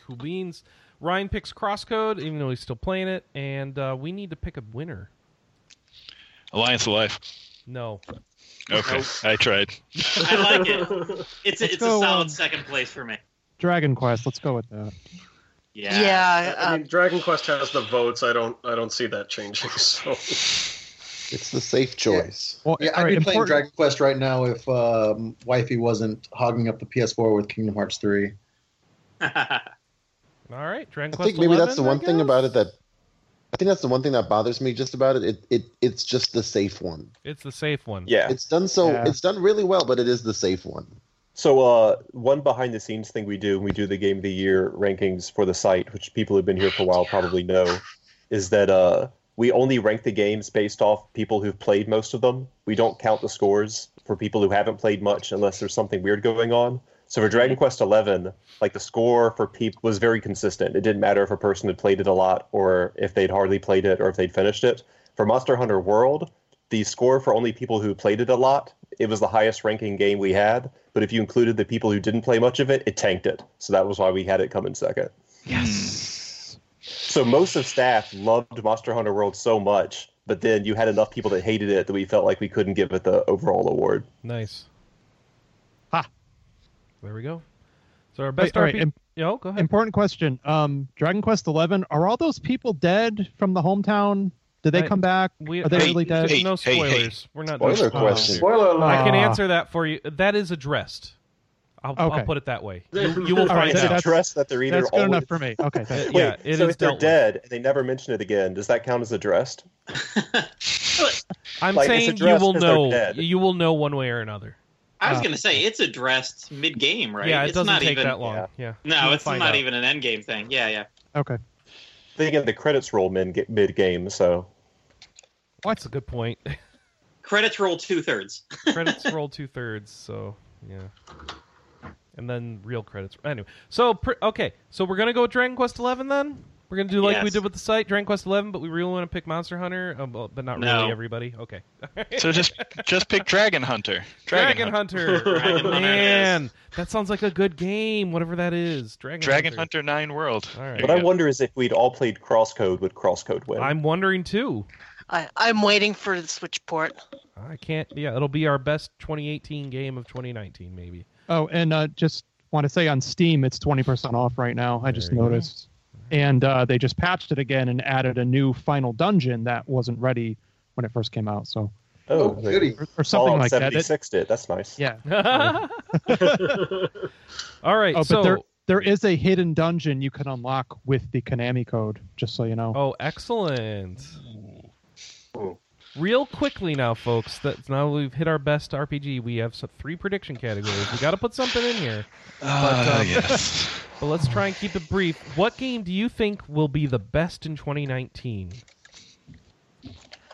cool beans. Ryan picks Crosscode, even though he's still playing it, and uh, we need to pick a winner.
Alliance Alive.
No,
Okay, I tried.
I like it. It's a, it's a
go,
solid
um,
second place for me.
Dragon Quest. Let's go with that.
Yeah.
Yeah.
I
um,
mean, Dragon Quest has the votes. I don't. I don't see that changing. So
It's the safe choice.
Well,
Yeah,
all
I'd
right,
be playing
important-
Dragon Quest right now if um, wifey wasn't hogging up the PS4 with Kingdom Hearts 3.
all right, Dragon
I
Quest.
think maybe that's
11,
the
I
one thing
guess?
about it that I think that's the one thing that bothers me just about it. It it it's just the safe one.
it's the safe one.
Yeah.
It's done so
Yeah.
it's done really well, but it is the safe one.
So uh, one behind the scenes thing we do, we do the game of the year rankings for the site, which people who've been here for a while probably know, is that uh, we only rank the games based off people who've played most of them. We don't count the scores for people who haven't played much unless there's something weird going on. So for Dragon Quest Eleven, like the score for people was very consistent. It didn't matter if a person had played it a lot or if they'd hardly played it or if they'd finished it. For Monster Hunter World, the score for only people who played it a lot, it was the highest ranking game we had. But if you included the people who didn't play much of it, it tanked it. So that was why we had it come in second.
Hmm.
Yes.
So most of staff loved Monster Hunter World so much, but then you had enough people that hated it that we felt like we couldn't give it the overall award.
Nice.
Ha.
There we go. So our
Wait,
best
all right.
RP.
im-
Yo, go ahead.
important question. Um, Dragon Quest Eleven. Are all those people dead from the hometown? Did they
I-
come back?
we,
Are they
hey,
really dead?
there's no
Hey, hey,
spoilers.
hey.
We're not doing
Spoiler
spoilers.
question.
Spoiler alert.
I can
Ah.
answer that for you. That is addressed. I'll, I'll
Okay.
put it that way. You, you will
All right,
find
Is
so
it
out.
that's-
addressed that they're either
That's good
always-
enough for me. Okay. thank you.
Uh, yeah,
Wait,
it
so
is
if they're
dealt with.
dead and they never mention it again, does that count as addressed?
I'm
Like, it's
saying you
addressed
will
'cause they're
know.
dead.
You will know one way or another.
I was
Uh,
gonna say it's addressed mid game, right?
Ah. Yeah, it
it's
doesn't
not
take
even,
that long. Yeah.
No,
You'll
it's
find
not
out.
even an end game thing. Yeah, yeah.
Okay.
They get the credits roll mid game, so
That's a good point.
Credits roll two thirds.
credits roll two thirds, so yeah. And then real credits. Anyway, so pr- okay, so we're gonna go with Dragon Quest Eleven then. We're gonna do like we
Yes.
did with the site, Dragon Quest Eleven, but we really want to pick Monster Hunter, um, well, but not
No.
really everybody. Okay.
So just just pick Dragon Hunter.
Dragon, Hunter.
Dragon Hunter.
Man, that sounds like a good game, whatever that is. Dragon,
Dragon
Hunter.
Hunter Nine World.
All right.
There
What I
you go.
wonder is if we'd all played Crosscode, would Crosscode win?
I'm wondering too.
I, I'm waiting for the Switch port.
I can't. Yeah, it'll be our best 2018 game of 2019, maybe.
Oh, and uh, just want to say on Steam, it's 20% off right now. I just
There you go.
noticed. And uh, they just patched it again and added a new final dungeon that wasn't ready when it first came out. So,
Oh,
they-
goody.
or, or something
Fallout
like that. It-
76 did. That's nice.
yeah.
All right.
Oh, but
so,
there, there is a hidden dungeon you can unlock with the Konami code, just so you know.
oh, excellent. Real quickly now, folks. That now we've hit our best RPG. We have some, three prediction categories. We got to put something in here,
Ah,
um,
yes.
but let's try and keep it brief. What game do you think will be the best in 2019?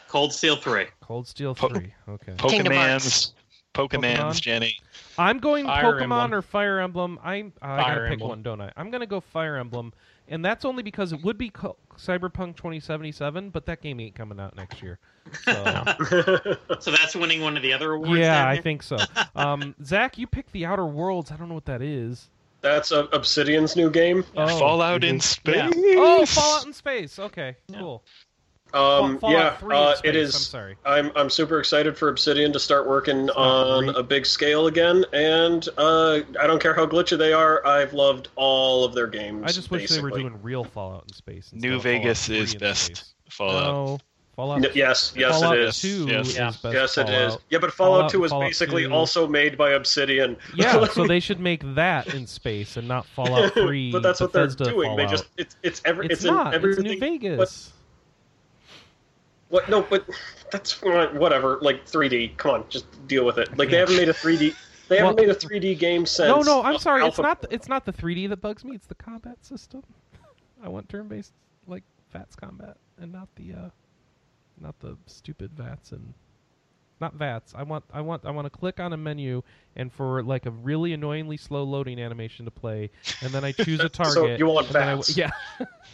Cold Steel Three.
Cold Steel
Po-
Three. Okay.
Kingdom
Pokemon's.
Pokemon.
Pokemon's, Jenny.
I'm going
Fire
Pokemon
Emblem.
or Fire Emblem. I I gotta
Fire
pick
Emblem.
one, don't I? I'm gonna go Fire Emblem, and that's only because it would be co- Cyberpunk 2077, but that game ain't coming out next year. So,
So that's winning one of the other awards.
Oh, yeah,
down
I
here?
think so. Um, Zach, you picked The Outer Worlds. I don't know what that is.
That's uh, Obsidian's new game.
Oh.
Fallout in space.
Yeah.
Oh, Fallout in space. Okay, cool.
Um,
Fall- Fallout
yeah,
3
uh,
in space.
it
I'm
is.
sorry.
I'm I'm super excited for Obsidian to start working on
great.
a big scale again, and uh, I don't care how glitchy they are. I've loved all of their games.
I just wish they were
basically.
doing real Fallout in space. instead
New
of Fallout
Vegas
3
is
in
best
space.
Fallout.
No, Fallout.
N- yes, yes,
Fallout
it is.
2
Uh, Yes.
is
Yeah.
best
Yes, it is.
Fallout.
Yeah, but Fallout,
Fallout-
2 was
Fallout
basically
2.
also made by Obsidian.
Yeah, so they should make that in space and not Fallout Three.
but that's what they're
Bethesda
doing. They
Fallout.
just it's it's every
it's,
it's,
not.
in everything.
it's New Vegas.
What? No, but that's whatever. Like 3D. Come on, just deal with it. Like they haven't made a 3D. They haven't
Well-
made a 3D game since.
no, no, I'm sorry. It's
Alpha-
not. The, it's not the 3D that bugs me. It's the combat system. I want turn-based like VATS combat and not the, uh, not the stupid VATS and not VATS. I want. I want. I want to click on a menu and for like a really annoyingly slow loading animation to play, and then I choose a target.
So you want
and then I w-
VATS.
yeah.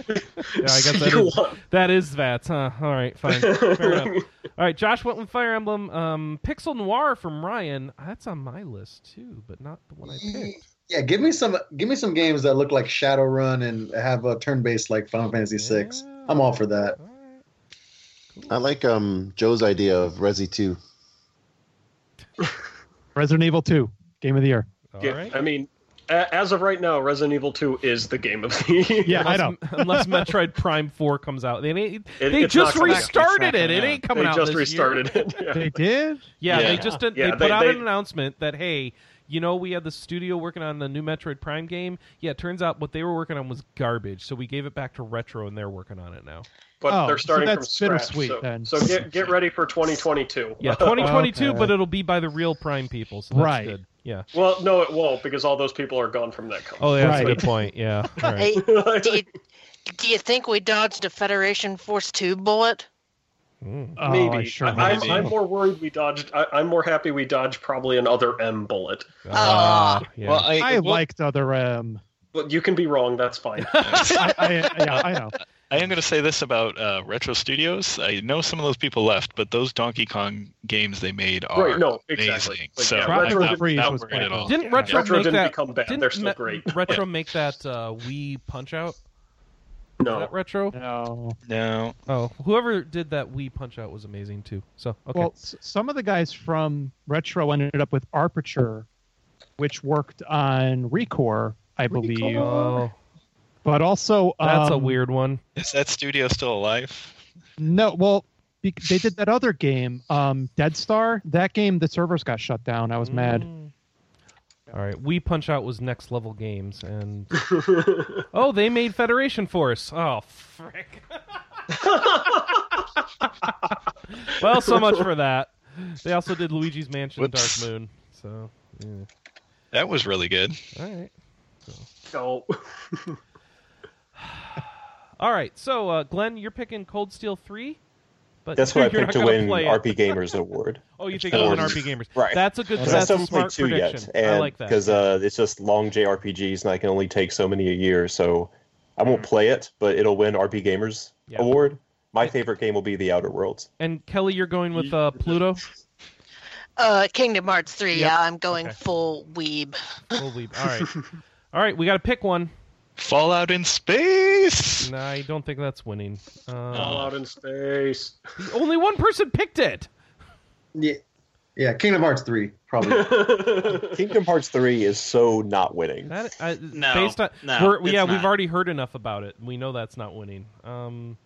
yeah. I guess that
You
is-
want-
That is that, huh? All right, fine. Fair enough. All right, Josh went with Fire Emblem. Um, Pixel Noir from Ryan. That's on my list too, but not the one I picked.
Yeah, give me some give me some games that look like Shadowrun and have a turn based like Final Fantasy VI.
Yeah.
I'm all for that.
All right.
I like um, Joe's idea of Resi 2.
Resident Evil 2, game of the year.
All
Yeah,
right.
I mean, a- as of right now, Resident Evil 2 is the game of the year.
Yeah, I know.
Unless Metroid Prime Four comes out, they ain't-
It-
they
it's
just
not coming out.
restarted
It's not
it. It
coming
ain't
They
coming out.
just
this year.
restarted it. Yeah.
They did?
Yeah, they
Yeah.
just did,
Yeah,
they put
they-
out
they-
an announcement that hey, you know we had the studio working on the new Metroid Prime game. Yeah, it turns out what they were working on was garbage, so we gave it back to Retro and they're working on it now.
but
Oh,
they're
so
starting from
that's
scratch.
bittersweet
so,
then.
so get get ready for 2022.
Yeah, 2022,
Okay.
but it'll be by the real Prime people, so that's
Right.
good. Yeah.
well, no, it won't because all those people are gone from that company.
Oh, yeah, that's a
Right.
good point. Yeah. All right.
Hey, do you, do you think we dodged a Federation Force 2 bullet?
Mm.
Oh,
Maybe.
I sure
I,
hope
am
so.
I'm more worried we dodged. I, I'm more happy we dodged probably another M bullet.
Ah, yeah.
Well, I,
I
well,
liked other um.
But you can be wrong. That's fine.
I, I, yeah, I know.
I am going to say this about uh, Retro Studios. I know some of those people left, but those Donkey Kong games they made are
Right, no, exactly.
amazing.
Like,
so
yeah,
I'm
Retro
not,
Freeze
not
was
worried
quite
at all.
didn't Retro,
Retro
make
didn't
that,
become bad.
Didn't
They're still
Me-
great.
Retro make that uh, Wii Punch Out? Is
No.
that Retro?
No.
No,
Oh, whoever did that Wii Punch Out was amazing too. So okay.
Well, s- some of the guys from Retro ended up with Arpiture, which worked on Recore, I believe,
oh,
but also
that's a
um,
weird one.
is that studio still alive?
No, well, be- they did that other game, um, Dead Star. That game, the servers got shut down. I was mad.
Mm. All right, Wii Punch Out was next level games, and oh, they made Federation Force. Oh, frick! well, so much for that. They also did Luigi's Mansion, and Dark
Whoops.
Moon. So, yeah.
That was really good.
all right,
No.
all right. So, uh, Glenn, you're picking Cold Steel Three, but
That's what I
you're
picked
not
to
gonna
win
play it.
RP Gamers Award.
Oh, you think it was an
Um,
RP Gamers?
right.
That's a good.
Because I
That's
still
a
haven't played
smart
two
prediction.
yet, and uh,
I like that.
because uh, it's just long JRPGs, and I can only take so many a year. So I won't play it, but it'll win RP Gamers
Mm-hmm. Yeah.
award. My favorite game will be The Outer Worlds.
And Kelly, you're going with uh, Pluto.
Uh, Kingdom Hearts 3,
Yep.
yeah, I'm going
Okay.
full weeb.
Holy, all right, all right. We got to pick one.
Fallout in space.
No, I don't think that's winning. Uh,
Fallout in space.
only one person picked it.
Yeah, yeah. Kingdom Hearts three probably.
Kingdom Hearts 3 is so not winning.
That I,
No,
based on
no,
we're-
it's
yeah,
not.
we've already heard enough about it. We know that's not winning. Um,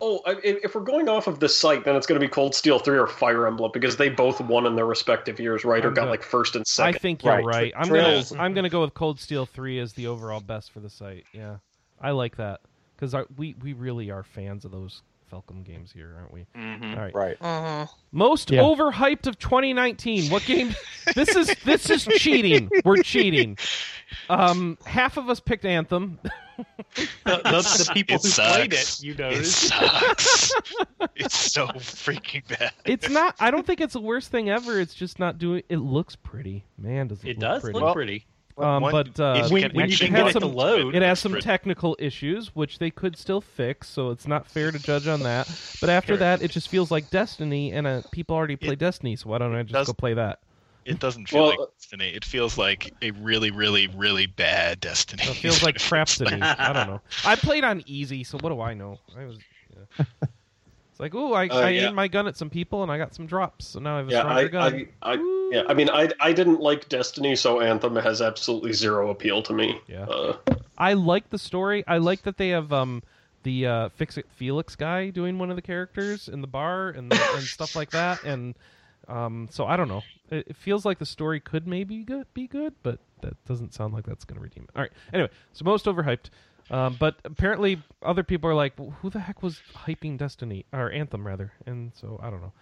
Oh, I- if if we're going off of this site, then it's going to be Cold Steel 3 or Fire Emblem because they both won in their respective years, right? Or
I'm
got
good.
like first and
I
second.
think you're right.
Right.
I'm
Trails-
gonna I'm gonna go with Cold Steel Three as the overall best for the site. Yeah, I like that because we we really are fans of those Falcom games here, aren't we?
Mhm.
All right.
Right.
Mhm.
Most
Yeah.
overhyped of 2019. What game? this is this is cheating. We're cheating. Um, half of us picked Anthem.
The, the, the people
It
who
sucks.
played it, you
It
notice.
sucks. it's so freaking bad.
It's not. I don't think it's the worst thing ever. It's just not doing. It looks pretty. Man, does it,
It
look
does
pretty.
look pretty.
Um,
One-
but, uh,
it's
When-
got
when you
action
had
going
some-
to
load,
It has some
It's pretty-
technical issues, which they could still fix, so it's not fair to judge on that. But after that, it just feels like Destiny, and uh, people already play
It-
Destiny, so why don't I just
does-
go play that?
It doesn't feel
Well,
like Destiny. It feels like a really, really, really bad Destiny.
It feels like crap to me. I don't know. I played on easy, so what do I know? I was. Yeah. It's like, ooh, I,
Uh,
I
yeah.
aimed my gun at some people and I got some drops, so now I have a
Yeah,
stronger
I,
gun.
I, I, yeah, I mean, I, I didn't like Destiny, so Anthem has absolutely zero appeal to me.
Yeah.
Uh,
I like the story. I like that they have um the uh, Fix It Felix guy doing one of the characters in the bar and and stuff like that. And um, so I don't know. It, it feels like the story could maybe good, be good, but that doesn't sound like that's going to redeem it. All right. Anyway, so most overhyped. Um, but apparently, other people are like, "Who the heck was hyping Destiny or Anthem rather?" And so I don't know.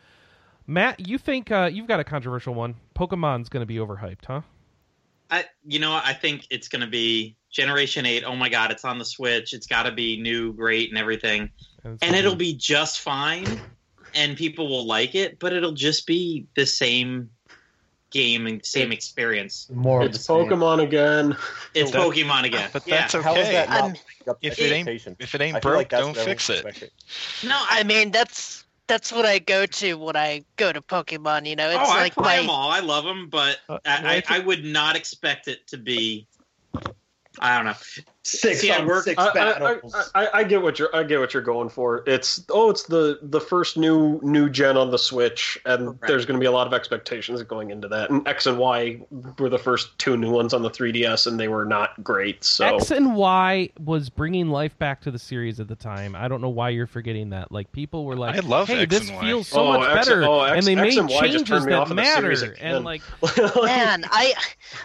Matt, you think uh, you've got a controversial one? Pokemon's going to be overhyped, huh?
I, you know, I think it's going to be Generation 8. Oh my God, it's on the Switch. It's got to be new, great, and everything.
it's
And
gonna
it'll be just fine, and people will like it, but it'll just be the same game and same experience.
More of
it's
the same.
Pokemon again.
It's
That-
Pokemon again.
But
yeah.
that's okay. Um,
How is that not
Um,
I'm-
up to
If it ain't-
expectation?
If it
I
ain't
feel
broke,
like that's
don't
what
fix it.
everyone's expecting.
no,
I mean, that's that's what I go to when I go to Pokemon, you know? It's
oh,
like
I play
my.
them all. I love them, but
Uh, I
I, I, I would not expect it to be. I don't know.
Six
See, I
on
work-
six
Uh,
I, I,
battles.
I, I, I get what you're I get what you're going for. It's oh, it's the the first new new gen on the Switch, and
Correct.
there's going to be a lot of expectations going into that. And X and Y were the first two new ones on the 3DS, and they were not great. So
X and Y was bringing life back to the series at the time. I don't know why you're forgetting that. Like people were like,
I love
"Hey,
X
this
and Y."
feels so
Oh,
much
X-
better,"
oh, X-
and they
X
made
and Y just
changes
turned me
that
off of the
matter.
series
and
again.
like,
Man, I,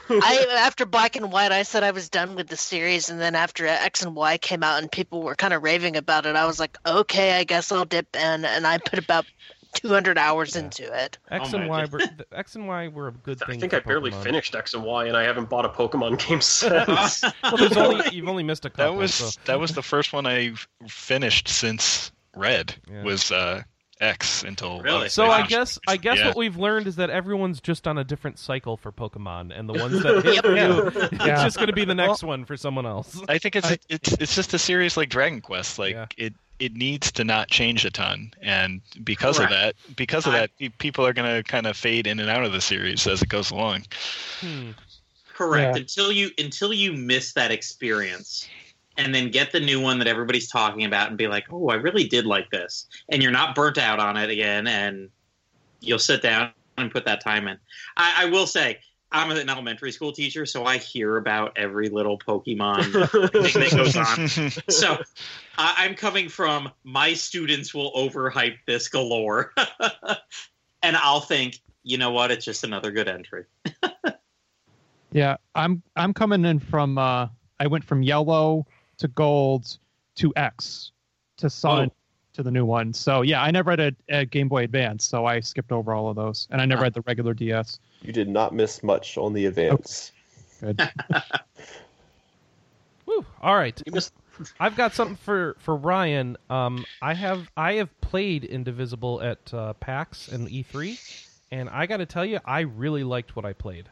I after Black and White, I said I was done with the series, and then after X and Y came out and people were kind of raving about it, I was like, okay, I guess I'll dip in, and I put about 200 hours
Yeah.
into it.
X
Oh
and
my
Y were the- X and Y were a good thing.
I think
for
I barely
Pokemon.
finished X and Y, and I haven't bought a Pokemon game since.
Well, there's only you've only missed a couple.
That was
so-
that was the first one I finished since Red
Yeah.
was uh, X until
Really?
So I
Obviously.
guess I guess
Yeah.
what we've learned is that everyone's just on a different cycle for Pokemon, and the ones that hit
Yep.
you, it's
Yeah.
just going to be the next one for someone else.
I think it's
I-
it's it's just a series like Dragon Quest. Like
Yeah.
it it needs to not change a ton, and because of that,
Correct.
because of
I-
that, pe- people are gonna kind of fade in and out of the series as it goes along.
Hmm.
Correct.
Yeah.
Until you until you miss that experience and then get the new one that everybody's talking about and be like, "Oh, I really did like this." And you're not burnt out on it again and you'll sit down and put that time in. I, I will say I'm an elementary school teacher, so I hear about every little Pokemon thing that goes on. So I, I'm coming from my students will overhype this galore, and I'll think, you know what? It's just another good entry.
Yeah, I'm I'm coming in from uh I went from yellow to gold to X to
Oh.
sun to the new one. So yeah, I never had a, a Game Boy Advance, so I skipped over all of those, and I never had the regular DS.
You did not miss much on the advance.
Good.
Whew. All right,
You missed-
I've got something for for Ryan. Um, I have I have played Indivisible E at uh, PAX and E3, and I got to tell you, I really liked what I played.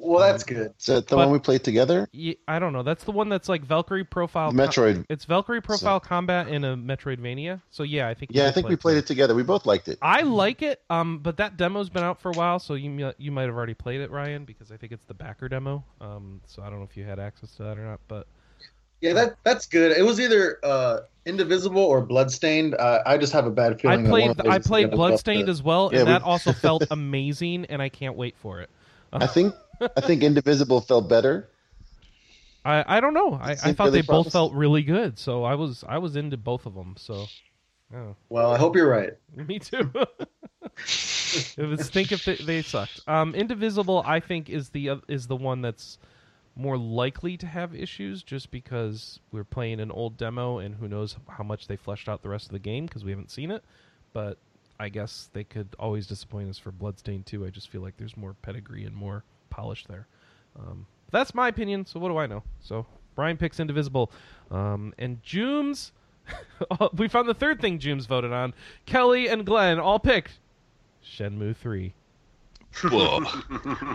Well, that's good.
Is that the
But-
one we played together?
Ye- I don't know. That's the one that's like Valkyrie profile.
Metroid.
it's Valkyrie profile combat in a Metroidvania. So yeah, I think
Yeah, I think we played it together. We both liked it.
I like it, um, but that demo's been out for a while, so you mi- you might have already played it, Ryan, because I think it's the backer demo. Um, so I don't know if you had access to that or not, but
Yeah, that that's good. It was either uh, Indivisible or Bloodstained. Uh, I just have a bad
I
feeling. that one of
played
those
I
is gonna
played
fuck
Bloodstained
the-
as well,
Yeah,
and
we-
that also felt amazing, and I can't wait for it.
I think I think Indivisible felt better.
I, I don't know. I, I
Think
thought
really
they both
promised.
felt really good, so I was I was into both of them. So, yeah.
Well, I hope you're right.
Me too. it was think if they, they sucked. Um, Indivisible, I think, is the oth- is the one that's more likely to have issues, just because we're playing an old demo, and who knows how much they fleshed out the rest of the game because we haven't seen it. But I guess they could always disappoint us for Bloodstained too. I just feel like there's more pedigree and more polish there. Um, that's my opinion. So what do I know? So Brian picks Indivisible, um, and Jooms. we found the third thing Jooms voted on. Kelly and Glenn all picked Shenmue three.
Whoa.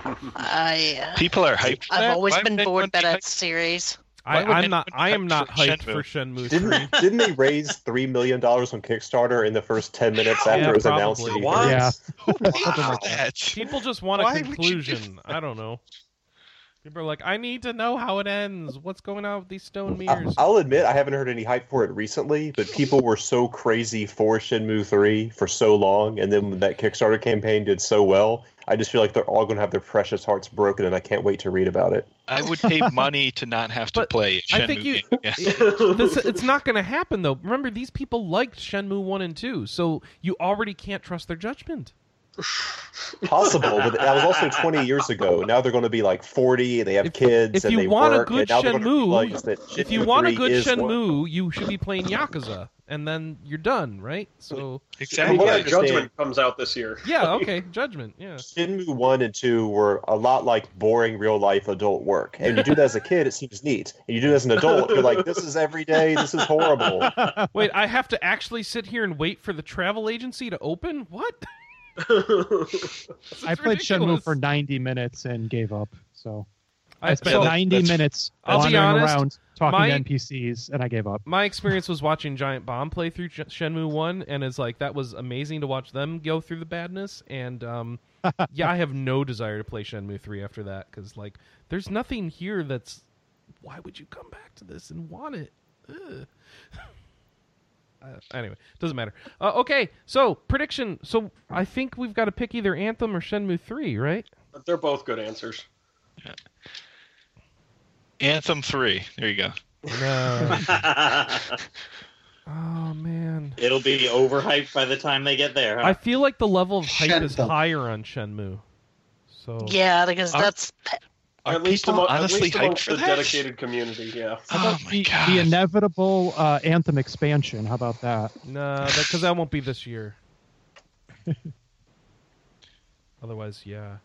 I
People are hyped. for
I've
that?
always
Why
been
would
bored by
anyone be
that series.
Why
I,
would
I'm not.
anyone
I am
vote
not
for
hyped
Shenmue?
for Shenmue three.
Didn't didn't they raise three million dollars on Kickstarter in the first ten minutes
Yeah,
after it was announced?
probably.
that he-
What?
Yeah.
hyped for that?
People just want
Why
a
would you do
conclusion. I don't know. People are like, I need to know how it ends. What's going on with these stone mirrors?
I- I'll admit I haven't heard any hype for it recently, but people were so crazy for Shenmue 3 for so long, and then when that Kickstarter campaign did so well, I just feel like they're all going to have their precious hearts broken, and I can't wait to read about it.
I would pay money to not have to
But
play. a
I think
Shenmue
you-
game. Yeah.
this, it's not going to happen though. Remember, these people liked Shenmue one and two, so you already can't trust their judgment.
Possible, but that was also 20 years ago. Now they're going to be like 40, and they have
If-
kids,
if
and
you
they
want a
work,
good
and now they're gonna
Shenmue-
realize that
If you want a
3
good
is one.
Shenmue, you should be playing Yakuza, and then you're done, right? So
I
From
mean,
Exactly.
what I
yeah,
understand-
Judgment comes out this year.
yeah, okay, judgment, yeah.
Shinmu 1 and 2 were a lot like boring real life adult work. And you do that as a kid, it seems neat. And you do it as an adult, you're like, this is every day, this is horrible.
Wait, I have to actually sit here and wait for the travel agency to open? What? This is
I played
ridiculous.
Shenmue for 90 minutes and gave up. So
I-
I spent
so
90
That's-
minutes
I'll be
wandering
honest,
around talking
my-
to NPCs, and I gave up.
my experience was watching Giant Bomb play through Sh- Shenmue One, and it's like that was amazing to watch them go through the badness. And um, yeah, I have no desire to play Shenmue Three after that because like there's nothing here that's why would you come back to this and want it? Ugh. Uh, anyway, doesn't matter. Uh, okay, so prediction. So I think we've got to pick either Anthem or Shenmue Three, right?
But they're both good answers.
Anthem three. There you go.
No. oh man.
It'll be overhyped by the time they get there.
I
Huh?
feel like the level of hype is
Shenmue.
higher on Shenmue. So
Yeah, because
Are-
that's
Are
at least
people
among,
honestly
at least
hyped
amongst
for
the
that?
dedicated community, yeah.
Oh my
the,
god.
the inevitable uh, Anthem expansion. How about that?
No, because that won't be this year. Otherwise, yeah.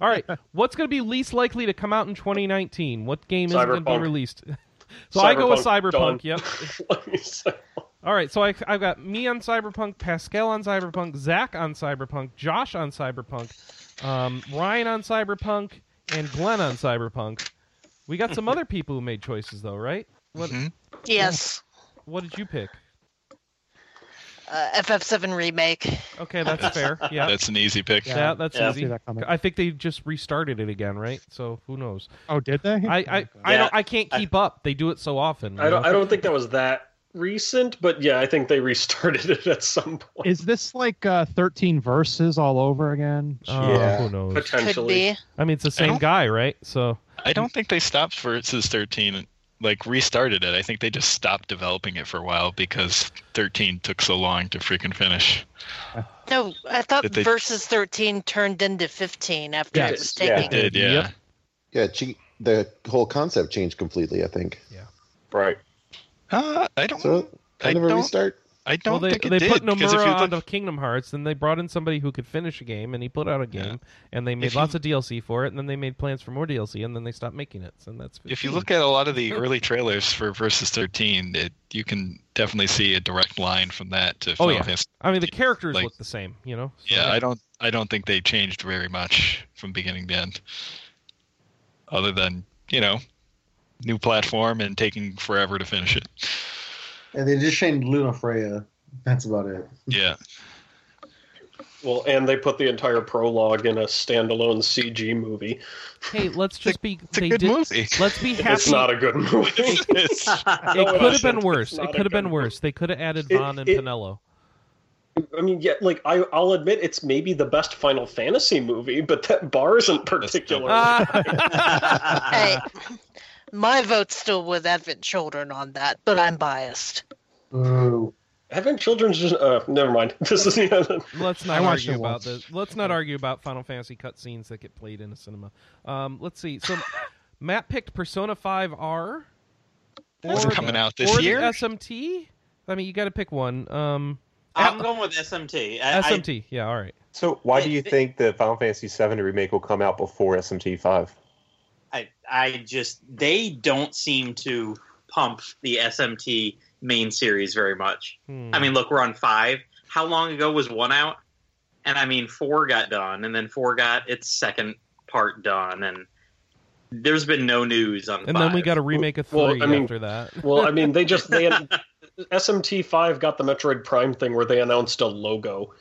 All right, what's going to be least likely to come out in 2019? What game is going to be
Cyberpunk.
released? so I go with Cyberpunk.
done.
Yep.
So-
All right, so I, I've got me on Cyberpunk, Pascal on Cyberpunk, Zach on Cyberpunk, Josh on Cyberpunk, um, Ryan on Cyberpunk, and Glenn on Cyberpunk. We got some other people who made choices though, right? What
Mhm.
yes,
What did you pick?
uh, FF7 remake.
Okay, that's fair. Yeah,
That's an easy pick.
Yeah.
that, that's
Yeah.
See
easy.
that coming.
I think they just restarted it again, right? So who knows?
Oh, did they?
I I, I
Yeah.
don't I can't keep up. They do it so often.
I
you
don't
know?
I don't think that was that recent, but yeah, I think they restarted it at some point.
Is this like uh, 13 verses all over again?
Oh,
Yeah.
Who knows?
Could
Potentially.
be.
I mean, it's the same
don't-
guy, right? So
I don't think they stopped versus 13 like restarted it. I think they just stopped developing it for a while because 13 took so long to freaking finish.
No, I thought
Did they-
versus 13 turned into 15 after
Yeah,
it was
yeah.
taken.
Did yeah.
Yep.
Yeah, che- the whole concept changed completely. I think
Right.
Uh, I don't
so. Kind
I
of a
don't-
restart.
I don't
well, they,
think it
they
did
put
because if you
Nomura
look-
onto Kingdom Hearts, then they brought in somebody who could finish a game, and he put out a game, and they made
If you-
lots of DLC for it, and then they made plans for more DLC, and then they stopped making it. And that's
if you
15.
look at a lot of the early trailers for versus 13, it, you can definitely see a direct line from that to Final
Oh, yeah.
Fantasy.
I mean, the characters
like-
look the same, you know. So-
Yeah, I don't I don't think they changed very much from beginning to end. Other than you know, new platform and taking forever to finish it.
And they just changed Luna Freya. That's about it.
Yeah,
Well, and they put the entire prologue in a standalone CG movie.
Hey, let's just be.
it's a
they
good
did,
movie.
Let's be happy.
It's not a good movie.
It's-
it could have been
It's
worse.
not
It
a
could have been
good-
worse. They could have added
It-
Vaughn and
it-
Pinello.
I mean, yeah, like I, I'll admit it's maybe the best Final Fantasy movie, but that bar isn't particularly.
Ah,
Hey, my vote's still with Advent Children on that, but I'm biased.
Ooh.
Having children's just uh, never mind. This is yeah,
let's
I
not
watched
argue
it
about
once.
this. Let's not argue about Final Fantasy cutscenes that get played in a cinema. Um, let's see. So, Matt picked Persona Five R.
It's
or
coming
the-
out this
or the
year?
SMT. I mean, you got to pick one. Um,
I'm going with SMT. I, I-
SMT. yeah, all right.
So why do
It-
you
it-
think the Final Fantasy VII remake will come out before SMT five?
I, I just they don't seem to pump the SMT main series very much.
Hmm.
I mean, look, we're on five. How long ago was one out? And I mean, four got done, and then four got its second part done, and there's been no news on.
and then we
five.
got a remake of three
Well, I mean-
after that.
well, I mean, they just they SMT five got the Metroid Prime thing where they announced a logo.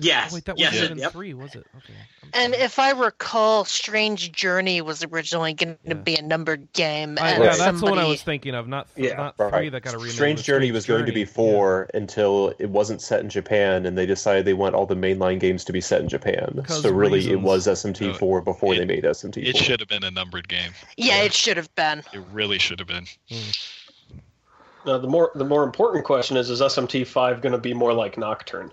yes,
Oh, wait, that
yes,
wasn't
Yeah.
in
yep.
three, was it? Okay. I'm
And
sorry.
if I recall, Strange Journey was originally going to
Yeah.
be a numbered game,
I,
and
yeah,
somebody
that's the one I was thinking of. Not,
Yeah,
not
right.
three that got a remake.
Strange
but
Journey was going to be
Journey.
four until it wasn't set in Japan, and they decided they want all the mainline games to be set in Japan.
'Cause
So really, it
reasons.
was SMT four before
It-
they made SMT
it
four.
should have been a numbered game.
yeah, it should have been.
It really should have been.
Now, the more the more important question is: Is SMT five going to be more like Nocturne?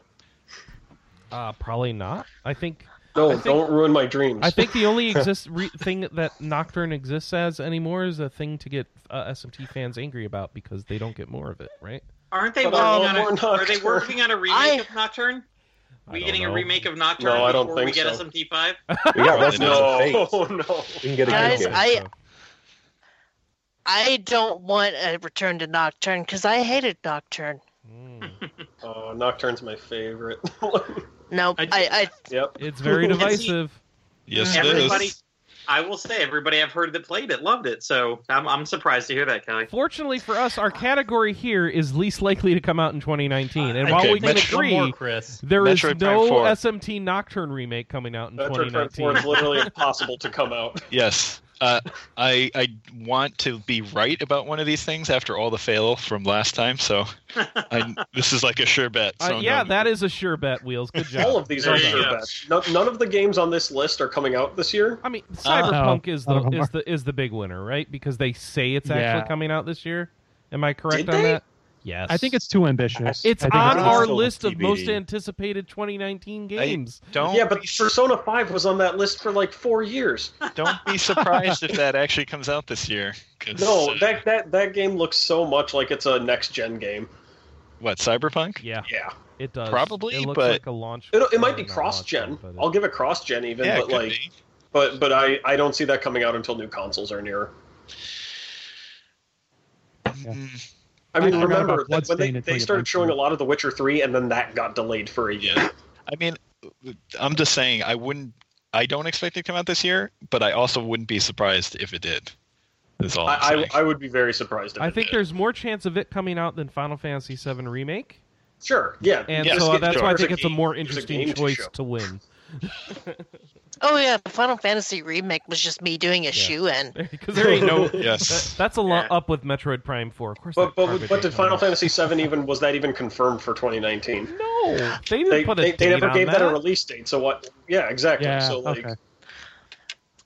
Uh, probably not. I think
No,
I think-
don't ruin my dreams.
I think the only exist re- thing that Nocturne exists as anymore is a thing to get uh, SMT fans angry about because they don't get more of it, right?
Aren't they
But
working
I
on a,
want
Are they
Nocturne.
working on a remake
I-
of Nocturne?
I
we
don't
getting a
know.
remake of Nocturne
No, I don't
before we
think
get
so.
SMT five?
We
Oh,
got Resident
no,
Evil Fate.
Oh, no.
We can get a
Guys,
good game.
I I don't want a return to Nocturne because I hated Nocturne.
Mm.
Oh, Nocturne's my favorite.
No,
I-
I, I,
yep.
It's very
And see-
divisive.
Yes, it is.
Everybody, I will say, everybody I've heard that played it loved it. So I'm, I'm surprised to hear that, Kelly.
Fortunately for us, our category here is least likely to come out in 2019, and
I
while
Okay,
we can
think
Metro-
one more,
agree,
Chris.
there is
Metroid Prime
no
4.
SMT Nocturne remake coming out in
Metroid Prime 4 is
2019.
literally impossible to come out.
Yes. Uh, I I want to be right about one of these things after all the fail from last time, so I, this is like a sure bet.
Uh,
So I'm
yeah,
going-
that is a sure bet. Wheels, good job.
All of these
There
are
you
sure
go.
bets. No, none of the games on this list are coming out this year.
I mean, Cyberpunk is
none
the
of 'em
is
are.
the is the big winner, right? Because they say it's
Yeah.
actually coming out this year. Am I correct
Did
on
they?
that? Yes.
I think it's too ambitious.
it's
I
on
think it's-
our
still
list of
TBD.
most anticipated 2019 games.
Don't
Yeah, but Persona 5 was on that list for like four years.
don't be surprised if that actually comes out this year. 'cause,
No,
uh,
that, that, that game looks so much like it's a next gen game.
what Cyberpunk?
yeah,
Yeah.
it does.
Probably,
it looks
but-
like a launch.
It, it might be
not
cross gen.
launch date, but it-
I'll give it cross gen even,
yeah, it
but
could
like
be.
but but I, I don't see that coming out until new consoles are near.
Mm-hmm.
Mm,
I mean,
I forgot
remember
about
that when they,
Bloodstained until
they
you
started
mentioned
showing
it.
a lot of The Witcher 3 and then that got delayed for a year.
yeah. I mean, I'm just saying I wouldn't. I don't expect it to come out this year, but I also wouldn't be surprised if it did. That's all I'm
I,
saying.
I, I would be very surprised if
I
it
think
did.
there's more chance of it coming out than Final Fantasy VII remake,
Sure. Yeah.
and
Yeah,
so uh,
it's-
that's
sure.
why I
There's
think it's a
game-
more
there's
interesting
game to
choice
show.
to win.
oh yeah, Final Fantasy remake was just me doing a shoe in.
Because there ain't no.
Yes.
that- that's a lot
Yeah.
up with Metroid Prime Four, of course.
But
that
but
garbage
but
ain't
did
coming
Final
out.
Fantasy VII even was that even confirmed for 2019?
No, they didn't
They
put a
they, they
date
never
on
gave that. a
that.
release date. So what? Yeah, exactly.
yeah,
so like
okay.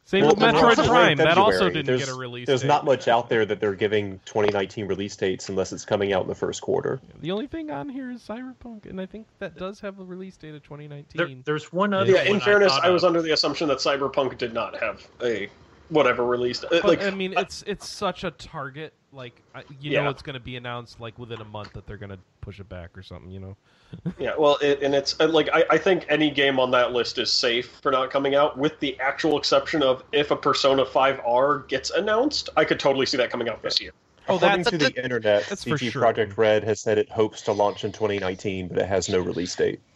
Same
Well,
with
they're
Metroid
not-
Prime. That also
February.
didn't
There's-
get a release.
There's
date.
not much out there that they're giving 2019 release dates unless it's coming out in the first quarter.
The only thing on here is Cyberpunk, and I think that does have a release date of 2019.
There, there's one other.
yeah. In
one
fairness,
thought
I, was
of.
under the assumption that Cyberpunk did not have a whatever release. uh,
but,
Like
I mean, it's it's such a target. Like I- you know,
Yeah.
it's going to be announced like within a month that they're going to push it back or something. You know,
yeah. Well, it, and it's uh, like I, I think any game on that list is safe for not coming out, with the actual exception of if a Persona 5R gets announced, I could totally see that coming out this year.
Oh,
According
that's-
to the internet,
that's for
CG
sure.
Project Red has said it hopes to launch in 2019, but it has no release date.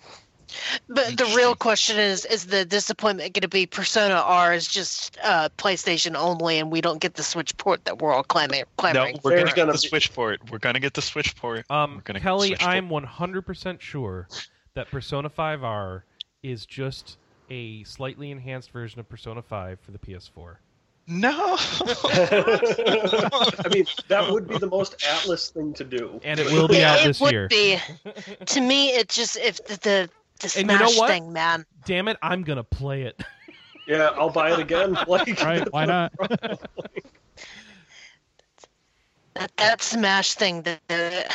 But the real question is: Is the disappointment going to be Persona R is just uh, PlayStation only, and we don't get the Switch port that we're all clamoring?
No,
clamoring
we're
for?
gonna get the switch port. We're gonna get the switch port.
Um,
We're gonna
Kelly,
switch for-
I'm 100% sure that Persona 5R is just a slightly enhanced version of Persona 5 for the PS4.
No.
I mean, that would be the most Atlas thing to do.
And it will be out
it
this
would
year.
be. to me, it just if the the, the Smash
And you know what?
thing, man.
Damn it, I'm going to play it.
Yeah, I'll buy it again. Like,
Right? Why not?
That that Smash thing. The, the,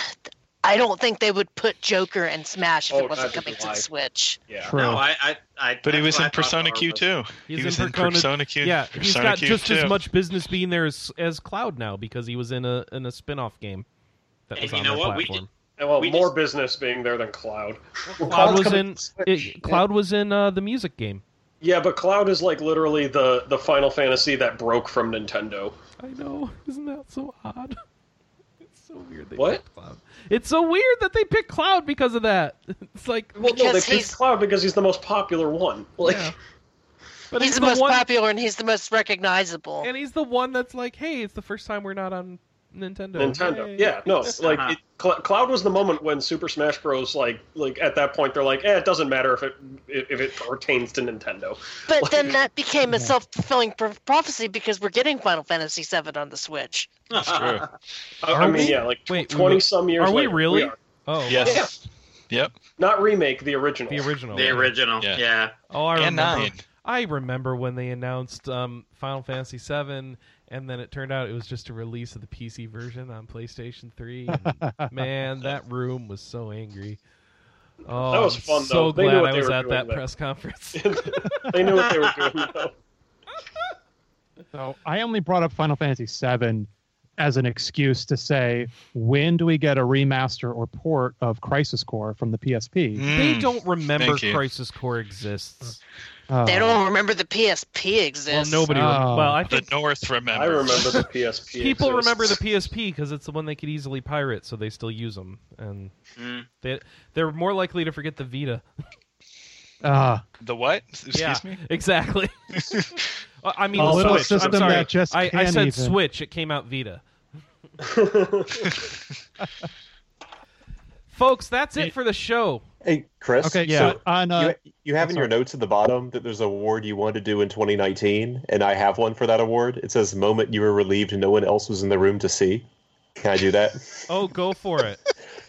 I don't think they would put Joker and Smash if
Oh,
it wasn't
that'd be
coming to the
why.
Switch.
Yeah.
True.
No, I, I, I
But he
that's
was
what I
in
thought
Persona
about
Q
it.
too.
He's
he
in
was in
Persona-
Persona, Q.
Yeah,
Persona
he's got
Q
just
too.
as much business being there as, as Cloud now because he was in a in a spin-off game that
And
was
you
on
know
their
what? We
platform.
Well,
We
more
just-
business being there than Cloud.
Cloud was
coming
in
to Switch.
it, Cloud was in uh, the music game.
Yeah, but Cloud is like literally the the Final Fantasy that broke from Nintendo.
I know, isn't that so odd? It's so weird. They
What?
picked Cloud. It's so weird that they picked Cloud because of that. It's like
Well, no, they
Because
picked
he's-
Cloud because he's the most popular one. Like,
Yeah. But
he's the, most popular and he's the most recognizable.
and he's the one that's like, hey, it's the first time we're not on Nintendo.
Nintendo.
Yay.
Yeah, no, like
Uh-huh.
it, Cl- Cloud was the moment when Super Smash Bros. Like, like at that point, they're like, eh, it doesn't matter if it if it pertains to Nintendo.
But then that became a self fulfilling pro- prophecy because we're getting Final Fantasy VII on the Switch.
True.
I,
Are
I mean,
we-
yeah, like
wait, we-
twenty some years.
Are we
later,
really?
are.
Oh,
Yes. Yep.
Not remake the original.
the original.
The original,
Yeah.
yeah.
Oh, I
And
remember.
nine.
I remember when they announced um, Final Fantasy VII, and then it turned out it was just a release of the PC version on PlayStation 3. And, man, that room was so angry. Oh,
That was
I'm
fun,
so
though. They knew
glad
what
I
they
was
were
at
doing
that
there.
press conference.
they knew what they were doing. Though.
So I only brought up Final Fantasy VII as an excuse to say, when do we get a remaster or port of Crisis Core from the PSP?
they
Mm.
don't remember
Thank you.
Crisis Core exists.
Uh,
They don't remember the PSP
Well,
exists.
nobody.
Oh.
Rem- well, I
The
think
North remembers.
I remember the PSP.
people
exists.
remember the PSP because it's the one they could easily pirate, so they still use them, and
Hmm.
Mm.
they they're more likely to forget the Vita.
uh,
The what? Excuse
yeah,
me.
exactly. Uh, I mean,
A
the
little
Switch. I'm
system
sorry.
that just
I, I
can't
said
even.
Switch. It came out Vita. Folks, that's it for the show.
Hey, Chris.
okay,
so
yeah. on, uh,
you, you have in your notes at the bottom that there's an award you wanted to do in 2019, and I have one for that award. It says "Moment you were relieved no one else was in the room to see." Can I do that?
Oh, go for it.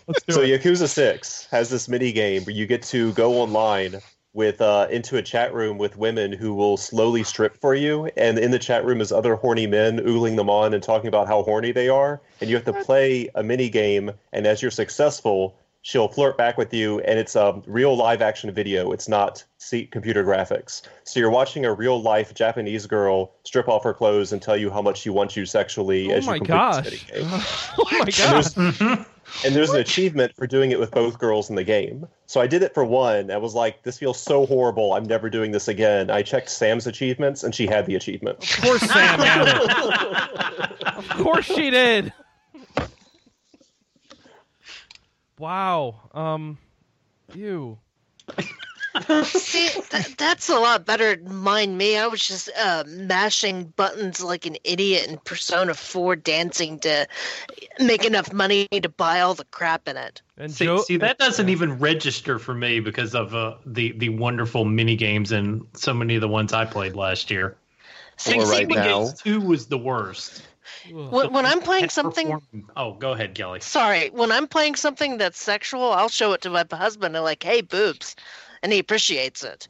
let's do
so
it.
Yakuza Six has this mini game where you get to go online with uh, into a chat room with women who will slowly strip for you, and in the chat room is other horny men oogling them on and talking about how horny they are, and you have to play a mini game, and as you're successful. She'll flirt back with you, and it's a real live action video. It's not see, computer graphics. So you're watching a real life Japanese girl strip off her clothes and tell you how much she wants you sexually
Oh
as
my
you complete this
gosh.
mini game
Oh my god.
and there's an achievement for doing it with both girls in the game. So I did it for one. I was like, this feels so horrible. I'm never doing this again. I checked Sam's achievements, and she had the achievement.
Of course, Sam had it. Of course, she did. Wow. Um. Ew.
See, that, that's a lot better. Mind me, I was just uh, mashing buttons like an idiot in Persona 4 dancing to make enough money to buy all the crap in it.
And
See,
Joe.
see, that doesn't even register for me because of uh, the the wonderful mini games and so many of the ones I played last year.
See,
Or
see,
right
Mini
now.
Games Two was the worst.
Ugh.
when, when I'm playing something
Oh, go ahead, Kelly.
Sorry, when I'm playing something that's sexual, I'll show it to my husband and like, hey, boobs, and he appreciates it.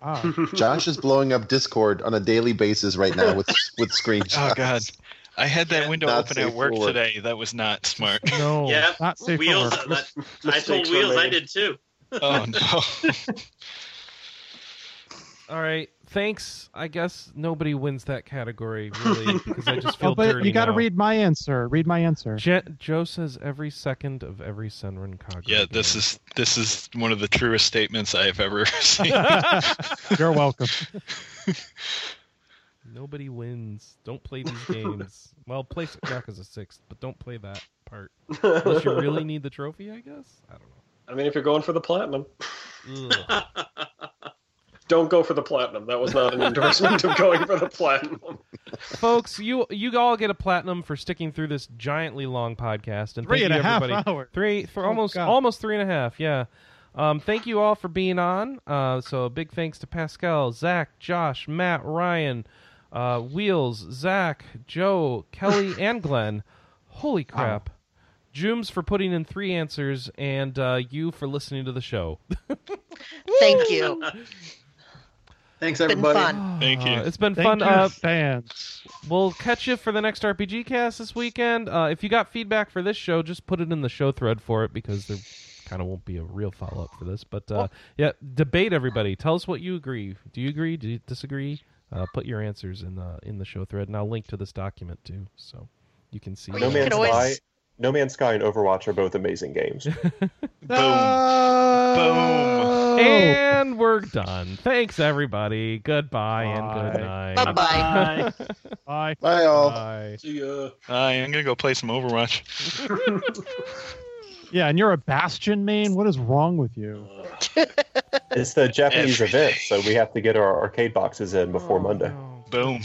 Ah.
Josh is blowing up Discord on a daily basis right now with with screenshots.
Oh God. I had that window
not
open at
safe
work
for work.
today. That was not smart.
No.
Yeah.
Not safe for
Wheels.
work.
that- I told
Mistakes were
Wheels I
made.
did too.
Oh no.
All right. Thanks. I guess nobody wins that category really because I just feel
Oh, but
dirty
you got to
now.
read my answer. Read my answer.
Je- Joe says every second of every Senran Kagura.
Yeah, this
game.
is this is one of the truest statements I've ever seen.
You're welcome.
nobody wins. Don't play these games. well, play Yakuza Six, but don't play that part unless you really need the trophy. I guess I don't know.
I mean, if you're going for the platinum,
Ugh.
Don't go for the platinum. That was not an endorsement of going for the platinum.
Folks, you you all get a platinum for sticking through this giantly long podcast, and
Three
thank
and
you
a half
everybody.
hours.
Three, th-
Oh,
almost,
God.
almost three and a half. Yeah. Um, thank you all for being on. Uh, so a big thanks to Pascal, Zach, Josh, Matt, Ryan, uh, Wheels, Zach, Joe, Kelly, and Glenn. Holy crap! Jooms for putting in three answers, and uh, you for listening to the show.
Thank you.
Thanks
Been
everybody.
fun.
Thank you.
Uh, it's been
Thank
fun.
you,
Uh,
fans.
We'll catch you for the next RPG cast this weekend. Uh, if you got feedback for this show, just put it in the show thread for it because there kind of won't be a real follow up for this. But uh, yeah, debate everybody. Tell us what you agree. Do you agree? Do you disagree? Uh, put your answers in the in the show thread, and I'll link to this document too, so you can see.
Or
No
you
Man's
could always-
Sky, No Man's Sky, and Overwatch are both amazing games.
Boom.
Uh,
No!
And we're done. Thanks everybody. Goodbye and good
Bye.
night.
Bye bye.
Bye.
Bye.
Bye, all.
Bye.
See ya.
Hi, I'm gonna go play some Overwatch.
Yeah, and you're a Bastion main? What is wrong with you?
It's the Japanese
Everything.
Oh.
event, so we have to get our arcade boxes in before Monday.
Boom.